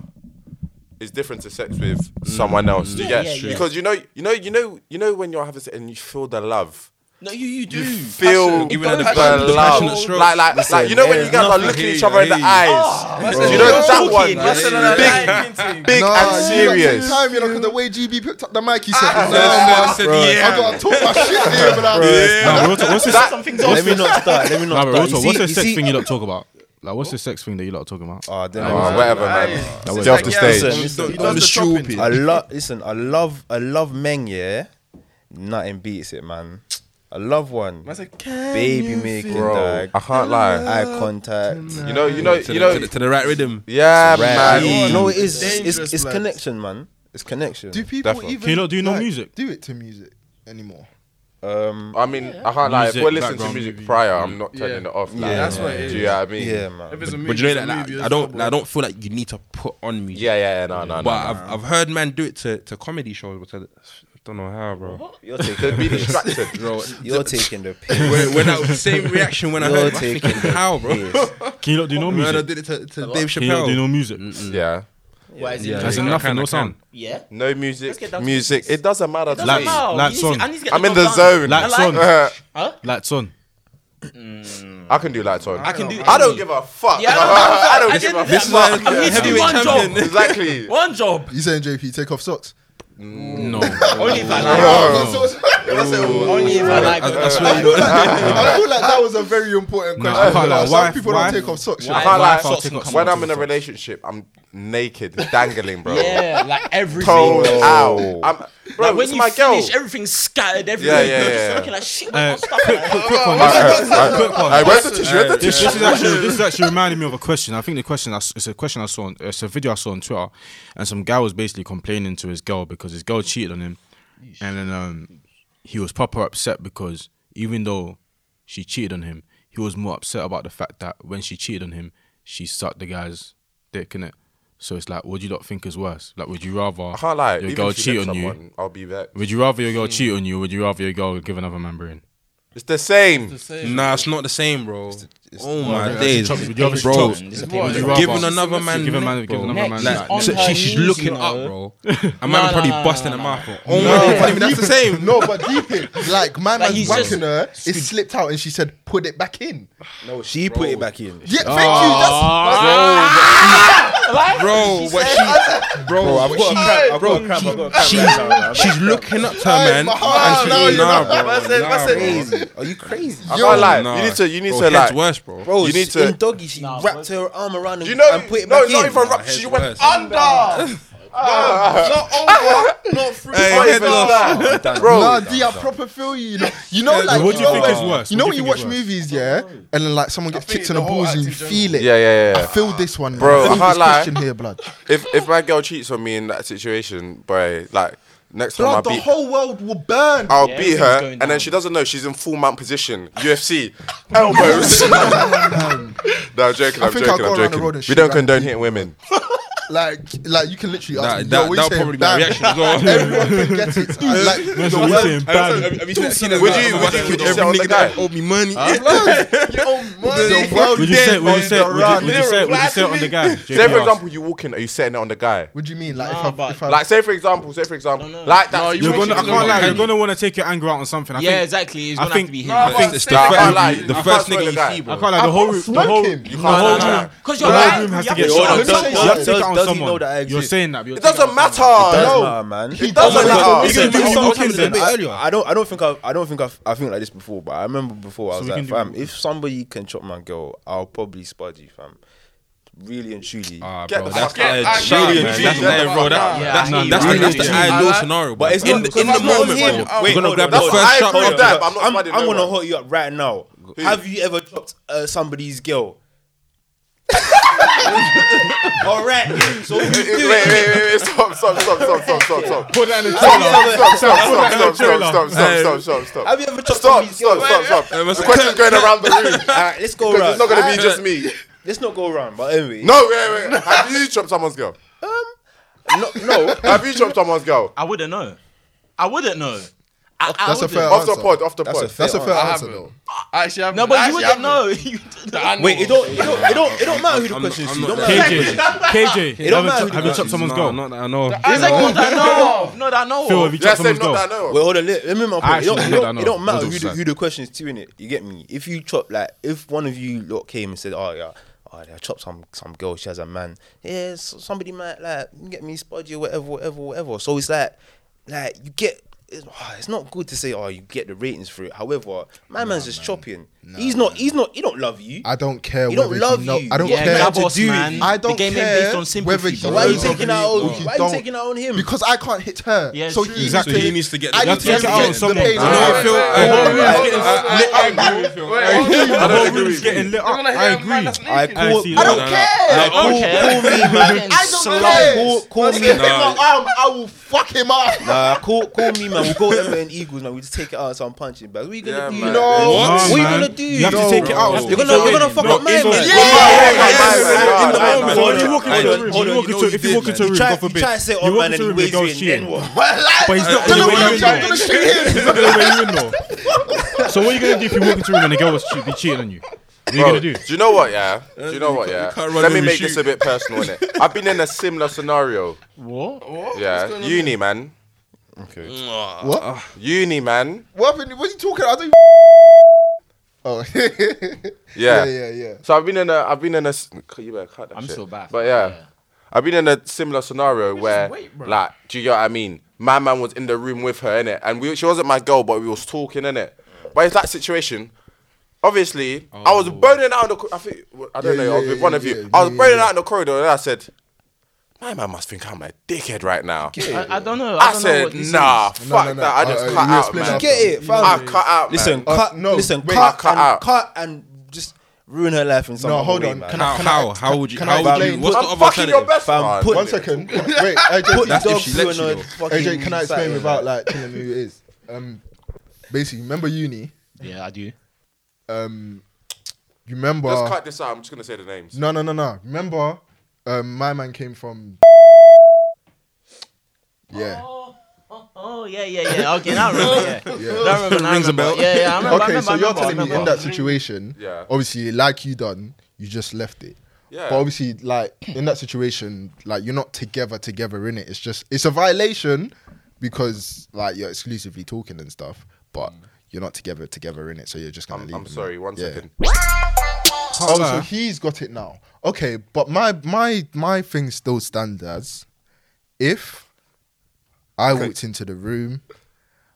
Speaker 6: is different to sex with someone else. Do you
Speaker 5: Yeah,
Speaker 6: get?
Speaker 5: yeah, yeah.
Speaker 6: Because you know, you know, you know, you know when you're having sex and you feel the love.
Speaker 5: no, you you do.
Speaker 6: Feel
Speaker 4: Even at the
Speaker 6: the
Speaker 4: passion- the
Speaker 6: love,
Speaker 4: passionate stroke.
Speaker 6: like, like, like, you know when you guys are
Speaker 4: nothing.
Speaker 6: looking
Speaker 4: I
Speaker 6: each
Speaker 4: hear
Speaker 6: other in
Speaker 4: you,
Speaker 6: the
Speaker 4: I hear
Speaker 6: eyes.
Speaker 5: Bro.
Speaker 6: You know
Speaker 5: You're
Speaker 6: that one,
Speaker 5: joking, you're saying that
Speaker 6: big, big and serious.
Speaker 7: Time, you know, because the way GB picked up the mic, he said, "Nah,
Speaker 4: I
Speaker 7: man,
Speaker 4: said, yeah.
Speaker 7: I gotta talk my shit here, but I'm
Speaker 3: Nah, but what's- what's this?
Speaker 6: That-
Speaker 5: Something's
Speaker 9: Let me not start. Let me
Speaker 3: Nah,
Speaker 9: not
Speaker 3: but
Speaker 9: start.
Speaker 3: also,
Speaker 9: You
Speaker 3: what's
Speaker 9: see-
Speaker 3: the
Speaker 9: you
Speaker 3: sex
Speaker 9: see-
Speaker 3: thing you don't talk about? Like, what's the sex thing that you lot are talking about?
Speaker 9: Oh, I don't know.
Speaker 6: Oh, whatever, man. Get off the stage.
Speaker 9: Listen,
Speaker 2: He does the shopping.
Speaker 9: I love listen, I love I love Meng, yeah. Nothing beats it, man. I love one.
Speaker 2: Man said, "Can
Speaker 9: Baby
Speaker 2: you
Speaker 9: making
Speaker 2: feel
Speaker 9: dog.
Speaker 6: I can't lie.
Speaker 9: Eye contact.
Speaker 6: You know, you know,
Speaker 4: to,
Speaker 6: you
Speaker 4: the,
Speaker 6: know.
Speaker 4: to, the, to the right rhythm.
Speaker 6: Yeah,
Speaker 9: Right.
Speaker 6: man.
Speaker 9: No, it is
Speaker 2: Dangerous,
Speaker 9: it's, it's, it's
Speaker 2: blood.
Speaker 9: connection, man. It's connection.
Speaker 7: Do people
Speaker 6: Definitely.
Speaker 7: even
Speaker 3: Can you not do no
Speaker 7: like,
Speaker 3: music?
Speaker 7: Do it to music anymore?
Speaker 9: Um
Speaker 6: I mean, I can't lie. If
Speaker 3: Music,
Speaker 6: we're listening to
Speaker 3: background
Speaker 6: music
Speaker 3: movie.
Speaker 6: prior, I'm not
Speaker 2: Yeah.
Speaker 6: turning it off.
Speaker 9: Yeah,
Speaker 6: like,
Speaker 9: that's
Speaker 2: what it
Speaker 6: Do you
Speaker 2: is.
Speaker 6: know what I mean?
Speaker 9: yeah,
Speaker 2: If
Speaker 9: man.
Speaker 2: it's a movie,
Speaker 4: But you know
Speaker 2: it's a
Speaker 4: that like,
Speaker 2: movie,
Speaker 4: I
Speaker 2: it's
Speaker 4: don't,
Speaker 2: not,
Speaker 4: like, I
Speaker 2: bro.
Speaker 4: don't feel like you need to put on music.
Speaker 6: Yeah, yeah, yeah, no, no, no.
Speaker 4: but I've, I've heard man do it to, to comedy shows, but I don't know how, bro.
Speaker 9: You're
Speaker 6: Could
Speaker 9: taking
Speaker 6: be
Speaker 9: the piss.
Speaker 6: distracted.
Speaker 4: Bro,
Speaker 9: You're taking the piss.
Speaker 4: when, when that same reaction when I
Speaker 9: You're
Speaker 4: heard it, I was
Speaker 9: taking
Speaker 4: thinking, how, bro?
Speaker 9: piss.
Speaker 3: Can you not do no
Speaker 4: Man, I
Speaker 3: music?
Speaker 4: did it to, to Dave
Speaker 3: Can you not
Speaker 4: Chappelle.
Speaker 3: do no music?
Speaker 6: Yeah.
Speaker 5: Why is
Speaker 4: Yeah,
Speaker 5: it?
Speaker 3: That's
Speaker 4: I
Speaker 5: Yeah.
Speaker 4: can,
Speaker 3: nothing,
Speaker 4: I
Speaker 3: no
Speaker 4: can.
Speaker 3: sound.
Speaker 5: yeah.
Speaker 6: No
Speaker 5: Let's
Speaker 6: music.
Speaker 5: get down to
Speaker 6: Music. It doesn't matter to
Speaker 3: Like-
Speaker 6: me.
Speaker 3: matter. like song.
Speaker 6: I'm in the zone.
Speaker 3: Like
Speaker 5: I
Speaker 3: song.
Speaker 5: like-
Speaker 3: Lights on.
Speaker 6: I can do lights on. I
Speaker 5: can do
Speaker 6: I don't
Speaker 5: any.
Speaker 6: give a fuck.
Speaker 5: Yeah,
Speaker 6: I don't give a
Speaker 5: This is
Speaker 6: fuck.
Speaker 5: I'm literally one job.
Speaker 6: Exactly.
Speaker 5: One job.
Speaker 7: You saying JP take off socks?
Speaker 3: No.
Speaker 5: Only if I like. Only if I like.
Speaker 4: I swear you
Speaker 7: I feel like that was a very important
Speaker 3: Nah,
Speaker 7: question.
Speaker 3: I can't lie.
Speaker 7: Some
Speaker 3: Wife-
Speaker 7: people
Speaker 3: wife-
Speaker 7: don't take off socks.
Speaker 6: I
Speaker 5: Wife-
Speaker 7: Wife,
Speaker 6: can't
Speaker 3: Wife,
Speaker 6: lie.
Speaker 3: I'll take off
Speaker 6: When
Speaker 3: socks.
Speaker 6: I'm in a relationship, I'm naked, dangling, bro.
Speaker 5: Yeah, like everything.
Speaker 6: Toes out. I'm, bro,
Speaker 5: like when
Speaker 6: it's
Speaker 5: you
Speaker 6: my girl.
Speaker 5: finish, everything's scattered everywhere.
Speaker 6: Yeah, yeah,
Speaker 5: You're
Speaker 6: yeah.
Speaker 5: just looking like shit.
Speaker 3: Uh,
Speaker 5: where's my stuff? Like,
Speaker 3: Quick one. This, quick one.
Speaker 6: Hey, where's the tissue? Where's the
Speaker 3: This,
Speaker 6: tissue?
Speaker 3: this is actually this is actually reminding me of a question. I think the question I s it's a question I saw. On, it's a video I saw on Twitter, and some guy was basically complaining to his girl because his girl cheated on him, and then um, he was proper upset because even though she cheated on him, he was more upset about the fact that when she cheated on him, she sucked the guy's dick in it. So it's like, what do you lot think is worse? Like, would you rather
Speaker 6: I can't lie.
Speaker 3: your
Speaker 6: Even
Speaker 3: girl
Speaker 6: if you
Speaker 3: cheat
Speaker 6: lick
Speaker 3: on you?
Speaker 6: someone, Hmm. I'll be back.
Speaker 3: Would you rather your girl cheat on you? Or would you rather your girl give another man brain?
Speaker 6: It's the same.
Speaker 2: The same.
Speaker 4: Nah, it's not the same, bro. oh my
Speaker 3: yeah,
Speaker 4: days,
Speaker 3: it's a chop- it's a
Speaker 4: bro.
Speaker 3: chop.
Speaker 5: this is
Speaker 2: What?
Speaker 5: paper.
Speaker 3: Would you rather-
Speaker 4: Giving another man,
Speaker 3: Give a man-
Speaker 4: neck,
Speaker 3: give
Speaker 4: bro.
Speaker 3: another
Speaker 5: Neck,
Speaker 3: man
Speaker 5: she's
Speaker 3: neck.
Speaker 5: on
Speaker 4: So
Speaker 5: her
Speaker 4: she- she's
Speaker 5: knees,
Speaker 4: looking
Speaker 5: you
Speaker 4: up,
Speaker 5: know.
Speaker 4: bro. A man
Speaker 5: no,
Speaker 4: probably
Speaker 5: no,
Speaker 4: busting her
Speaker 5: no, no.
Speaker 4: mouth. bro. Oh my god, that's the same.
Speaker 7: no, but deep in, like my
Speaker 5: Like,
Speaker 7: man's
Speaker 5: he's
Speaker 7: wanking
Speaker 5: just-
Speaker 7: her, it slipped out, and she said, "Put it back in."
Speaker 9: No, she put it back in.
Speaker 7: Yeah, thank you.
Speaker 3: Ah.
Speaker 7: That's
Speaker 4: Ah! Bro, what she, bro, what she,
Speaker 9: I've got a crap, I've got a crap.
Speaker 4: she, she's looking up to her man,
Speaker 7: heart,
Speaker 4: and
Speaker 7: no,
Speaker 4: she's
Speaker 7: you're
Speaker 4: nah,
Speaker 7: not-
Speaker 4: bro,
Speaker 6: That's it, that's it.
Speaker 9: Crazy. Are you crazy?
Speaker 6: I can't lie.
Speaker 4: nah.
Speaker 6: You need to. You need
Speaker 4: Bro,
Speaker 6: to
Speaker 4: head's
Speaker 6: like.
Speaker 4: worse, bro.
Speaker 9: Bro,
Speaker 6: You need to-
Speaker 9: in doggy, she
Speaker 5: Nah,
Speaker 9: wrapped her arm around him
Speaker 6: You know,
Speaker 9: and put it
Speaker 6: no,
Speaker 9: back in.
Speaker 6: not even rap.
Speaker 4: Head's
Speaker 6: She went
Speaker 4: worse.
Speaker 6: under.
Speaker 4: Hey, head loss.
Speaker 6: Bro,
Speaker 7: nah, D, I proper feel you. You know, you know like
Speaker 3: What do you
Speaker 7: know
Speaker 3: think
Speaker 7: when-
Speaker 3: is worse?
Speaker 7: You know
Speaker 3: What do you
Speaker 7: when you
Speaker 3: think
Speaker 7: watch
Speaker 3: is worse?
Speaker 7: movies, yeah, and then like someone gets
Speaker 2: think
Speaker 7: kicked in the
Speaker 2: the whole
Speaker 7: balls and you
Speaker 2: act in
Speaker 7: feel it.
Speaker 6: Yeah, yeah, yeah.
Speaker 7: I feel this one,
Speaker 6: Bro, I
Speaker 7: I feel
Speaker 6: can't
Speaker 7: this
Speaker 6: lie.
Speaker 7: question here, blood.
Speaker 6: If if my girl cheats on me in that situation, boy, like next time I
Speaker 7: Blood, the
Speaker 6: beat,
Speaker 7: whole world will burn.
Speaker 6: I'll
Speaker 5: Yeah,
Speaker 6: beat
Speaker 5: everything's
Speaker 6: her,
Speaker 5: going
Speaker 6: and then
Speaker 5: down.
Speaker 6: she doesn't know she's in full mount position, UFC, elbows. no, I'm joking. I'm
Speaker 7: I think
Speaker 6: joking.
Speaker 7: I'll go
Speaker 6: I'm
Speaker 7: around the road
Speaker 6: joking.
Speaker 7: and
Speaker 6: We
Speaker 7: shoot
Speaker 6: don't
Speaker 7: that
Speaker 6: condone hitting women.
Speaker 7: Like, like you can literally
Speaker 4: That,
Speaker 7: ask me,
Speaker 4: that,
Speaker 7: Yo, what
Speaker 4: that'll probably
Speaker 7: you saying?
Speaker 4: be my
Speaker 7: Bang.
Speaker 4: reaction as well.
Speaker 7: Everyone can get it. I, like,
Speaker 3: That's what we're saying, bad.
Speaker 6: Would you- would you- would you
Speaker 4: every
Speaker 6: sit on the
Speaker 4: nigga
Speaker 6: guy?
Speaker 4: that owe me money?
Speaker 7: the world
Speaker 3: Would you say? Would you
Speaker 7: is
Speaker 3: say?
Speaker 7: around.
Speaker 3: Would you, would you say? Would you say it on the guy?
Speaker 6: Say for example, you walk in, are you setting it on the guy?
Speaker 7: What do you mean? Like,
Speaker 5: Nah,
Speaker 7: if I,
Speaker 5: but-
Speaker 7: if I
Speaker 6: Like say for example, say for example,
Speaker 5: No, no.
Speaker 6: like that.
Speaker 2: No,
Speaker 6: you
Speaker 3: you're
Speaker 2: You're
Speaker 3: gonna. I
Speaker 2: making
Speaker 3: can't
Speaker 2: it
Speaker 3: lie.
Speaker 2: look
Speaker 3: You're gonna want to take your anger out on something. I
Speaker 5: yeah,
Speaker 3: think,
Speaker 5: exactly. It's
Speaker 3: I
Speaker 5: gonna
Speaker 3: think-
Speaker 5: have to be
Speaker 3: I
Speaker 5: him.
Speaker 4: I think it's the
Speaker 6: Nah, I can't
Speaker 4: first-
Speaker 6: lie.
Speaker 4: the
Speaker 6: I
Speaker 4: first
Speaker 6: can't swear
Speaker 4: nigga
Speaker 6: to
Speaker 4: you see,
Speaker 6: God.
Speaker 3: I
Speaker 4: bro.
Speaker 3: can't lie. The whole room. The
Speaker 7: smoke
Speaker 3: whole
Speaker 7: him.
Speaker 3: the
Speaker 6: can't
Speaker 3: whole
Speaker 6: lie.
Speaker 3: room.
Speaker 5: Because
Speaker 3: The
Speaker 5: you're
Speaker 3: whole
Speaker 5: right.
Speaker 3: room has
Speaker 5: you
Speaker 3: to get
Speaker 5: have
Speaker 4: shot.
Speaker 3: shot.
Speaker 4: Does-
Speaker 3: You have to
Speaker 4: does-
Speaker 3: take it out
Speaker 4: does
Speaker 3: on
Speaker 4: he know that I
Speaker 3: someone. You're
Speaker 4: exist?
Speaker 3: saying that. but you're
Speaker 6: It
Speaker 3: taking it out
Speaker 6: doesn't
Speaker 3: on
Speaker 6: matter.
Speaker 3: someone.
Speaker 9: Does
Speaker 6: No,
Speaker 9: matter, man.
Speaker 7: he
Speaker 6: doesn't
Speaker 7: doesn't
Speaker 6: matter.
Speaker 7: know.
Speaker 6: You
Speaker 4: can do
Speaker 7: I'll-
Speaker 4: some
Speaker 7: I'll-
Speaker 4: things
Speaker 7: I'll-
Speaker 4: then.
Speaker 9: I,
Speaker 4: earlier.
Speaker 9: I don't. I don't think I've. I don't think I've. I think like this before, but I remember before I was
Speaker 3: we
Speaker 9: like,
Speaker 3: can do-
Speaker 9: fam, if somebody can chop my girl, I'll probably spud you, fam. Really and truly.
Speaker 4: Ah,
Speaker 6: Get
Speaker 4: bro,
Speaker 6: the
Speaker 4: that's
Speaker 6: fuck out.
Speaker 4: edge,
Speaker 6: Get
Speaker 4: man.
Speaker 6: the
Speaker 4: That's
Speaker 6: fuck
Speaker 4: the
Speaker 6: out.
Speaker 4: edge, bro. That-
Speaker 5: Yeah,
Speaker 4: That's
Speaker 5: I hear
Speaker 4: that's
Speaker 5: you.
Speaker 4: the- that's the
Speaker 5: Yeah.
Speaker 4: ideal scenario, bro.
Speaker 9: But it's
Speaker 4: in
Speaker 9: not-
Speaker 4: the
Speaker 9: because
Speaker 4: in the
Speaker 9: I'm not
Speaker 4: moment,
Speaker 9: him.
Speaker 4: bro.
Speaker 9: I'm-
Speaker 4: We're gonna grab the
Speaker 6: That's what I
Speaker 4: first shot.
Speaker 6: agree
Speaker 4: bro.
Speaker 6: with that, but I'm not
Speaker 9: I'm,
Speaker 6: spotting
Speaker 9: I'm
Speaker 6: no
Speaker 9: gonna
Speaker 6: one.
Speaker 9: hurt you up right now. Have you ever chopped uh, somebody's girl? All right. So you
Speaker 6: Wait,
Speaker 9: do
Speaker 6: wait,
Speaker 9: it.
Speaker 6: wait, wait, wait, stop, stop, stop, stop, stop, stop, stop.
Speaker 3: Put that in the
Speaker 6: Stop,
Speaker 3: trailer.
Speaker 6: stop, stop, stop, stop, stop, stop, stop, stop, stop, stop.
Speaker 9: Have you ever chopped
Speaker 6: Stop,
Speaker 9: somebody's
Speaker 6: stop,
Speaker 9: girl?
Speaker 6: stop, stop.
Speaker 4: Hey, what's
Speaker 6: The question's going around the room.
Speaker 9: All right, let's go
Speaker 6: Because
Speaker 9: around.
Speaker 6: it's not gonna be
Speaker 9: Alright,
Speaker 6: just me.
Speaker 9: Let's not go around. But anyway,
Speaker 6: No, wait, wait. Have you chopped someone's girl?
Speaker 9: no, no.
Speaker 6: Have you chopped someone's girl?
Speaker 5: I wouldn't know. I wouldn't know. I, I
Speaker 7: That's a
Speaker 5: wouldn't.
Speaker 7: fair
Speaker 6: Off the
Speaker 7: answer.
Speaker 6: pod, off the
Speaker 9: That's a
Speaker 6: pod.
Speaker 9: fair
Speaker 7: That's a fair
Speaker 9: answer.
Speaker 7: answer, though.
Speaker 2: Actually, I
Speaker 5: No, but you
Speaker 2: actually,
Speaker 5: wouldn't
Speaker 2: I
Speaker 5: know. You wouldn't know.
Speaker 2: haven't-
Speaker 9: Wait, it don't, it don't, it don't, it don't matter who the question is. to. It don't matter.
Speaker 3: KJ, KJ,
Speaker 9: don't matter
Speaker 3: have
Speaker 9: who
Speaker 3: you- have you
Speaker 9: the
Speaker 3: chopped someone's
Speaker 4: Nah,
Speaker 3: girl?
Speaker 4: Not that I know. of.
Speaker 5: It's like not that I know. of. Not that I know.
Speaker 3: Phil,
Speaker 5: of.
Speaker 3: have you
Speaker 6: Yeah,
Speaker 3: chopped
Speaker 6: same,
Speaker 3: someone's
Speaker 6: not that I
Speaker 3: girl?
Speaker 6: know. of.
Speaker 9: Wait, hold on. Let, let me make my point. It
Speaker 3: actually
Speaker 9: don't, it
Speaker 3: know that,
Speaker 9: don't,
Speaker 3: no.
Speaker 9: it don't matter
Speaker 3: Those
Speaker 9: who
Speaker 3: are
Speaker 9: the,
Speaker 3: facts.
Speaker 9: who the question is to in it. You get me? If you chop like, if one of you lot came and said, "Oh yeah, oh, I chopped some some girl. She has a man. Yeah, so somebody might like you get me spud you, whatever, whatever, whatever." So it's like, like you get. It's, ah, it's not good to say, "Oh, you get the ratings for it." However, my man's just chopping. he's not. He's not. He don't love you.
Speaker 7: I don't care.
Speaker 9: He don't
Speaker 7: whether
Speaker 9: love
Speaker 7: know-
Speaker 9: you.
Speaker 7: I don't
Speaker 9: Yeah,
Speaker 7: care.
Speaker 9: man,
Speaker 5: Davos,
Speaker 9: do it.
Speaker 5: man.
Speaker 7: I
Speaker 5: the
Speaker 7: don't
Speaker 5: game
Speaker 7: care
Speaker 5: ain't based on sympathy.
Speaker 7: whether he
Speaker 5: bro.
Speaker 9: why are you
Speaker 7: Love
Speaker 9: taking
Speaker 7: me or
Speaker 9: out? on-
Speaker 7: you
Speaker 9: Why are you
Speaker 7: don't.
Speaker 9: taking out on him?
Speaker 7: because I can't hit her.
Speaker 5: Yeah,
Speaker 7: so
Speaker 5: true.
Speaker 7: he
Speaker 4: Exactly.
Speaker 7: needs to
Speaker 4: he needs to get.
Speaker 7: I
Speaker 4: the-
Speaker 7: need to
Speaker 5: get
Speaker 7: get
Speaker 5: out on
Speaker 7: the
Speaker 3: someone. I
Speaker 7: pain.
Speaker 3: know, I
Speaker 7: out.
Speaker 3: feel-
Speaker 7: Yeah.
Speaker 3: I know, I
Speaker 6: I agree with you.
Speaker 3: The
Speaker 6: I
Speaker 3: whole
Speaker 6: don't
Speaker 3: room's
Speaker 6: agree with you.
Speaker 3: getting lit up.
Speaker 2: They're gonna hear
Speaker 3: I
Speaker 2: a man
Speaker 3: agree.
Speaker 2: that's
Speaker 4: I
Speaker 2: naked.
Speaker 4: call.
Speaker 7: I don't care.
Speaker 5: Call me, man.
Speaker 7: I don't care.
Speaker 9: Call
Speaker 7: If
Speaker 9: me.
Speaker 7: you hit my arm, I will fuck him up.
Speaker 9: Nah, call, call me, man. We'll go Emma and Eagles, man. We just take it out and start punching, but what are you gonna
Speaker 6: Yeah,
Speaker 9: do?
Speaker 6: man.
Speaker 7: No.
Speaker 3: What?
Speaker 9: What are you
Speaker 3: man.
Speaker 9: gonna do?
Speaker 3: You have to take it out.
Speaker 9: You're gonna, you're gonna fuck
Speaker 3: No,
Speaker 9: up my
Speaker 3: it's
Speaker 9: man.
Speaker 3: alright.
Speaker 6: Yeah,
Speaker 3: In the
Speaker 6: yeah, yeah,
Speaker 3: moment,
Speaker 6: yeah,
Speaker 3: when
Speaker 6: yeah.
Speaker 3: you walk into a room, when you walk into- if you walk into a room,
Speaker 9: You try,
Speaker 3: God
Speaker 9: you
Speaker 3: forbid,
Speaker 9: try and say,
Speaker 3: you
Speaker 9: oh
Speaker 3: walk
Speaker 9: man,
Speaker 3: into a
Speaker 9: and
Speaker 3: room, it
Speaker 9: ways you
Speaker 3: goes
Speaker 9: in,
Speaker 3: shit.
Speaker 9: then what?
Speaker 3: But he's not
Speaker 7: Tell
Speaker 3: gonna
Speaker 7: him
Speaker 3: weigh
Speaker 7: what
Speaker 3: you in though.
Speaker 7: I'm gonna shoot him.
Speaker 3: He's not gonna weigh you in though. So what are you gonna do if you walk into a room and the girl was che- be cheating on you? What are you
Speaker 6: Bro,
Speaker 3: gonna
Speaker 6: do
Speaker 3: do?
Speaker 6: you know what? Yeah, do you know what? Yeah,
Speaker 4: can't run
Speaker 6: let me
Speaker 4: and
Speaker 6: make this
Speaker 4: reshoot.
Speaker 6: a bit personal. Innit? I've been in a similar scenario.
Speaker 2: What? What? What's
Speaker 6: Yeah,
Speaker 2: going on
Speaker 6: uni man,
Speaker 7: What?
Speaker 6: uni man.
Speaker 7: What happened? What are you talking? I don't. Oh.
Speaker 6: Yeah.
Speaker 7: yeah, yeah, yeah.
Speaker 6: So I've been in a, I've been in a. s- You better cut that
Speaker 5: I'm
Speaker 6: shit.
Speaker 5: still back.
Speaker 6: But yeah, I've been in a similar scenario where, like, do you get what I mean? My man was in the room with her, innit? And we, she wasn't my girl, but we was talking, innit? But it's that situation. Obviously, I
Speaker 5: Oh.
Speaker 6: was burning out in the. cor- I think I don't know.
Speaker 7: Yeah,
Speaker 6: I
Speaker 7: yeah,
Speaker 6: was with
Speaker 7: yeah,
Speaker 6: one of you.
Speaker 7: yeah,
Speaker 6: I was
Speaker 7: yeah,
Speaker 6: burning
Speaker 7: yeah.
Speaker 6: out in the corridor, and I said, "My man must think I'm a dickhead right now."
Speaker 5: I, I don't know.
Speaker 6: I,
Speaker 5: don't know
Speaker 6: said,
Speaker 5: what this
Speaker 6: "Nah,
Speaker 5: is.
Speaker 6: fuck
Speaker 7: no, no.
Speaker 6: that. I just
Speaker 7: Uh,
Speaker 6: cut
Speaker 7: uh, you
Speaker 6: out,
Speaker 7: explain
Speaker 6: man.
Speaker 7: that.
Speaker 9: Get it, fam.
Speaker 6: I cut out, man.
Speaker 9: Listen,
Speaker 7: Uh,
Speaker 9: cut.
Speaker 7: no,
Speaker 9: listen,
Speaker 7: wait,
Speaker 9: cut,
Speaker 6: cut
Speaker 9: and,
Speaker 6: out.
Speaker 9: cut and just ruin her life in some
Speaker 7: No,
Speaker 9: other
Speaker 7: hold
Speaker 9: way,
Speaker 7: on.
Speaker 9: man.
Speaker 7: Can I-
Speaker 4: How? How? How would you?
Speaker 7: Can I
Speaker 4: How would you?
Speaker 7: explain?
Speaker 4: What's the
Speaker 6: I'm
Speaker 4: other
Speaker 6: fucking your
Speaker 4: alternative?
Speaker 6: best
Speaker 9: Fam,
Speaker 6: man.
Speaker 9: put-
Speaker 7: One second. Wait, AJ,
Speaker 9: Put the
Speaker 4: That's if
Speaker 9: dog
Speaker 4: she
Speaker 9: through
Speaker 4: lets
Speaker 9: in
Speaker 4: you,
Speaker 9: a
Speaker 4: though.
Speaker 9: fucking.
Speaker 7: AJ, can I explain
Speaker 9: Saturday,
Speaker 7: without
Speaker 9: man.
Speaker 7: like telling me who it is? Um, basically, remember uni?
Speaker 5: Yeah, I do.
Speaker 7: Um, you remember?
Speaker 6: Just cut this out. I'm just gonna say the names.
Speaker 7: No, no, no, no. Remember, um, my man came from. Yeah.
Speaker 5: Oh, oh, oh, yeah, yeah, yeah. Okay, now I remember. Yeah, Now I remember. now I
Speaker 4: Rings a bell.
Speaker 5: remember. Yeah, yeah. I remember. I
Speaker 7: okay,
Speaker 5: remember,
Speaker 7: so
Speaker 5: I
Speaker 7: you're
Speaker 5: remember, I
Speaker 7: telling me in
Speaker 5: remember.
Speaker 7: that situation,
Speaker 6: Yeah.
Speaker 7: obviously, like you done, you just left it.
Speaker 6: Yeah.
Speaker 7: But obviously, like in that situation, like you're not together, together in it. It's just it's a violation because like you're exclusively talking and stuff, but you're not together, together in it. So you're just gonna
Speaker 6: Mm. I'm,
Speaker 7: leave.
Speaker 6: I'm
Speaker 7: them.
Speaker 6: sorry. One
Speaker 7: Yeah.
Speaker 6: second.
Speaker 7: Oh, so he's got it now. Okay, but my my my thing still stands as if I walked into the room,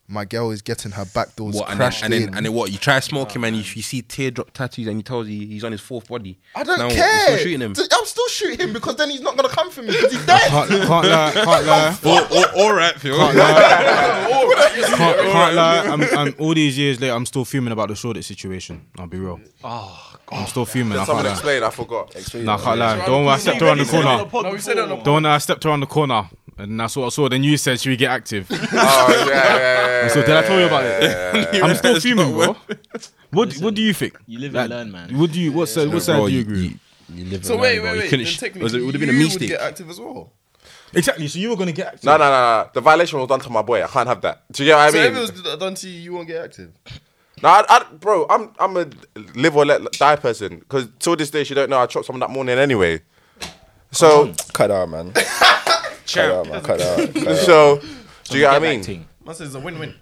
Speaker 7: my girl is getting her back doors
Speaker 4: What and then,
Speaker 7: crashed
Speaker 4: and then
Speaker 7: in.
Speaker 4: and then what? You try to smoke him and you, you see teardrop tattoos and he tells you he's on his fourth body.
Speaker 7: I don't
Speaker 4: Now what? You're
Speaker 7: care.
Speaker 4: still shooting him.
Speaker 7: D- I'm still shooting him because then he's not gonna come for me because he's dead.
Speaker 3: Can't, can't lie, can't lie,
Speaker 4: Or, or, all right, Phil.
Speaker 3: can't, can't lie. I'm, I'm, all these years later, I'm still fuming about the Shoreditch situation. I'll be real. Oh, God, I'm still fuming. I
Speaker 6: Someone
Speaker 3: can't lie.
Speaker 6: explain. I forgot.
Speaker 3: Nah, I can't lie. The one where I stepped around the corner.
Speaker 2: No, we said that on the
Speaker 3: The one that I stepped around the corner and that's what I saw. Then you said, should we get active?
Speaker 6: Oh yeah, yeah, yeah,
Speaker 3: so did I tell you about it? I'm still fuming, bro. What, what do you think?
Speaker 5: You live
Speaker 3: Like,
Speaker 5: and learn, man.
Speaker 3: What do you? What side? What side do you agree? with?
Speaker 4: You, you live
Speaker 2: So
Speaker 4: and
Speaker 2: wait,
Speaker 4: learn, bro.
Speaker 2: wait,
Speaker 4: You
Speaker 2: wait.
Speaker 4: couldn't
Speaker 2: Then
Speaker 4: sh-
Speaker 2: technically,
Speaker 4: it was- it would have been a
Speaker 2: you would
Speaker 4: mistake.
Speaker 2: get active as well.
Speaker 3: Exactly. So you were gonna get active.
Speaker 6: No, no, no, no. The violation was done to my boy. I can't have that. Do you get what I
Speaker 2: So if
Speaker 6: mean?
Speaker 2: it was d- done to you, you won't get active.
Speaker 6: No, I, I, bro, I'm I'm a live or let die person. Because till this day, she don't know I chopped someone that morning anyway. So,
Speaker 9: Cut out, man. Cut out, man. Cut out. Cut out.
Speaker 6: so, do you get what I mean?
Speaker 5: Acting.
Speaker 2: Man says it's a win-win.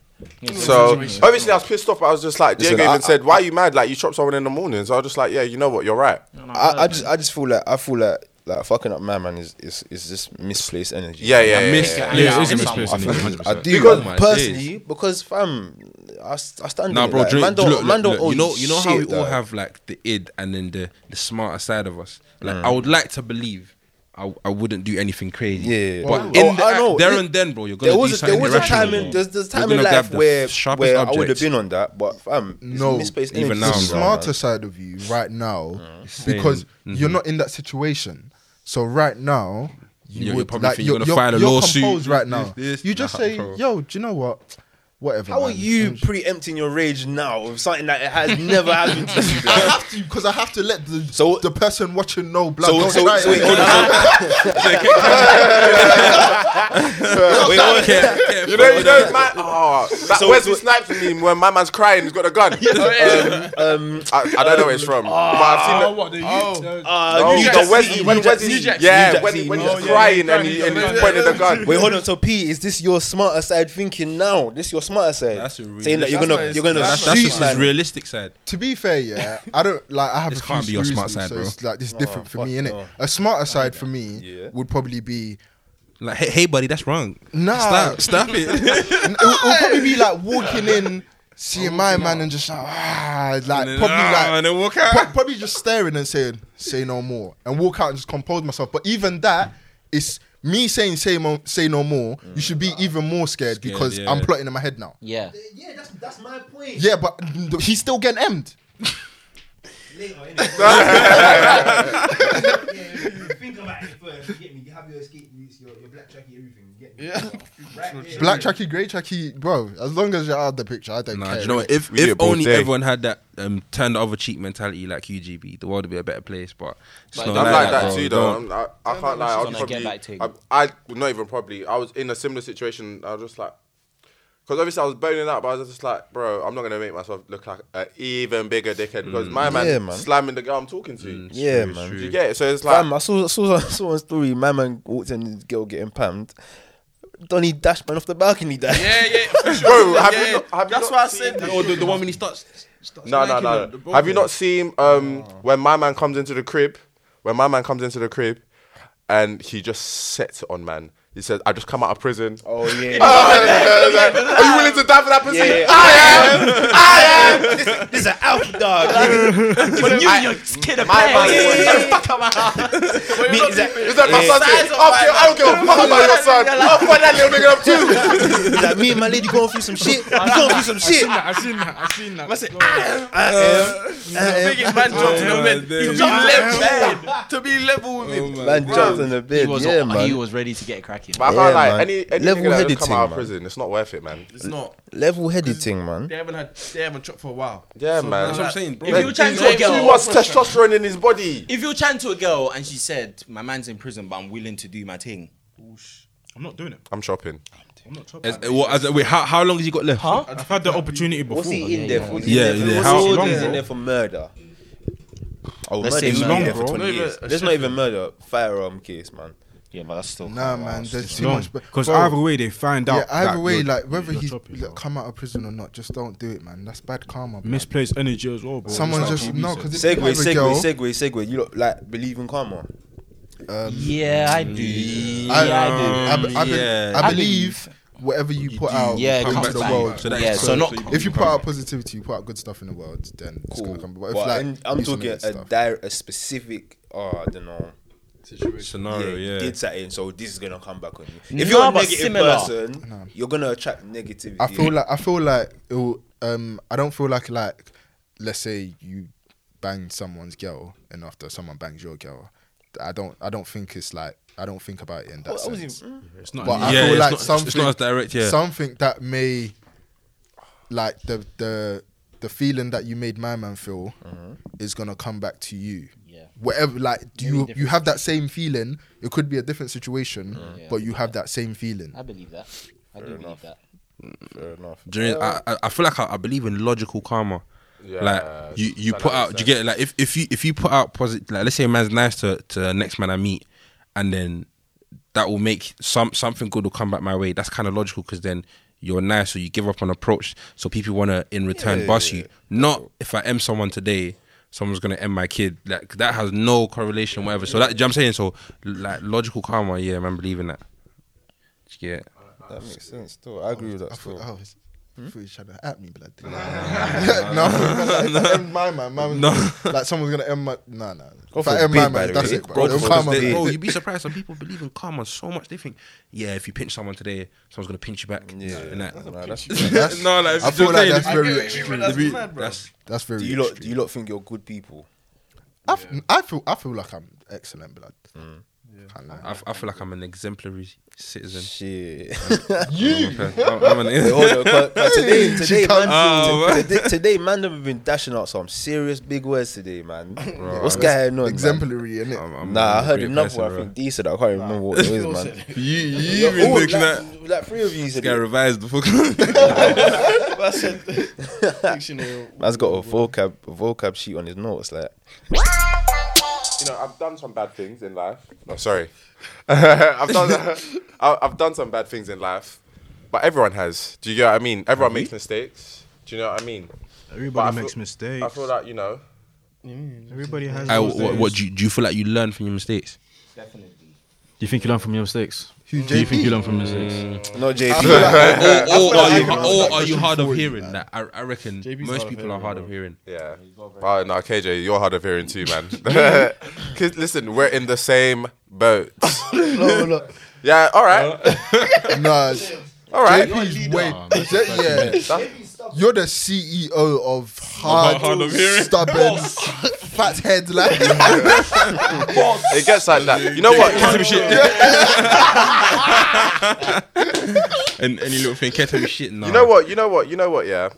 Speaker 6: So obviously I was pissed off, but I was just like Diego
Speaker 9: Listen, I-
Speaker 6: even said, "Why are you mad? Like you chopped someone in the morning." So I was just like, "Yeah, you know what? You're right."
Speaker 9: I, I just I just feel like I feel like like fucking up my man is is is just misplaced energy.
Speaker 6: Yeah, yeah, yeah,
Speaker 4: missed
Speaker 6: yeah,
Speaker 4: it.
Speaker 6: yeah.
Speaker 3: Yeah, it is a
Speaker 5: Yeah,
Speaker 3: misplaced
Speaker 9: I,
Speaker 3: thing,
Speaker 9: I
Speaker 3: 100%.
Speaker 9: do
Speaker 6: Because-
Speaker 9: because personally because fam, I, s- I stand.
Speaker 4: Nah,
Speaker 9: in it,
Speaker 4: bro.
Speaker 9: like,
Speaker 4: Drake,
Speaker 9: man don't,
Speaker 4: look,
Speaker 9: man
Speaker 4: look,
Speaker 9: don't owe
Speaker 4: you know, you know how
Speaker 9: shit,
Speaker 4: we all
Speaker 9: like.
Speaker 4: have like the id and then the the smarter side of us. Like,
Speaker 9: Mm.
Speaker 4: I would like to believe. I, I wouldn't do anything crazy.
Speaker 9: Yeah.
Speaker 4: but
Speaker 9: Wow.
Speaker 4: in
Speaker 9: Oh,
Speaker 4: the,
Speaker 9: I know.
Speaker 4: there
Speaker 9: There-
Speaker 4: and then, bro, you're gonna
Speaker 9: There
Speaker 4: do
Speaker 9: was a,
Speaker 4: something
Speaker 9: there was a
Speaker 4: irrational,
Speaker 9: time in
Speaker 4: bro.
Speaker 9: there's there's
Speaker 4: You're
Speaker 9: time in
Speaker 4: gonna grab
Speaker 9: life
Speaker 4: the
Speaker 9: where
Speaker 4: sharpest
Speaker 9: where I
Speaker 4: objects.
Speaker 9: would have been on that, but fam,
Speaker 7: No,
Speaker 9: no, misplaced
Speaker 4: even
Speaker 9: energy.
Speaker 4: now,
Speaker 7: the
Speaker 4: bro. Mm.
Speaker 7: smarter side of you right now, because
Speaker 4: Mm-hmm.
Speaker 7: you're not in that situation. So right now, you
Speaker 4: You're- you're
Speaker 7: would
Speaker 4: probably
Speaker 7: like
Speaker 4: thinking you're
Speaker 7: you're,
Speaker 4: gonna
Speaker 7: you're,
Speaker 4: file a
Speaker 7: you're
Speaker 4: lawsuit.
Speaker 7: composed right
Speaker 4: This,
Speaker 7: now.
Speaker 4: this,
Speaker 7: you just
Speaker 4: nah,
Speaker 7: say,
Speaker 4: bro.
Speaker 7: "Yo, do you know what? Whatever."
Speaker 9: How are
Speaker 7: man.
Speaker 9: you
Speaker 7: Enjoy."
Speaker 9: preempting your rage now with something that has never happened to you?
Speaker 7: I have to because I have to let the
Speaker 9: So-
Speaker 7: the person watching know. Blood.
Speaker 9: So,
Speaker 7: don't
Speaker 9: so,
Speaker 7: try
Speaker 9: so
Speaker 7: it.
Speaker 9: wait, hold on. so- Wait, hold on.
Speaker 6: You know, you know, my oh, that
Speaker 9: So-
Speaker 6: Wesley
Speaker 9: so-
Speaker 6: Snipes meme when my man's crying, he's got a gun.
Speaker 5: Oh,
Speaker 9: Um,
Speaker 6: I, I don't know where it's from, but
Speaker 4: Ah,
Speaker 6: I've seen the,
Speaker 9: uh,
Speaker 6: oh,
Speaker 9: New
Speaker 6: the
Speaker 9: Jack
Speaker 6: Wesley,
Speaker 9: City,
Speaker 6: when
Speaker 9: New Jack
Speaker 6: Wesley,
Speaker 9: City. New
Speaker 6: yeah,
Speaker 9: Jack
Speaker 6: when,
Speaker 9: City.
Speaker 6: when
Speaker 9: Oh,
Speaker 6: he's
Speaker 9: yeah,
Speaker 6: crying and he and he's pointing the gun.
Speaker 9: Wait, hold on. So P, is this your smarter side thinking now? This your smarter side?
Speaker 4: That's a
Speaker 9: saying that you're
Speaker 2: That's
Speaker 9: gonna
Speaker 2: not
Speaker 9: you're gonna
Speaker 2: his-
Speaker 4: That's,
Speaker 9: shoot
Speaker 4: that's just his
Speaker 9: man.
Speaker 4: realistic side.
Speaker 7: to be fair, yeah, I don't like. I have
Speaker 4: This
Speaker 7: a
Speaker 4: can't
Speaker 7: few
Speaker 4: be your
Speaker 7: screws
Speaker 4: smart
Speaker 7: loose,
Speaker 4: side,
Speaker 7: so
Speaker 4: bro.
Speaker 7: It's like this different for
Speaker 9: fuck
Speaker 7: me, innit?
Speaker 9: no.
Speaker 7: A smarter side for me
Speaker 9: Yeah.
Speaker 7: would probably be
Speaker 4: Like, hey, hey, buddy, that's wrong.
Speaker 7: nah.
Speaker 4: Stop, stop it.
Speaker 7: N- It would, it would probably be like walking in seeing my man and just like, ah, like
Speaker 4: then,
Speaker 7: probably
Speaker 4: "Ah,"
Speaker 7: like
Speaker 4: and then walk out.
Speaker 7: pro- probably just staring and saying, "Say no more," and walk out and just compose myself. But even that, it's me saying, "Say mo- say no more." You should be even more scared, because
Speaker 4: Mm. yeah.
Speaker 7: I'm plotting in my head now.
Speaker 5: Yeah.
Speaker 10: Yeah, that's that's my point.
Speaker 7: Yeah, but he's still getting emmed.
Speaker 10: Later, innit? yeah, you think about it first. You get me? You have your escape routes, your, your black trackie, everything. You get me?
Speaker 2: Yeah.
Speaker 10: Right there.
Speaker 7: Black tracky, grey tracky, bro. As long as you're out of the picture, I don't
Speaker 4: Nah,
Speaker 7: care.
Speaker 4: do you know what? If,
Speaker 9: We
Speaker 4: if
Speaker 9: did both
Speaker 4: only
Speaker 9: day.
Speaker 4: everyone had that um, turn the other cheek mentality like QGB, the world would be a better place. But it's
Speaker 5: But
Speaker 4: not
Speaker 5: don't
Speaker 6: I'm
Speaker 4: like,
Speaker 6: like
Speaker 4: that,
Speaker 6: that
Speaker 4: bro.
Speaker 6: too, though.
Speaker 4: Don't.
Speaker 6: I'm, I, I can't lie. I
Speaker 5: on
Speaker 6: was
Speaker 5: a
Speaker 6: probably,
Speaker 5: get-back thing.
Speaker 6: I, I not even probably. I was in a similar situation. I was just like, because obviously I was burning out, but I was just like, bro, I'm not gonna make myself look like an even bigger dickhead because my man,
Speaker 9: Yeah, man.
Speaker 6: slamming the girl I'm talking to.
Speaker 9: Yeah,
Speaker 4: It's
Speaker 9: man.
Speaker 6: Do
Speaker 4: true.
Speaker 6: you get it? So it's like,
Speaker 9: Fam, I saw, saw, saw a story. My man walked in, this girl getting pammed. Donnie dashed man off the balcony. That
Speaker 4: Yeah, yeah.
Speaker 6: bro, have you not, have
Speaker 4: That's
Speaker 6: you not
Speaker 4: why I
Speaker 6: seen-
Speaker 4: said that. Or Oh, the, the one when he starts. starts
Speaker 6: No, no,
Speaker 4: smacking
Speaker 6: no.
Speaker 4: him, the
Speaker 6: no.
Speaker 4: bro
Speaker 6: Have you
Speaker 4: there.
Speaker 6: not seen um when my man comes into the crib? When my man comes into the crib, and he just sets it on man. He says, "I just come out of prison." Oh yeah. Are you willing to die for that pussy?
Speaker 9: this is an alpha dog.
Speaker 5: But you and your kid are
Speaker 6: My man-
Speaker 9: Me, he's, like,
Speaker 6: Is that my son? I'll kill. I'll kill. I'll kill your son. I'll fuck that little nigga up too.
Speaker 9: he's like, me and my lady going through some shit. We going through some shit.
Speaker 2: I seen that. I seen that. I seen that.
Speaker 9: Uh,
Speaker 3: biggest man dropped in the
Speaker 4: man,
Speaker 3: bed.
Speaker 4: there
Speaker 3: He
Speaker 4: we
Speaker 3: jumped left to be level with him.
Speaker 9: Man jumped on the
Speaker 5: He
Speaker 9: bed.
Speaker 5: was,
Speaker 9: Yeah,
Speaker 5: he
Speaker 9: man.
Speaker 5: was ready to get cracking.
Speaker 6: But I
Speaker 9: Yeah,
Speaker 6: can't lie.
Speaker 9: man.
Speaker 6: Any any nigga that
Speaker 9: Level-headed
Speaker 6: just come out
Speaker 9: thing,
Speaker 6: of
Speaker 9: man.
Speaker 6: prison, it's not worth it, man.
Speaker 3: It's not.
Speaker 9: Level-headed thing, man.
Speaker 2: They haven't had. They haven't chopped for a while.
Speaker 6: Yeah,
Speaker 4: That's what I'm
Speaker 6: man.
Speaker 4: saying, bro.
Speaker 5: If you were chatting to a
Speaker 6: Too
Speaker 5: girl,
Speaker 6: much testosterone in his body.
Speaker 5: if you were chatting to a girl and she said, "My man's in prison, but I'm willing to do my thing,"
Speaker 3: I'm not doing it.
Speaker 6: I'm shopping.
Speaker 3: I'm not chopping.
Speaker 4: As, well, as, wait, how, how long has he got left?
Speaker 5: huh?
Speaker 3: I've had the opportunity before.
Speaker 9: What's he in there for?
Speaker 4: Yeah,
Speaker 9: What's
Speaker 4: yeah,
Speaker 9: he
Speaker 4: how
Speaker 9: in
Speaker 3: long,
Speaker 9: there- he's
Speaker 3: bro?
Speaker 9: in there for murder. Oh,
Speaker 5: Let's
Speaker 9: murder
Speaker 5: say
Speaker 9: is
Speaker 5: long,
Speaker 9: there
Speaker 3: bro.
Speaker 9: for 20
Speaker 3: Not even
Speaker 9: years.
Speaker 3: a
Speaker 9: That's not even murder. Firearm case, man.
Speaker 5: Yeah, but that's still
Speaker 7: Nah, man. There's too much. but-
Speaker 3: Because
Speaker 7: bro,
Speaker 3: either way, they find out.
Speaker 7: yeah, either
Speaker 3: that
Speaker 7: way,
Speaker 3: you're-
Speaker 7: like whether
Speaker 3: you're
Speaker 7: he's
Speaker 3: chopping,
Speaker 7: like,
Speaker 3: bro.
Speaker 7: come out of prison or not, just don't do it, man. That's bad karma. Bro.
Speaker 3: misplaced energy as well, bro.
Speaker 7: Someone
Speaker 3: It's like
Speaker 7: just
Speaker 3: GB
Speaker 7: no,
Speaker 3: said.
Speaker 7: because
Speaker 9: Segway, segway, segway, segway. You look like believe in karma.
Speaker 5: Yeah, I do. Yeah, I,
Speaker 7: I,
Speaker 5: do.
Speaker 7: be- I, be-
Speaker 4: yeah.
Speaker 7: I
Speaker 5: I
Speaker 7: believe whatever you, put out
Speaker 5: yeah, it
Speaker 7: comes
Speaker 5: comes
Speaker 7: to the
Speaker 5: back.
Speaker 7: world.
Speaker 5: So that- Yeah, so not-
Speaker 7: if you put out positivity, you put out good stuff in the world, then it's
Speaker 9: Cool.
Speaker 7: gonna come. But if,
Speaker 9: But
Speaker 7: like,
Speaker 9: I'm- I'm
Speaker 7: you do
Speaker 9: talking
Speaker 7: some
Speaker 5: uh,
Speaker 9: a,
Speaker 7: good stuff-
Speaker 9: dire, a specific. Oh, I don't know.
Speaker 4: scenario,
Speaker 9: you
Speaker 4: Oh, yeah.
Speaker 9: did something, so this is gonna come back on you.
Speaker 5: No,
Speaker 9: If you're a
Speaker 5: but
Speaker 9: negative
Speaker 5: similar.
Speaker 9: person, you're gonna attract negativity.
Speaker 7: I feel like I feel like it'll, um I don't feel like like let's say you bang someone's girl and after someone bangs your girl, I don't I don't think it's like I don't think about it in that
Speaker 9: I was
Speaker 7: sense.
Speaker 3: It's not.
Speaker 7: But I
Speaker 4: Yeah,
Speaker 7: feel
Speaker 4: it's
Speaker 7: like
Speaker 4: not- it's
Speaker 7: something
Speaker 4: not as direct, yeah.
Speaker 7: Something that may like the the the feeling that you made my man feel is gonna come back to you.
Speaker 5: Yeah.
Speaker 7: Whatever like do you you have that same feeling, it could be a different situation, but you have that same feeling.
Speaker 5: believe that. I do believe that.
Speaker 9: Fair enough.
Speaker 4: Do you know, I, I I feel like I, I believe in logical karma.
Speaker 6: Yeah,
Speaker 4: like you, you
Speaker 6: that
Speaker 4: put
Speaker 6: makes
Speaker 4: out, do you get it? like if, if you if you put out positive, like let's say a man's nice to to the next man I meet, and then that will make some something good will come back my way. That's kind of logical because then you're nice, so you give up on approach, so people want to in return bust you. Not if I am someone today, someone's gonna end my kid. Like that has no correlation, whatever. So that do you know what I'm saying. So like logical karma, yeah, man, believe in that. Do you get it?
Speaker 9: That makes sense. Still, I agree with that.
Speaker 7: I thought,
Speaker 9: Still.
Speaker 7: oh, it's, I thought you trying to at me, blood. no, no, no. my man, my man, like someone's gonna end my, no, no. If I end my man, that's it, bro. It'll come
Speaker 4: Because they-
Speaker 7: up.
Speaker 4: bro, you'd be surprised. Some people believe in karma so much. They think, yeah, if you pinch someone today, someone's gonna pinch you back. Yeah, and that.
Speaker 9: Nah, that's-
Speaker 7: That's-
Speaker 4: no, like,
Speaker 7: I
Speaker 4: it's
Speaker 7: feel
Speaker 4: just
Speaker 7: like
Speaker 4: saying,
Speaker 7: that's
Speaker 4: if
Speaker 7: very
Speaker 4: you-
Speaker 7: extreme.
Speaker 4: if you-
Speaker 2: mad, bro.
Speaker 4: that's-
Speaker 7: That's very
Speaker 9: do you lot? Do
Speaker 7: extreme.
Speaker 9: you lot think you're good people?
Speaker 7: I f- I feel, I feel like I'm excellent, blood. Can't lie.
Speaker 4: I, f- I feel like I'm an exemplary citizen.
Speaker 9: Shit.
Speaker 4: You, I'm, I'm
Speaker 9: Wait,
Speaker 4: an,
Speaker 9: hold on, but, but today, today, man,
Speaker 4: Oh,
Speaker 9: t- today, today, man, have been dashing out some serious big words today, man. What's guy know?
Speaker 7: Exemplary, innit?
Speaker 4: I'm,
Speaker 9: Man?
Speaker 4: I'm
Speaker 9: Nah, I
Speaker 4: a
Speaker 9: heard
Speaker 4: great
Speaker 9: another
Speaker 4: person,
Speaker 9: one. I
Speaker 4: bro.
Speaker 9: think D said it, I can't remember what it was, man.
Speaker 4: You, you been
Speaker 9: Oh,
Speaker 4: looking at
Speaker 9: like, like three of you said.
Speaker 4: guy
Speaker 9: it.
Speaker 4: revised the fuck.
Speaker 2: Dictionary.
Speaker 9: Man's got a vocab, a vocab sheet on his notes, like.
Speaker 6: you know, I've done some bad things in life. No, sorry. I've done I- I've done some bad things in life, but everyone has. Do you get what I mean? Everyone makes mistakes. Do you know what I mean? But I
Speaker 3: Everybody
Speaker 6: feel-
Speaker 3: makes mistakes.
Speaker 6: I feel that you know.
Speaker 2: Mm.
Speaker 3: Everybody has.
Speaker 4: I,
Speaker 3: those
Speaker 4: what,
Speaker 3: days.
Speaker 4: what do you, do you feel like you learn from your mistakes?
Speaker 5: Definitely.
Speaker 3: you think you learn from your mistakes?
Speaker 7: Who,
Speaker 3: Do you think
Speaker 7: JP?
Speaker 3: you learn from mistakes?
Speaker 9: No,
Speaker 4: or,
Speaker 9: JP.
Speaker 4: or
Speaker 6: what
Speaker 4: are
Speaker 6: I
Speaker 4: you,
Speaker 6: think.
Speaker 4: or are you hard of hearing? That I, I reckon
Speaker 2: JB's hard
Speaker 4: most
Speaker 2: of
Speaker 4: people are
Speaker 2: hearing,
Speaker 4: hard of hearing.
Speaker 6: Yeah. Oh, no, KJ, you're hard of hearing too, man. Because listen, we're in the same boat.
Speaker 7: No, no,
Speaker 6: Yeah, all right.
Speaker 7: no.
Speaker 6: All right.
Speaker 7: JP's way. Yeah, you're the CEO of hard,
Speaker 3: hard of hearing.
Speaker 7: stubborn, fat head. Like,
Speaker 6: It gets like that. You know what?
Speaker 4: And any little thing, Keto is shit. Nah.
Speaker 6: You know what? You know what? You know what? Yeah.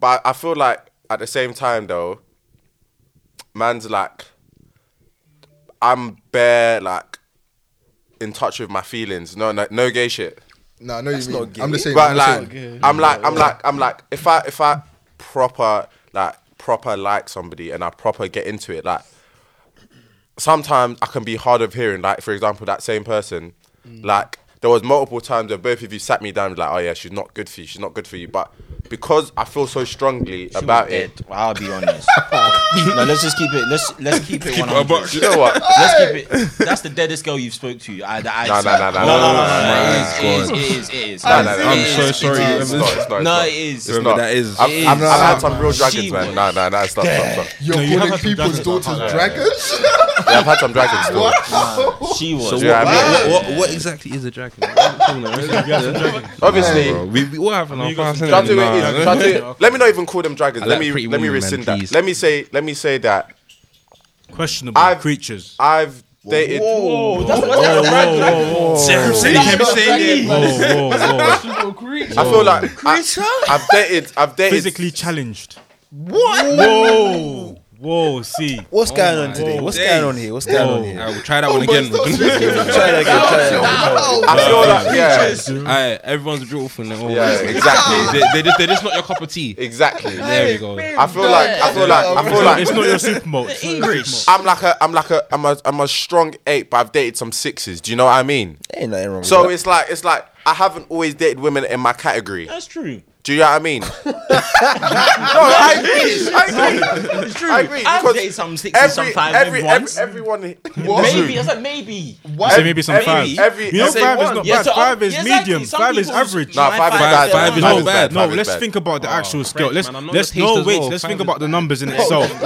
Speaker 6: But I feel like at the same time though, man's like, I'm bare like in touch with my feelings. No, no, no gay shit.
Speaker 7: no, I know you mean. I'm the same.
Speaker 6: But
Speaker 7: I'm the
Speaker 6: like, I'm like, I'm like, I'm like, if I if I proper like proper like somebody and I proper get into it, like sometimes I can be hard of hearing. Like for example, that same person, like there was multiple times where both of you sat me down and was like, oh yeah, she's not good for you, she's not good for you, but because I feel so strongly about it,
Speaker 5: Dead. I'll be honest. no, let's just keep it. Let's let's keep it. 100.
Speaker 6: you know what?
Speaker 5: Let's keep it. That's the deadest girl you've spoke to. I, I,
Speaker 6: No, no, no, no,
Speaker 5: no, no, no,
Speaker 6: no,
Speaker 5: It is, it is, it is, it is.
Speaker 6: No, no, no,
Speaker 5: It
Speaker 6: I'm
Speaker 5: is,
Speaker 6: so
Speaker 5: it
Speaker 4: sorry,
Speaker 5: is.
Speaker 6: It's not, it's not,
Speaker 5: No,
Speaker 6: it's
Speaker 5: it is.
Speaker 6: not. It's
Speaker 4: Remember
Speaker 6: not.
Speaker 4: that is.
Speaker 6: I've,
Speaker 5: It
Speaker 6: I've,
Speaker 5: is.
Speaker 6: I've had some real
Speaker 5: She
Speaker 6: dragons, man.
Speaker 5: was.
Speaker 6: No, no, no, stop, stop, stop.
Speaker 7: You're
Speaker 3: No, you have
Speaker 7: calling
Speaker 3: had some
Speaker 7: people's
Speaker 3: dragons,
Speaker 7: daughters
Speaker 3: like,
Speaker 7: dragons?
Speaker 6: Yeah, I've had some dragons still.
Speaker 5: She was.
Speaker 4: So
Speaker 6: Yeah,
Speaker 4: what,
Speaker 6: I mean-
Speaker 4: what, what, what exactly is a dragon?
Speaker 6: Obviously,
Speaker 4: Bro, we, we all have an
Speaker 3: you got
Speaker 4: alpha.
Speaker 3: some
Speaker 6: Try to-
Speaker 4: Nah.
Speaker 6: it is- try to- Let me not even call them dragons.
Speaker 4: I
Speaker 6: let
Speaker 4: like
Speaker 6: me
Speaker 4: pretty
Speaker 6: let me
Speaker 4: women, man,
Speaker 6: rescind that.
Speaker 4: please.
Speaker 6: Let me say let me say that
Speaker 3: Questionable
Speaker 6: I've-
Speaker 3: creatures.
Speaker 6: I've dated.
Speaker 3: Whoa, whoa, whoa.
Speaker 4: Seriously, have you seen it?
Speaker 3: Whoa, whoa, whoa.
Speaker 6: I feel like I, I've dated. I've dated.
Speaker 3: physically challenged. What? Whoa, whoa, see.
Speaker 9: What's going on today? What's
Speaker 4: Days.
Speaker 9: going on here? What's going on here?
Speaker 4: I will Oh, try that one again.
Speaker 9: Try it again, try it again.
Speaker 6: I feel like yeah,
Speaker 4: Alright, everyone's beautiful now.
Speaker 6: yeah, exactly,
Speaker 4: They, they just, they're just not your cup of tea.
Speaker 6: exactly.
Speaker 4: There we go.
Speaker 6: I feel like I feel like I feel
Speaker 3: It's
Speaker 6: like
Speaker 3: not your super malt. It's not your super
Speaker 6: I'm like a I'm like a I'm a I'm a strong eight, but I've dated some sixes. Do you know what I mean?
Speaker 9: Ain't nothing wrong with
Speaker 6: So
Speaker 9: that.
Speaker 6: it's like it's like I haven't always dated women in my category.
Speaker 5: That's true.
Speaker 6: Do you know what I mean? no, I agree. I agree.
Speaker 5: It's true.
Speaker 6: I agree,
Speaker 5: I've
Speaker 6: because
Speaker 5: dated some sixes, some
Speaker 6: Every,
Speaker 5: fives,
Speaker 6: every,
Speaker 5: and
Speaker 6: every,
Speaker 5: ones.
Speaker 6: everyone.
Speaker 5: Maybe. I said maybe.
Speaker 3: malt. Say maybe some
Speaker 6: every-
Speaker 3: fives.
Speaker 6: every-
Speaker 3: you know,
Speaker 6: say
Speaker 3: five is
Speaker 6: one.
Speaker 3: not
Speaker 5: Yeah,
Speaker 3: bad.
Speaker 5: so, oh,
Speaker 3: five is
Speaker 5: yeah, exactly.
Speaker 3: medium.
Speaker 5: Some
Speaker 3: Five is
Speaker 5: people's-
Speaker 3: average.
Speaker 6: Nah,
Speaker 5: My
Speaker 6: five is
Speaker 5: five
Speaker 6: bad.
Speaker 5: is
Speaker 6: Five
Speaker 4: bad.
Speaker 6: is not bad.
Speaker 3: No,
Speaker 6: Five is
Speaker 3: let's
Speaker 6: bad.
Speaker 3: think about the actual scale. Let's
Speaker 4: man, I'm not
Speaker 3: let's
Speaker 4: the taste
Speaker 3: no
Speaker 4: as
Speaker 3: wait.
Speaker 4: well.
Speaker 3: Let's
Speaker 4: Five
Speaker 3: think
Speaker 4: is-
Speaker 3: about the numbers in itself.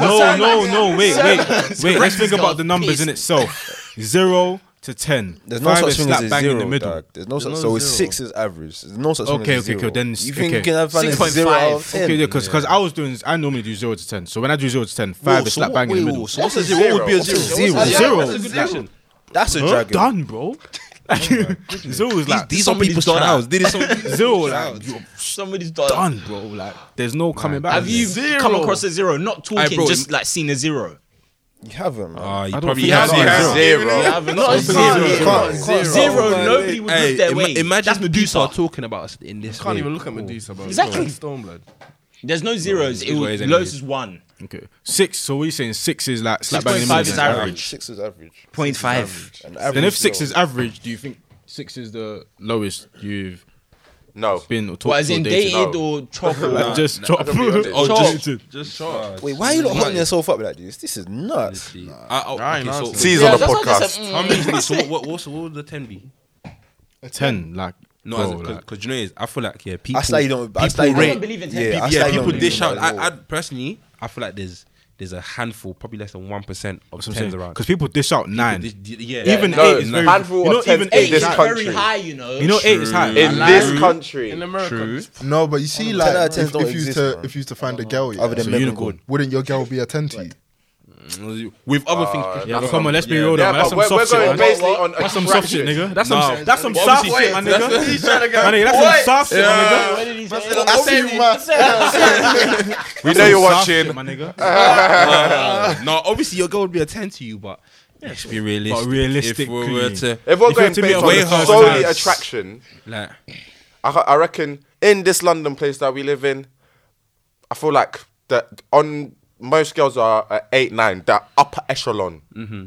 Speaker 3: No, no, no. Wait, wait, wait. Let's think about the numbers in itself. Zero to ten.
Speaker 9: There's no
Speaker 3: Five
Speaker 9: such
Speaker 3: is
Speaker 9: thing as a
Speaker 3: slap bang
Speaker 9: zero.
Speaker 3: in the middle.
Speaker 9: dog. There's no such. so it's six is average. There's no such
Speaker 3: Okay,
Speaker 9: thing
Speaker 3: okay,
Speaker 9: as a zero.
Speaker 3: okay, then
Speaker 9: you
Speaker 3: s-
Speaker 9: think
Speaker 3: okay.
Speaker 9: you can have a zero
Speaker 5: 6.5.
Speaker 9: out of ten?
Speaker 3: Okay, yeah, because I was doing, I normally do zero to ten. So when I do zero to ten, five is slap bang in the middle.
Speaker 4: So what's a zero? What would be a zero?
Speaker 9: Zero.
Speaker 3: Zero,
Speaker 9: That's a
Speaker 3: Huh?
Speaker 9: dragon.
Speaker 3: done, bro. Zero is like
Speaker 4: These are people's trials. These are some people's
Speaker 3: zero, like you're
Speaker 5: Somebody's done.
Speaker 3: done, bro. Like there's no coming back.
Speaker 5: Have you come across a zero? Not talking,
Speaker 4: bro,
Speaker 5: just like seeing a zero.
Speaker 9: You haven't. man.
Speaker 4: Ah, you
Speaker 3: don't
Speaker 4: probably
Speaker 3: think
Speaker 4: have
Speaker 3: I've got
Speaker 4: zero.
Speaker 6: Zero.
Speaker 5: Not zero. Zero. Nobody would
Speaker 4: Hey,
Speaker 5: look their
Speaker 4: ima-
Speaker 5: way.
Speaker 4: imagine
Speaker 5: That's
Speaker 4: the dudes
Speaker 5: Medusa.
Speaker 4: are talking about us in this.
Speaker 2: Can't
Speaker 4: way.
Speaker 2: even look at Medusa, bro.
Speaker 5: Exactly.
Speaker 2: Stone blood.
Speaker 5: There's no zeros. It
Speaker 4: It's what
Speaker 5: was
Speaker 4: it is
Speaker 5: lowest
Speaker 4: anyways.
Speaker 5: is one.
Speaker 3: Okay, six. So what are you saying? Six is like slap bang in the
Speaker 5: 6.5
Speaker 3: middle.
Speaker 5: is
Speaker 3: Then
Speaker 5: average.
Speaker 9: Six is average.
Speaker 5: 0.5.
Speaker 9: An average
Speaker 3: if six
Speaker 9: zero.
Speaker 3: is average, do you think six is the lowest you've
Speaker 6: No.
Speaker 3: been or talked
Speaker 5: What, as
Speaker 3: or
Speaker 5: in
Speaker 3: dated?
Speaker 5: dated or trouble?
Speaker 3: Like, just chop.
Speaker 4: Oh,
Speaker 5: Chop.
Speaker 4: just, just chop.
Speaker 9: Wait, why are you not holding yourself up like this? This is nuts.
Speaker 4: I, oh, okay, so,
Speaker 6: C's
Speaker 5: Yeah,
Speaker 6: on the
Speaker 5: that's what I
Speaker 6: podcast.
Speaker 5: just said, mm.
Speaker 4: how many? So what? What, what's, what would the ten be?
Speaker 3: Ten, like
Speaker 4: No,
Speaker 3: bro,
Speaker 4: as because
Speaker 3: like,
Speaker 4: you know, it is, I feel like yeah, people.
Speaker 9: I slightly don't. I
Speaker 4: people
Speaker 9: slightly
Speaker 4: rate-
Speaker 5: I don't believe in ten.
Speaker 9: Yeah,
Speaker 4: yeah,
Speaker 9: I slightly
Speaker 4: people
Speaker 9: don't
Speaker 4: dish
Speaker 9: believe
Speaker 4: out.
Speaker 9: in that at
Speaker 4: I, I
Speaker 9: all.
Speaker 4: personally, I feel like there's there's a handful, probably less than one percent of
Speaker 3: that's what I'm
Speaker 4: tens
Speaker 3: saying.
Speaker 4: around.
Speaker 3: 'Cause people dish out nine.
Speaker 4: Dish- yeah,
Speaker 3: even
Speaker 6: No,
Speaker 3: eight is very.
Speaker 6: handful
Speaker 3: you know,
Speaker 6: of tens
Speaker 3: even
Speaker 6: in
Speaker 3: eight
Speaker 5: Eight
Speaker 3: is
Speaker 5: is
Speaker 6: this
Speaker 3: high.
Speaker 6: country.
Speaker 5: very high, you know.
Speaker 3: You know, eight is high.
Speaker 6: In
Speaker 3: Like,
Speaker 6: this country.
Speaker 4: true.
Speaker 7: No, but you see,
Speaker 9: Ten out of
Speaker 7: like,
Speaker 9: tens
Speaker 7: if,
Speaker 9: don't
Speaker 7: if you
Speaker 9: exist,
Speaker 7: to
Speaker 9: man.
Speaker 7: if you to find a girl, yeah,
Speaker 9: Other than
Speaker 3: So
Speaker 9: men
Speaker 3: unicorn.
Speaker 7: wouldn't your girl be a ten to you?
Speaker 4: With other
Speaker 2: Uh,
Speaker 4: things.
Speaker 3: Yeah, but come on, let's be
Speaker 4: Yeah.
Speaker 3: real. though, man.
Speaker 6: Yeah,
Speaker 3: That's
Speaker 6: but
Speaker 3: some
Speaker 6: we're, we're
Speaker 3: soft shit.
Speaker 6: going
Speaker 3: man.
Speaker 6: basically on
Speaker 3: That's some soft shit, nigga. That's some
Speaker 4: No.
Speaker 3: that's some
Speaker 4: Well,
Speaker 3: soft
Speaker 4: obviously,
Speaker 3: shit, my
Speaker 4: that's-
Speaker 3: nigga. My nigga, That's some soft shit, my nigga.
Speaker 7: I see you, man.
Speaker 3: That's
Speaker 6: We know
Speaker 3: some
Speaker 6: you're
Speaker 3: soft shit,
Speaker 6: watching.
Speaker 3: my nigga.
Speaker 4: no, Uh, obviously your girl would be a ten to you, but let's be realistic.
Speaker 3: But realistically-
Speaker 4: if we were to,
Speaker 6: If we're
Speaker 3: If
Speaker 6: going
Speaker 3: you're to be
Speaker 6: based
Speaker 3: away
Speaker 6: on
Speaker 3: half
Speaker 6: solely
Speaker 3: an hour.
Speaker 6: attraction,
Speaker 4: like,
Speaker 6: I, I reckon in this London place that we live in, I feel like that on most girls are at eight nine. That upper echelon. Mm-hmm.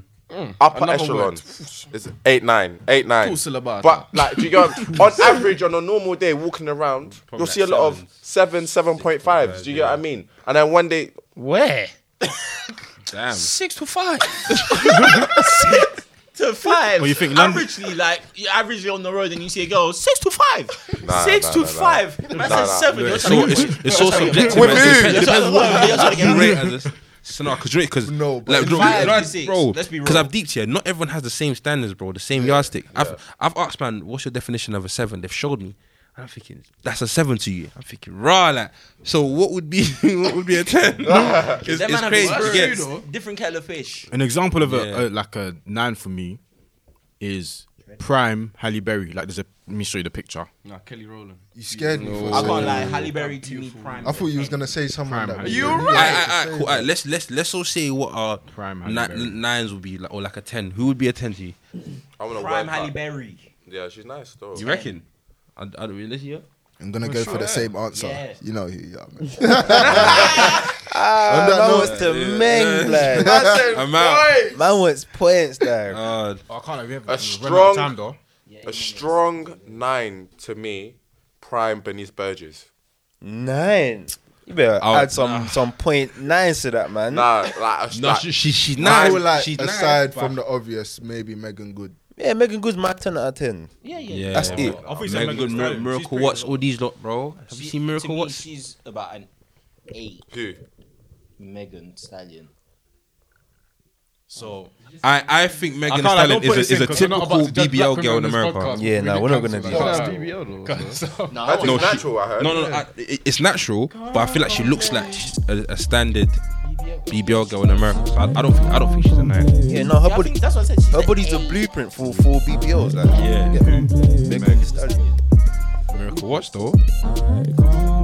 Speaker 6: Upper echelon is eight nine, eight nine.
Speaker 2: Two syllables.
Speaker 6: But like, do you go on average on a normal day walking around, you'll see a
Speaker 4: like
Speaker 6: lot of seven, seven point fives. Do you get what I mean? And then one day,
Speaker 5: Where?
Speaker 4: damn,
Speaker 5: Six to five. to five.
Speaker 3: Well, you think London-
Speaker 5: averagely, like you averagely on the road, and you see a girl six to five,
Speaker 6: Nah,
Speaker 5: six
Speaker 6: nah,
Speaker 5: to
Speaker 6: nah, nah.
Speaker 5: five. The man
Speaker 6: Nah,
Speaker 5: says
Speaker 6: nah.
Speaker 5: seven. You're
Speaker 4: It's
Speaker 5: trying
Speaker 4: so,
Speaker 5: to get-
Speaker 4: it's, it's so subjective.
Speaker 6: With
Speaker 4: man. It
Speaker 6: who?
Speaker 4: depends- It
Speaker 5: You're trying to-
Speaker 4: depends what
Speaker 5: you're trying to get-
Speaker 4: you rate as a scenario. Cause, rate- cause
Speaker 7: No, but
Speaker 4: like,
Speaker 7: it's
Speaker 4: bro,
Speaker 5: five
Speaker 4: you know,
Speaker 5: to six.
Speaker 4: bro,
Speaker 5: Let's be
Speaker 4: Because
Speaker 5: real.
Speaker 4: I've deeped here. Not everyone has the same standards, bro. The same yardstick. I've I've asked man, what's your definition of a seven? They've showed me. And I'm thinking that's a seven to you. I'm thinking rah, like so. What would be what would be a ten? it's,
Speaker 5: That
Speaker 4: it's
Speaker 5: man have
Speaker 4: crazy.
Speaker 5: a
Speaker 4: It
Speaker 5: worse
Speaker 4: gets-
Speaker 5: food, though. different kettle of fish.
Speaker 3: An example of a,
Speaker 4: Yeah.
Speaker 3: a like a nine for me is prime Halle Berry. Like there's a let me show you the picture.
Speaker 2: Nah, Kelly Rowland.
Speaker 7: You scared me. For a
Speaker 5: I can't
Speaker 7: second.
Speaker 5: lie, Halle Berry to me prime.
Speaker 7: I thought you was gonna say
Speaker 3: Prime
Speaker 7: someone that.
Speaker 3: Halle Berry.
Speaker 4: All right, all right, cool. All right, let's let's let's all say what our
Speaker 3: Prime Halle
Speaker 4: ni-
Speaker 3: Berry.
Speaker 4: nines would be like, or like a ten. Who would be a ten to you?
Speaker 6: I want to
Speaker 5: prime
Speaker 6: work
Speaker 5: Halle
Speaker 6: out.
Speaker 5: Berry.
Speaker 6: Yeah, she's nice though.
Speaker 4: You reckon? I, I don't really hear.
Speaker 7: I'm gonna go for the same answer.
Speaker 5: Yeah.
Speaker 7: You know who you are, man.
Speaker 9: Ah,
Speaker 7: On that
Speaker 9: man
Speaker 7: note-
Speaker 9: wants to ming, blood.
Speaker 4: I'm out.
Speaker 9: Man wants points, though.
Speaker 4: Uh,
Speaker 3: Oh, I can't. Like, we have
Speaker 6: A
Speaker 3: out
Speaker 6: strong-
Speaker 3: of time though.
Speaker 6: A strong nine to me, prime Bernice Burgess.
Speaker 9: Nine. You better
Speaker 4: Oh,
Speaker 9: add some some point nines to that, man.
Speaker 6: Nah, like, a,
Speaker 4: no,
Speaker 6: like
Speaker 4: she, she, she's
Speaker 7: I
Speaker 4: nine.
Speaker 7: would like
Speaker 4: she's
Speaker 7: aside from the obvious, maybe Megan Good.
Speaker 9: Yeah, Megan Good's my ten out of ten.
Speaker 5: Yeah, yeah.
Speaker 4: Yeah,
Speaker 9: That's it.
Speaker 3: I thought you said
Speaker 4: Megan
Speaker 3: Megan
Speaker 4: Good, Mir-
Speaker 3: Thee Stallion. She's
Speaker 4: Miracle
Speaker 3: pretty
Speaker 4: Watch,
Speaker 3: as
Speaker 4: all these lot, bro. Have you
Speaker 5: She-
Speaker 4: seen
Speaker 5: to
Speaker 4: Miracle
Speaker 5: me,
Speaker 4: Watch?
Speaker 5: She's about an eight.
Speaker 6: who?
Speaker 5: Megan Stallion.
Speaker 3: So
Speaker 4: I, I think Megan Thee
Speaker 3: can't, like, don't
Speaker 4: Stallion
Speaker 3: put
Speaker 4: is
Speaker 3: it
Speaker 4: a, is
Speaker 3: in
Speaker 4: a
Speaker 3: 'cause we're not
Speaker 4: typical
Speaker 3: about to judge black
Speaker 4: BBL
Speaker 3: women
Speaker 4: girl in
Speaker 3: on this
Speaker 4: America.
Speaker 3: podcast.
Speaker 9: Yeah,
Speaker 3: We
Speaker 9: nah,
Speaker 3: did
Speaker 9: we're not gonna
Speaker 3: cancel
Speaker 9: do
Speaker 2: Oh,
Speaker 9: that.
Speaker 2: nah,
Speaker 9: so-
Speaker 2: BBL though. so-
Speaker 5: No,
Speaker 6: That's
Speaker 4: No, she-
Speaker 6: natural, I heard.
Speaker 4: No, no, no. I, it- it's natural, but I feel like she looks like she's a, a standard BBL girl in America. So I, I don't think I don't think she's a nine.
Speaker 9: Yeah, no, her
Speaker 5: Yeah, I
Speaker 9: body,
Speaker 5: think that's what I said. She's
Speaker 9: her
Speaker 5: an
Speaker 9: body's a
Speaker 5: eight.
Speaker 9: blueprint for for BBLs. Like,
Speaker 4: Yeah.
Speaker 9: Megan Thee Stallion.
Speaker 4: Miracle Watch though.